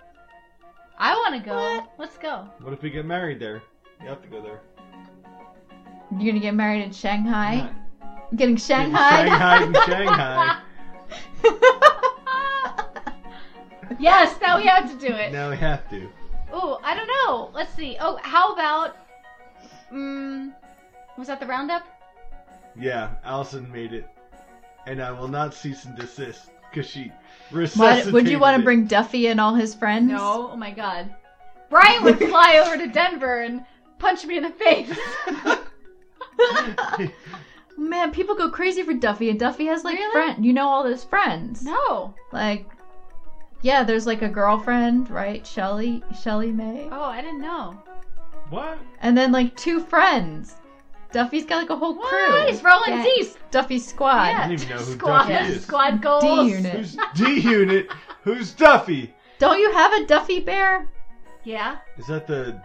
[SPEAKER 4] I want to go. Let's go.
[SPEAKER 6] What if we get married there? You have to go there.
[SPEAKER 5] You're gonna get married in Shanghai?
[SPEAKER 6] Yeah.
[SPEAKER 5] Getting
[SPEAKER 6] In
[SPEAKER 5] Shanghai?
[SPEAKER 6] Shanghai and Shanghai.
[SPEAKER 4] Yes, now we have to do it.
[SPEAKER 6] now we have to.
[SPEAKER 4] Ooh, I don't know. Let's see. Oh, how about? Mm, was that the roundup?
[SPEAKER 6] Yeah, Allison made it. And I will not cease and desist because she
[SPEAKER 5] Why-
[SPEAKER 6] resuscitated
[SPEAKER 5] would you want
[SPEAKER 6] it.
[SPEAKER 5] to bring Duffy and all his friends?
[SPEAKER 4] No. Oh my god. Brian would fly over to Denver and punch me in the face.
[SPEAKER 5] Man, people go crazy for Duffy, and Duffy has like
[SPEAKER 4] Really?
[SPEAKER 5] friend. You know all his friends.
[SPEAKER 4] no. Oh,
[SPEAKER 5] Like, yeah, there's like a girlfriend, right? Shelly, Shelly May,
[SPEAKER 4] Oh, I didn't know.
[SPEAKER 6] What?
[SPEAKER 5] and then like two friends. Duffy's got like a whole crew.
[SPEAKER 4] He's rolling
[SPEAKER 5] Yeah.
[SPEAKER 4] deep.
[SPEAKER 5] Duffy's squad.
[SPEAKER 4] Yeah. Oh,
[SPEAKER 6] I don't even know who
[SPEAKER 4] Squad,
[SPEAKER 6] Duffy is.
[SPEAKER 4] squad goals.
[SPEAKER 5] D unit.
[SPEAKER 6] Who's D Unit? Who's Duffy?
[SPEAKER 5] Don't you have a Duffy bear?
[SPEAKER 4] Yeah.
[SPEAKER 6] Is that the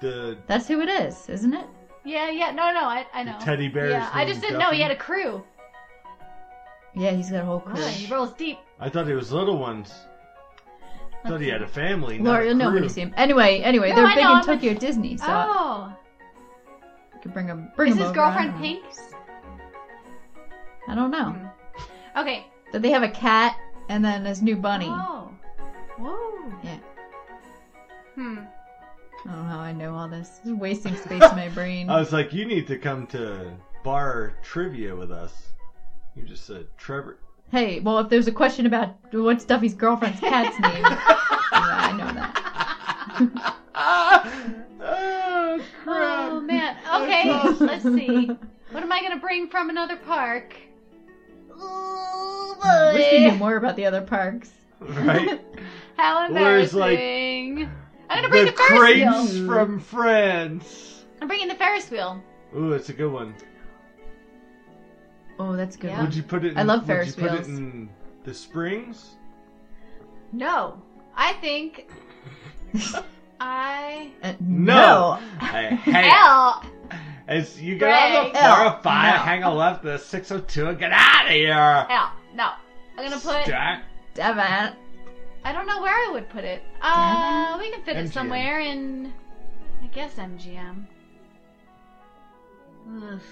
[SPEAKER 6] the
[SPEAKER 5] That's who it is, isn't it?
[SPEAKER 4] Yeah, yeah. No, no, I, I know.
[SPEAKER 6] teddy bear?
[SPEAKER 4] Yeah,
[SPEAKER 6] is
[SPEAKER 4] I
[SPEAKER 6] named
[SPEAKER 4] just didn't
[SPEAKER 6] Duffy?
[SPEAKER 4] know he had a crew.
[SPEAKER 5] Yeah, he's got a whole crew.
[SPEAKER 4] Oh, he rolls deep.
[SPEAKER 6] I thought it was little ones. I thought he had a family. not
[SPEAKER 5] Laura,
[SPEAKER 6] a
[SPEAKER 5] you'll know
[SPEAKER 6] crew.
[SPEAKER 5] when you see him. Anyway, anyway,
[SPEAKER 4] No,
[SPEAKER 5] they're
[SPEAKER 4] I
[SPEAKER 5] big
[SPEAKER 4] know,
[SPEAKER 5] in
[SPEAKER 4] I'm
[SPEAKER 5] Tokyo Disney, so
[SPEAKER 4] oh.
[SPEAKER 5] I could bring him. Bring
[SPEAKER 4] Is
[SPEAKER 5] him
[SPEAKER 4] his
[SPEAKER 5] over, I
[SPEAKER 4] girlfriend
[SPEAKER 5] don't know.
[SPEAKER 4] pink?
[SPEAKER 5] I don't know.
[SPEAKER 4] Hmm. Okay.
[SPEAKER 5] But they have a cat and then his new bunny.
[SPEAKER 4] Oh. Whoa.
[SPEAKER 5] Yeah.
[SPEAKER 4] Hmm.
[SPEAKER 5] I don't know how I know all this. It's wasting space in my brain.
[SPEAKER 6] I was like, you need to come to bar trivia with us. You just said Trevor.
[SPEAKER 5] Hey, well, if there's a question about what's Duffy's girlfriend's cat's name, yeah, I know that.
[SPEAKER 6] Oh, crap.
[SPEAKER 5] Um,
[SPEAKER 4] Oh man. Okay, let's see. What am I gonna bring from another park? Ooh,
[SPEAKER 5] Wish we knew
[SPEAKER 4] boy.
[SPEAKER 5] more about the other parks.
[SPEAKER 6] Right?
[SPEAKER 4] How
[SPEAKER 6] Whereas, like,
[SPEAKER 4] embarrassing! I'm gonna bring the,
[SPEAKER 6] the
[SPEAKER 4] Ferris
[SPEAKER 6] crepes
[SPEAKER 4] wheel.
[SPEAKER 6] from France.
[SPEAKER 4] I'm bringing the Ferris wheel.
[SPEAKER 6] Ooh, it's a good one.
[SPEAKER 5] Oh, that's a good.
[SPEAKER 4] Yeah.
[SPEAKER 5] One.
[SPEAKER 6] Would you put it? In,
[SPEAKER 5] I love
[SPEAKER 6] would
[SPEAKER 5] Ferris
[SPEAKER 6] you put
[SPEAKER 5] wheels.
[SPEAKER 6] It in the springs.
[SPEAKER 4] No, I think I
[SPEAKER 5] Uh,
[SPEAKER 6] No. Hey, hey,
[SPEAKER 4] L.
[SPEAKER 6] as you get on
[SPEAKER 4] Greg.
[SPEAKER 6] the 405,
[SPEAKER 5] No.
[SPEAKER 6] hang a left, the 602, and get out of here.
[SPEAKER 4] L. No, I'm gonna put.
[SPEAKER 6] Jack.
[SPEAKER 5] Damn it.
[SPEAKER 4] I don't know where I would put it. Uh, we can fit it
[SPEAKER 6] MGM.
[SPEAKER 4] somewhere in. I guess MGM. Ugh.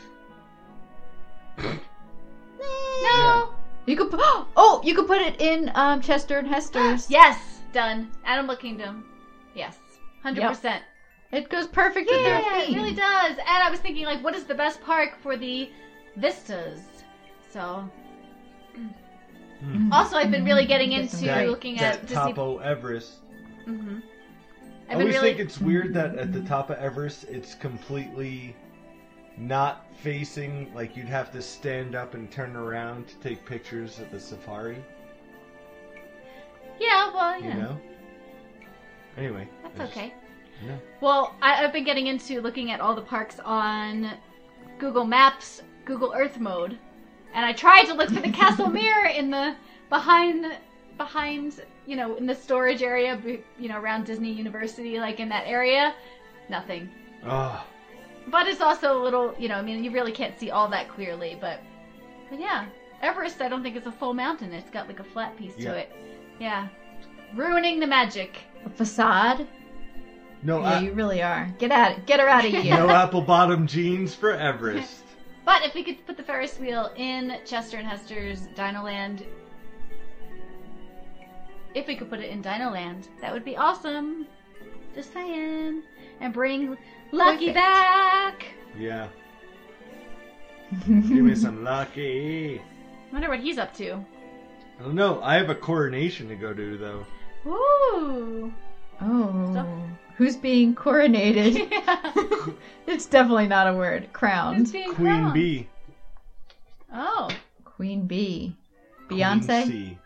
[SPEAKER 4] no.
[SPEAKER 5] You could. Pu- oh, you could put it in um, Chester and Hester's.
[SPEAKER 4] Yes, done. Animal Kingdom. Yes, hundred percent.
[SPEAKER 5] It goes perfect with their
[SPEAKER 4] Yeah, it
[SPEAKER 5] theme.
[SPEAKER 4] really does. And I was thinking, like, what is the best park for the vistas? So.
[SPEAKER 5] Mm.
[SPEAKER 4] Also, I've been really getting into
[SPEAKER 6] That-
[SPEAKER 4] Hmm. looking
[SPEAKER 6] Mm, that
[SPEAKER 4] at Disney.
[SPEAKER 6] Topo Everest.
[SPEAKER 4] hmm
[SPEAKER 6] I
[SPEAKER 4] I've been
[SPEAKER 6] always
[SPEAKER 4] really.
[SPEAKER 6] think it's weird that at the top of Everest, it's completely not facing. Like you'd have to stand up and turn around to take pictures of the safari.
[SPEAKER 4] yeah, well, Oh, yeah,
[SPEAKER 6] You know. Anyway,
[SPEAKER 4] that's
[SPEAKER 6] I just-
[SPEAKER 4] okay.
[SPEAKER 6] Yeah.
[SPEAKER 4] Well, I, I've been getting into looking at all the parks on Google Maps, Google Earth mode, and I tried to look for the Castle Mirror in the behind the behind you know in the storage area, be- you know around Disney University, like in that area. Nothing.
[SPEAKER 6] Oh,
[SPEAKER 4] But it's also a little, you know, I mean, you really can't see all that clearly, but, but yeah. Everest, I don't think it's a full mountain. It's got like a flat piece
[SPEAKER 6] Yeah.
[SPEAKER 4] to it. Yeah. Ruining the magic.
[SPEAKER 5] Facade.
[SPEAKER 6] no,
[SPEAKER 5] yeah,
[SPEAKER 6] Oh, I,
[SPEAKER 5] you really are. Get at it. Get her out of here.
[SPEAKER 6] no apple bottom jeans for Everest.
[SPEAKER 4] But if we could put the Ferris wheel in Chester and Hester's Dinoland, if we could put it in Dinoland, that would be awesome. Just saying. And bring Lucky
[SPEAKER 5] Perfect.
[SPEAKER 4] back.
[SPEAKER 6] Yeah. Give me some lucky.
[SPEAKER 4] I wonder what he's up to.
[SPEAKER 6] I don't know. Oh, I have a coronation to go to though.
[SPEAKER 4] Ooh.
[SPEAKER 5] Oh.
[SPEAKER 4] So-
[SPEAKER 5] Who's being coronated? it's definitely not a word.
[SPEAKER 4] Who's
[SPEAKER 5] Crowned.
[SPEAKER 4] being
[SPEAKER 6] Queen
[SPEAKER 4] crowned?
[SPEAKER 6] bee.
[SPEAKER 4] Oh.
[SPEAKER 5] Queen B.
[SPEAKER 6] Queen
[SPEAKER 5] Beyonce?
[SPEAKER 6] C.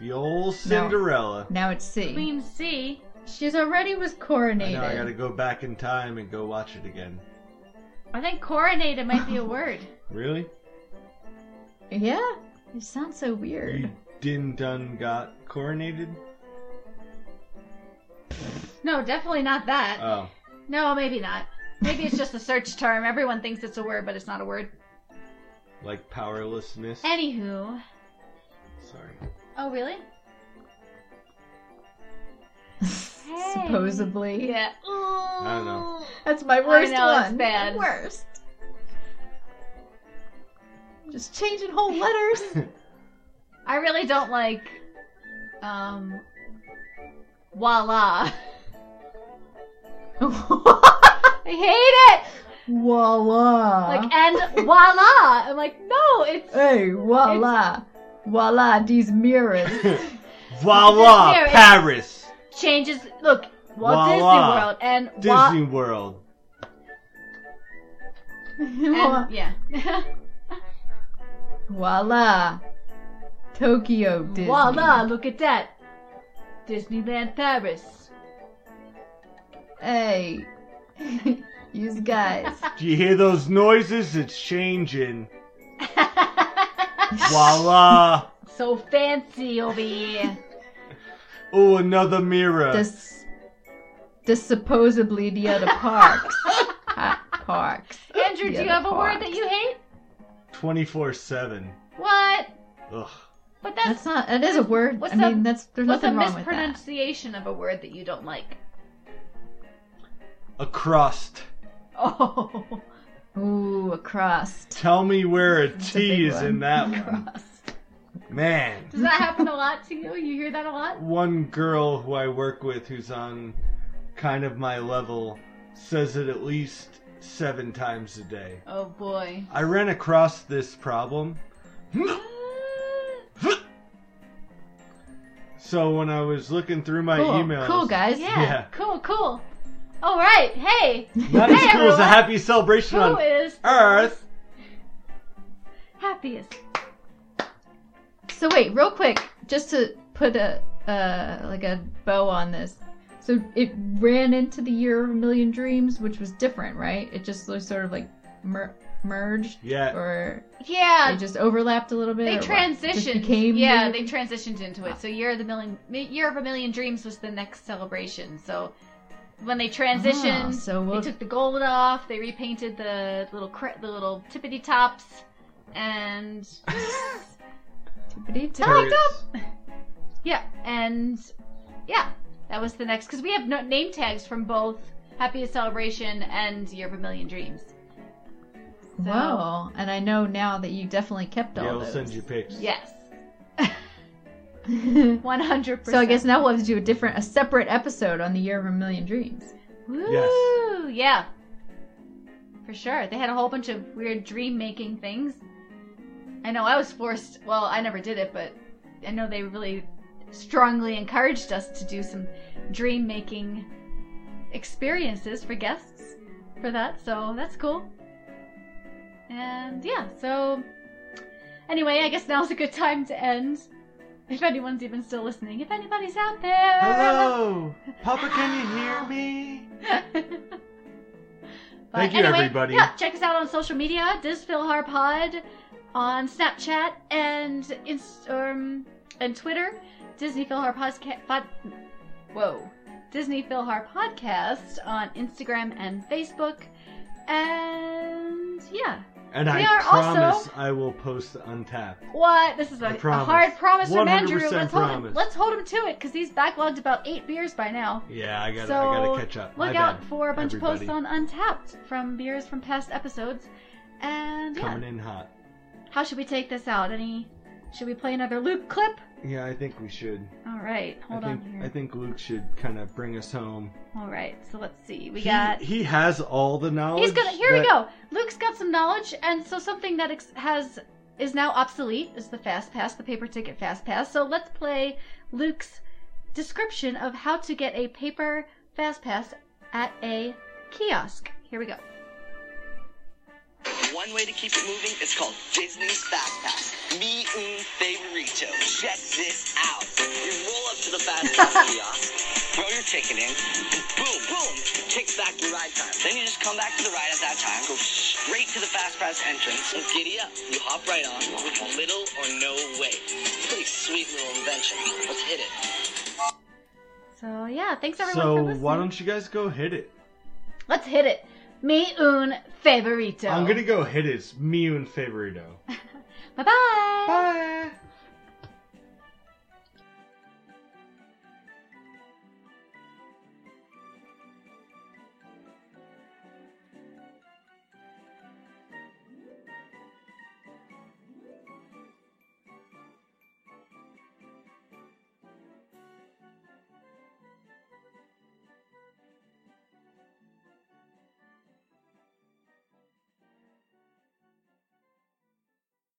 [SPEAKER 6] The old Cinderella.
[SPEAKER 5] Now it's C.
[SPEAKER 4] Queen C.
[SPEAKER 5] She's already was
[SPEAKER 6] I
[SPEAKER 5] coronated.
[SPEAKER 6] know I gotta go back in time and go watch it again.
[SPEAKER 4] I think coronated might be a word.
[SPEAKER 6] Really?
[SPEAKER 5] Yeah. It sounds so weird.
[SPEAKER 6] You din dun got coronated?
[SPEAKER 4] No, definitely not that.
[SPEAKER 6] Oh.
[SPEAKER 4] no, maybe not. Maybe it's just a search term. Everyone thinks it's a word, but it's not a word.
[SPEAKER 6] Like powerlessness.
[SPEAKER 4] Anywho.
[SPEAKER 6] Sorry.
[SPEAKER 4] Oh, really?
[SPEAKER 5] Supposedly.
[SPEAKER 4] Yeah.
[SPEAKER 6] I don't know.
[SPEAKER 5] That's my worst
[SPEAKER 4] know,
[SPEAKER 5] one.
[SPEAKER 4] it's bad.
[SPEAKER 5] Worst. Just changing whole letters.
[SPEAKER 4] I really don't like um voila. I hate it.
[SPEAKER 5] voila.
[SPEAKER 4] Like eh, and voila. I'm like, no, it's
[SPEAKER 5] hey, voila. Voila, these mirrors.
[SPEAKER 6] Voila!
[SPEAKER 4] Here it is.
[SPEAKER 6] Paris!
[SPEAKER 4] changes look, Walt
[SPEAKER 6] Voila.
[SPEAKER 4] Disney World and wa-
[SPEAKER 6] Disney World.
[SPEAKER 4] and, yeah.
[SPEAKER 5] voila. Tokyo Disney.
[SPEAKER 4] voila, look at that. Disneyland Paris.
[SPEAKER 5] Hey. you guys.
[SPEAKER 6] Do you hear those noises? It's changing. Voila!
[SPEAKER 4] so fancy over here.
[SPEAKER 6] Oh, another
[SPEAKER 4] Uh.
[SPEAKER 6] mirror.
[SPEAKER 5] This, this supposedly the other parks. Ah, parks.
[SPEAKER 4] Andrew, do
[SPEAKER 5] The
[SPEAKER 4] you
[SPEAKER 5] other
[SPEAKER 4] have a word that
[SPEAKER 5] parks.
[SPEAKER 4] you hate?
[SPEAKER 6] 24 7.
[SPEAKER 4] What?
[SPEAKER 6] Ugh.
[SPEAKER 4] But that's
[SPEAKER 5] That's not. That is a word.
[SPEAKER 4] What's
[SPEAKER 5] I mean,
[SPEAKER 4] a-
[SPEAKER 5] that's there's
[SPEAKER 4] What's a
[SPEAKER 5] nothing wrong with that.
[SPEAKER 4] mispronunciation of a word that you don't like?
[SPEAKER 6] A crust.
[SPEAKER 4] Oh,
[SPEAKER 5] Ooh, a crust.
[SPEAKER 6] Tell me where a
[SPEAKER 5] That's a big
[SPEAKER 6] T is in
[SPEAKER 5] one.
[SPEAKER 6] that one.
[SPEAKER 5] Crust.
[SPEAKER 6] Man.
[SPEAKER 4] does that happen a lot to you? You hear that a lot?
[SPEAKER 6] one girl who I work with who's on kind of my level says it at least seven times a day.
[SPEAKER 4] Oh boy.
[SPEAKER 6] I ran across this problem. So when I was looking through my
[SPEAKER 5] Cool,
[SPEAKER 6] emails,
[SPEAKER 5] cool guys.
[SPEAKER 4] Yeah.
[SPEAKER 6] Yeah.
[SPEAKER 4] Cool, cool. All right. Hey,
[SPEAKER 6] not as
[SPEAKER 4] Hey,
[SPEAKER 6] cool as a
[SPEAKER 4] everyone.
[SPEAKER 6] happy celebration
[SPEAKER 4] who
[SPEAKER 6] on
[SPEAKER 4] is
[SPEAKER 6] Earth.
[SPEAKER 4] happiest?
[SPEAKER 5] So wait, real quick, just to put a uh like a bow on this. So it ran into the year of a million dreams, which was different, right? It just was sort of like mer- merged,
[SPEAKER 6] Yeah,
[SPEAKER 5] or
[SPEAKER 4] Yeah.
[SPEAKER 5] it just overlapped a little bit.
[SPEAKER 4] They
[SPEAKER 5] or what? Just
[SPEAKER 4] transitioned.
[SPEAKER 5] became
[SPEAKER 4] yeah,
[SPEAKER 5] the- Ah.
[SPEAKER 4] they transitioned into it. So Year of the Million Year of a Million Dreams was the next celebration. So when they transitioned,
[SPEAKER 5] Ah, so we'll-
[SPEAKER 4] they took the gold off, they repainted the little cra- the little tippity tops and
[SPEAKER 5] Tippity tap.
[SPEAKER 6] Paris.
[SPEAKER 4] yeah, and yeah, that was the next cuz we have no- name tags from both Happiest Celebration and Year of a Million Dreams. So,
[SPEAKER 5] Whoa! And I know now that you definitely kept all
[SPEAKER 6] yeah, we'll
[SPEAKER 5] those.
[SPEAKER 6] send you pics.
[SPEAKER 4] Yes. 100%.
[SPEAKER 5] so I guess now we'll have to do a different, a separate episode on the year of a million dreams.
[SPEAKER 4] Woo! Yeah. For sure. They had a whole bunch of weird dream making things. I know I was forced, well, I never did it, but I know they really strongly encouraged us to do some dream making experiences for guests for that, so that's cool. And yeah, so anyway, I guess now's a good time to end. If anyone's even still listening, if anybody's out there.
[SPEAKER 6] Hello, Papa. Can you hear me?
[SPEAKER 4] But
[SPEAKER 6] Thank you,
[SPEAKER 4] anyway,
[SPEAKER 6] everybody.
[SPEAKER 4] Yeah, check us out on social media, DisPhilharPod, on Snapchat and Inst- um, and Twitter, Disney Philhar Podcast. Pod- Whoa, Disney Philhar Podcast on Instagram and Facebook, and yeah,
[SPEAKER 6] And
[SPEAKER 4] We
[SPEAKER 6] I
[SPEAKER 4] are also-
[SPEAKER 6] promise I will post Untapped.
[SPEAKER 4] what? This is
[SPEAKER 6] I
[SPEAKER 4] a, a
[SPEAKER 6] promise.
[SPEAKER 4] hard promise from Andrew.
[SPEAKER 6] 100%
[SPEAKER 4] Let's hold him.
[SPEAKER 6] promise.
[SPEAKER 4] Let's hold him to it because he's backlogged about eight beers by now.
[SPEAKER 6] Yeah, I gotta,
[SPEAKER 4] so
[SPEAKER 6] I gotta catch up. My
[SPEAKER 4] look out
[SPEAKER 6] bad,
[SPEAKER 4] for a bunch of
[SPEAKER 6] everybody.
[SPEAKER 4] posts on Untapped from beers from past episodes. And yeah,
[SPEAKER 6] Coming in hot.
[SPEAKER 4] how should we take this out? Any? Should we play another Luke clip?
[SPEAKER 6] Yeah, I think we should.
[SPEAKER 4] All right, hold
[SPEAKER 6] I
[SPEAKER 4] on
[SPEAKER 6] think,
[SPEAKER 4] here.
[SPEAKER 6] I think Luke should kind of bring us home.
[SPEAKER 4] All right, so let's see. We
[SPEAKER 6] he,
[SPEAKER 4] got.
[SPEAKER 6] he has all the knowledge.
[SPEAKER 4] He's gonna. Here we
[SPEAKER 6] that-
[SPEAKER 4] go. Luke's got some knowledge, and so something that ex- has is now obsolete is the fast pass, the paper ticket fast pass. So let's play Luke's description of how to get a paper fast pass at a kiosk. Here we go.
[SPEAKER 7] One way to keep it moving is called Disney's Fast Pass. Mi un favorito. Check this out. You roll up to the Fast Pass kiosk, throw your ticket in, and boom, boom, it kicks back your ride time. Then you just come back to the ride at that time, go straight to the Fast Pass entrance, and giddy up. You hop right on with little or no wait. Pretty sweet little invention. Let's hit it.
[SPEAKER 4] So yeah, thanks everyone for
[SPEAKER 6] So
[SPEAKER 4] listening.
[SPEAKER 6] why don't you guys go hit it?
[SPEAKER 4] Let's hit it. Mi un favorito.
[SPEAKER 6] I'm gonna go hit it. It's me and Favorito.
[SPEAKER 4] Bye-bye.
[SPEAKER 6] Bye.